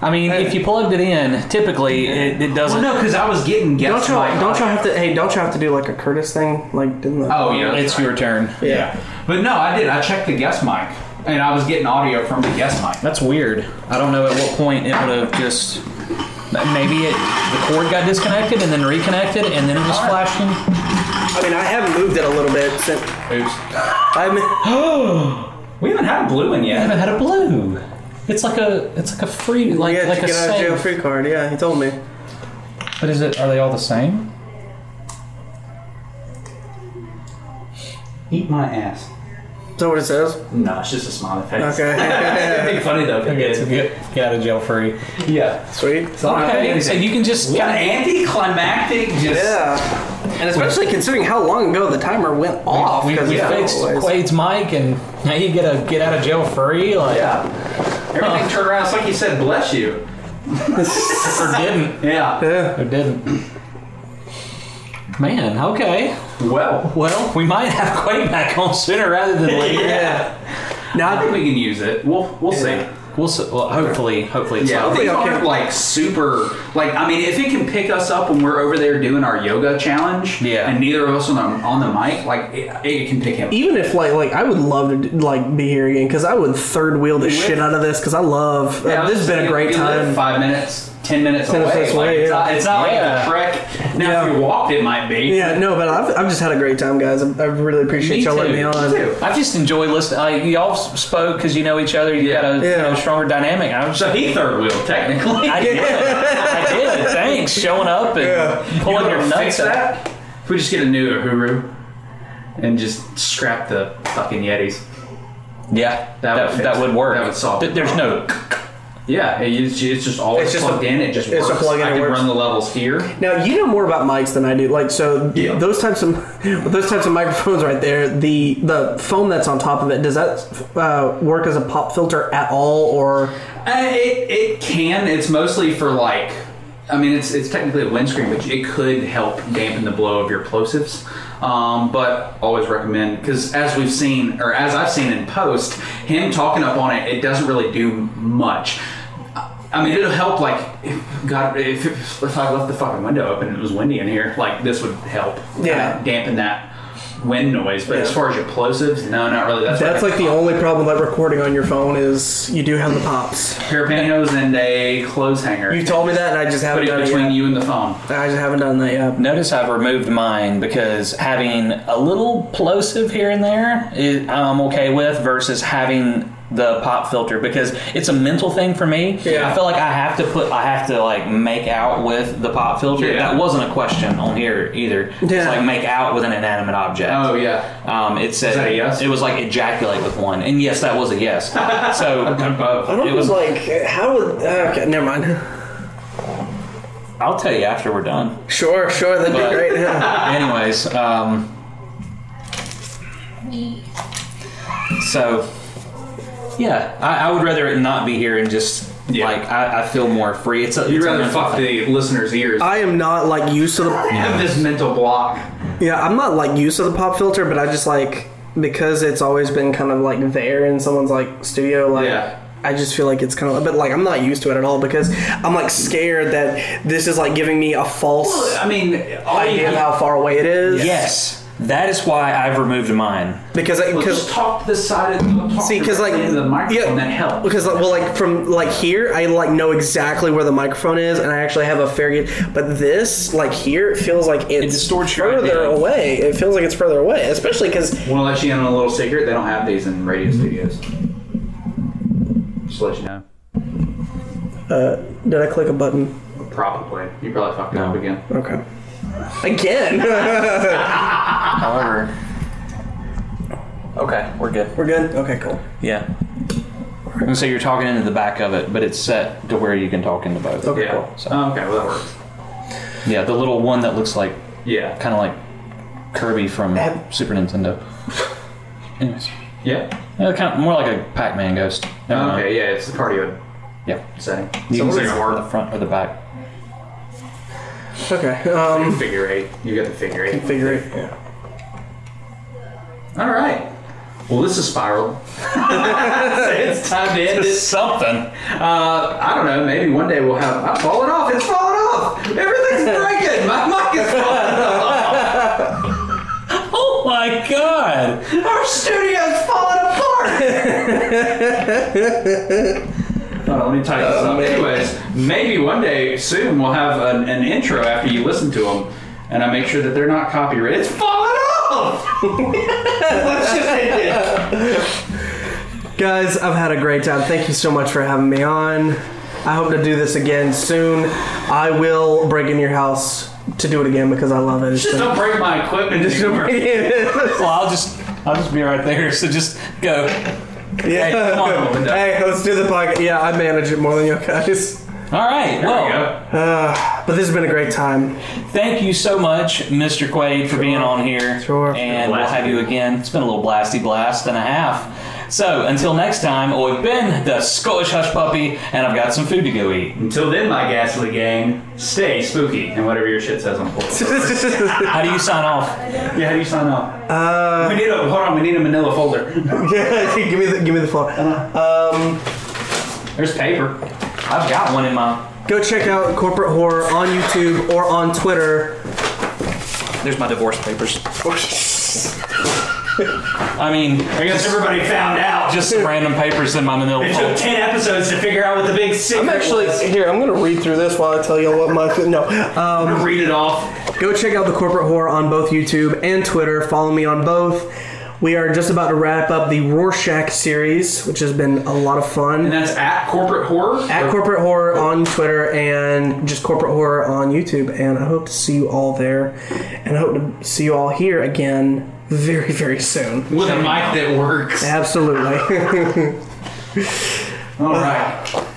Speaker 1: I mean, if you plugged it in, typically it, it doesn't.
Speaker 3: Well, no, because I was getting
Speaker 4: don't
Speaker 3: guests.
Speaker 4: you
Speaker 3: like,
Speaker 4: don't you have to? Hey, don't you have to do like a Curtis thing? Like didn't the,
Speaker 3: Oh yeah,
Speaker 1: It's your turn.
Speaker 3: Yeah, but no, I did. I checked the guest mic, and I was getting audio from the guest mic.
Speaker 1: That's weird. I don't know at what point it would have just. Maybe it the cord got disconnected and then reconnected and then it was flashing.
Speaker 4: I mean I have moved it a little bit since
Speaker 3: Oops.
Speaker 4: I mean
Speaker 3: We haven't had a blue one
Speaker 1: I
Speaker 3: yet.
Speaker 1: haven't had a blue. It's like a it's like a free like
Speaker 4: yeah
Speaker 1: like
Speaker 4: to
Speaker 1: a
Speaker 4: get out of jail
Speaker 1: save.
Speaker 4: free card. Yeah, he told me.
Speaker 1: But is it? Are they all the same?
Speaker 3: Eat my ass.
Speaker 4: Is that what it says?
Speaker 3: No, it's just a smiley face.
Speaker 4: Okay,
Speaker 3: It'd be funny though. If it did.
Speaker 1: Get, get out of jail free.
Speaker 3: Yeah.
Speaker 4: sweet.
Speaker 1: Okay, so you can just
Speaker 3: What an
Speaker 1: kind
Speaker 3: anticlimactic. Just.
Speaker 4: Yeah, and especially considering how long ago the timer went
Speaker 1: of
Speaker 4: off.
Speaker 1: we,
Speaker 4: 'cause
Speaker 1: we
Speaker 4: yeah,
Speaker 1: fixed
Speaker 4: always-
Speaker 1: Quade's mic and now you get a get out of jail free like
Speaker 3: Yeah. Everything turned around. It's like you said, bless you.
Speaker 1: or didn't
Speaker 3: Yeah.
Speaker 1: or didn't. Man, okay.
Speaker 3: Well,
Speaker 1: Well, we might have Quade back on sooner rather than later.
Speaker 3: now I think we can use it. We'll we'll see.
Speaker 1: We'll, s well hopefully, hopefully it's
Speaker 3: Yeah,
Speaker 1: not.
Speaker 3: these
Speaker 4: Hopefully, okay.
Speaker 3: aren't like super. Like, I mean, if it can pick us up when we're over there doing our yoga challenge,
Speaker 1: Yeah.
Speaker 3: and neither of us on the on the mic, like it, it can pick him.
Speaker 4: Even if like like I would love to like be here again because I would third wheel the shit out of this because I love uh,
Speaker 3: Yeah, I was
Speaker 4: this has been a
Speaker 3: saying,
Speaker 4: great
Speaker 3: we live
Speaker 4: time.
Speaker 3: Five minutes, ten minutes
Speaker 4: Ten
Speaker 3: away.
Speaker 4: minutes
Speaker 3: like,
Speaker 4: away,
Speaker 3: it's
Speaker 4: yeah.
Speaker 3: not, it's not
Speaker 1: Yeah.
Speaker 3: like a trek. Now, if
Speaker 4: Yeah.
Speaker 3: you walked, it might be.
Speaker 4: Yeah, no, but I've, I've just had a great time, guys. I, I really appreciate
Speaker 1: Me
Speaker 4: y'all letting me
Speaker 1: too.
Speaker 4: on.
Speaker 3: Me too.
Speaker 1: I just enjoy listening. Like, y'all spoke because you know each other. You got a you
Speaker 4: Yeah.
Speaker 1: know, stronger dynamic. I was
Speaker 3: So he third wheel technically.
Speaker 1: I did. I did. Thanks, showing up and
Speaker 3: You
Speaker 1: pulling
Speaker 3: wanna
Speaker 1: your
Speaker 3: fix
Speaker 1: nuts out.
Speaker 3: that? If we just get a new Uhuru and just scrap the fucking Yetis.
Speaker 1: Yeah, that,
Speaker 3: would
Speaker 1: that,
Speaker 3: fix it.
Speaker 1: would work.
Speaker 3: That would solve
Speaker 1: Th-
Speaker 3: it.
Speaker 1: There's no.
Speaker 3: Yeah, it, it's it's just always
Speaker 4: It's just
Speaker 3: plugged
Speaker 4: a-
Speaker 3: in. It just
Speaker 4: it's a
Speaker 3: works.
Speaker 4: plug-in,
Speaker 3: I
Speaker 4: it
Speaker 3: can
Speaker 4: works.
Speaker 3: run the levels here.
Speaker 4: Now you know more about mics than I do. Like so,
Speaker 3: Yeah.
Speaker 4: those types of with those types of microphones right there. The the foam that's on top of it does that uh, work as a pop filter at all? Or
Speaker 3: Uh, it, it can. It's mostly for like. I mean, it's it's technically a windscreen, but it could help dampen the blow of your plosives. Um, but always recommend because as we've seen, or as I've seen in post, him talking up on it, it doesn't really do much. I- I mean, it'll help. Like, if, God, if, if I left the fucking window open and it was windy in here, like this would help. kinda
Speaker 4: Yeah.
Speaker 3: dampen that. wind noise, but as far as explosives, no, not really. That's,
Speaker 7: That's like the only problem with recording on your phone is you do have the pops.
Speaker 3: pair of pantyhose and a clothes hanger.
Speaker 7: You told me that, and I just
Speaker 3: Put
Speaker 7: haven't
Speaker 3: it
Speaker 7: done it
Speaker 3: between
Speaker 7: yet.
Speaker 3: you and the phone.
Speaker 7: I just haven't done that yet.
Speaker 1: Notice I've removed mine because having a little plosive here and there, it, I'm okay with versus having the pop filter because it's a mental thing for me.
Speaker 7: Yeah.
Speaker 1: I feel like I have to put, I have to like make out with the pop filter.
Speaker 3: Yeah.
Speaker 1: That wasn't a question on here either. It's
Speaker 7: Yeah.
Speaker 1: like make out with an inanimate object.
Speaker 3: Oh yeah.
Speaker 1: Um, it said
Speaker 3: Is that a yes?
Speaker 1: it was like ejaculate with one, and yes, that was a yes. So
Speaker 7: I don't
Speaker 1: it was.
Speaker 7: like how would uh, okay, never mind.
Speaker 1: I'll tell you after we're done.
Speaker 7: Sure, sure, that'd
Speaker 1: But-
Speaker 7: be great. Yeah.
Speaker 1: Anyways, um, so yeah, I, I would rather it not be here and just
Speaker 3: Yeah.
Speaker 1: like I, I feel more free. It's a,
Speaker 3: You'd
Speaker 1: it's a
Speaker 3: rather
Speaker 1: mental
Speaker 3: fuck
Speaker 1: thing.
Speaker 3: the listener's ears.
Speaker 7: I am not like used to the
Speaker 3: have this mental block.
Speaker 7: Yeah, I'm not like used to the pop filter, but I just like because it's always been kind of like there in someone's like studio, like
Speaker 3: Yeah.
Speaker 7: I just feel like it's kind of, but like I'm not used to it at all because I'm like scared that this is like giving me a false
Speaker 3: I mean, all you
Speaker 7: idea of how far away it is.
Speaker 1: Yes, that is why I've removed mine.
Speaker 7: because
Speaker 3: Well,
Speaker 7: because
Speaker 3: just talk to the side of the talk
Speaker 7: See, because like
Speaker 3: directly into the microphone that helps.
Speaker 7: Because like, well, like from like here, I like know exactly where the microphone is, and I actually have a fair good. But this, like here, it feels like it's
Speaker 1: distorts your
Speaker 7: further
Speaker 1: idea.
Speaker 7: away. It feels like it's further away, especially because
Speaker 3: Want to let you in on a little secret? They don't have these in radio studios. Just to let you know.
Speaker 7: did I click a button?
Speaker 3: Probably. You probably fucked it up again.
Speaker 7: Okay. Again,
Speaker 1: However, okay, we're good.
Speaker 7: we're good. Okay, cool.
Speaker 1: Yeah. And so you're talking into the back of it, but it's set to where you can talk into both.
Speaker 7: Okay,
Speaker 3: Yeah.
Speaker 7: cool.
Speaker 1: So-
Speaker 3: Oh, okay, well that works.
Speaker 1: Yeah, the little one that looks like
Speaker 3: Yeah.
Speaker 1: kind of like Kirby from
Speaker 7: Have-
Speaker 1: Super Nintendo. Anyways,
Speaker 3: Yeah.
Speaker 1: yeah, kind of more like a Pac-Man ghost. Never mind.
Speaker 3: Okay. Yeah, it's the cardio
Speaker 1: Yeah.
Speaker 3: setting.
Speaker 1: You
Speaker 3: so
Speaker 1: can
Speaker 3: we're
Speaker 1: see
Speaker 3: gonna
Speaker 1: from the
Speaker 3: work
Speaker 1: front or the back.
Speaker 7: Okay. Um,
Speaker 3: figure eight. You got the figure eight.
Speaker 7: figure it. Yeah.
Speaker 3: All right. Well, this is spiraled. it's time to end this.
Speaker 1: Something.
Speaker 3: Uh, I don't know. Maybe one day we'll have. I'm falling off. It's falling off. Everything's breaking. My mic is falling off.
Speaker 1: Oh my god!
Speaker 3: Our studio's falling apart. Hold on, let me tighten this up. Anyways, maybe one day soon we'll have an, an intro after you listen to them, and I make sure that they're not copyrighted. It's falling off. Let's just end it.
Speaker 7: Guys, I've had a great time. Thank you so much for having me on. I hope to do this again soon. I will break into your house to do it again because I love it. It's
Speaker 3: Just
Speaker 7: been-
Speaker 3: don't break my equipment. Just don't break.
Speaker 1: Well, I'll just I'll just be right there. So just go.
Speaker 7: Yeah.
Speaker 1: Hey, come on, Melinda.
Speaker 7: Hey, let's do the podcast. Yeah, I manage it more than you guys.
Speaker 1: All right. Well,
Speaker 7: But this has been a great time.
Speaker 1: thank you so much, Mr. Quaid, for being on here.
Speaker 7: Sure.
Speaker 1: And we'll have you again. It's been a little blasty blast and a half. So until next time, I've been the Scottish Hush Puppy, and I've got some food to go eat.
Speaker 3: Until then, my ghastly gang, stay spooky and whatever your shit says on folder.
Speaker 1: How do you sign off?
Speaker 3: yeah, how do you sign off? Uh, we need a hold on. We need a Manila folder.
Speaker 7: Yeah, give me the give me the floor. Um,
Speaker 3: There's paper.
Speaker 1: I've got one in my.
Speaker 7: go check out Corporate Horror on YouTube or on Twitter.
Speaker 1: There's my divorce papers. I mean,
Speaker 3: I guess everybody found out.
Speaker 1: just some random papers in my manila
Speaker 3: It took
Speaker 1: folder.
Speaker 3: ten episodes to figure out what the big secret.
Speaker 7: I'm actually here. I'm gonna read through this while I tell you what my no. Um,
Speaker 3: was. read it off.
Speaker 7: go check out the Corporate Horror on both YouTube and Twitter. Follow me on both. We are just about to wrap up the Rorschach series, which has been a lot of fun.
Speaker 3: And that's at corporate horror.
Speaker 7: At Corporate Horror on Twitter and just Corporate Horror on YouTube. And I hope to see you all there. And I hope to see you all here again very, very soon.
Speaker 3: with a mic that works.
Speaker 7: Absolutely.
Speaker 3: All right.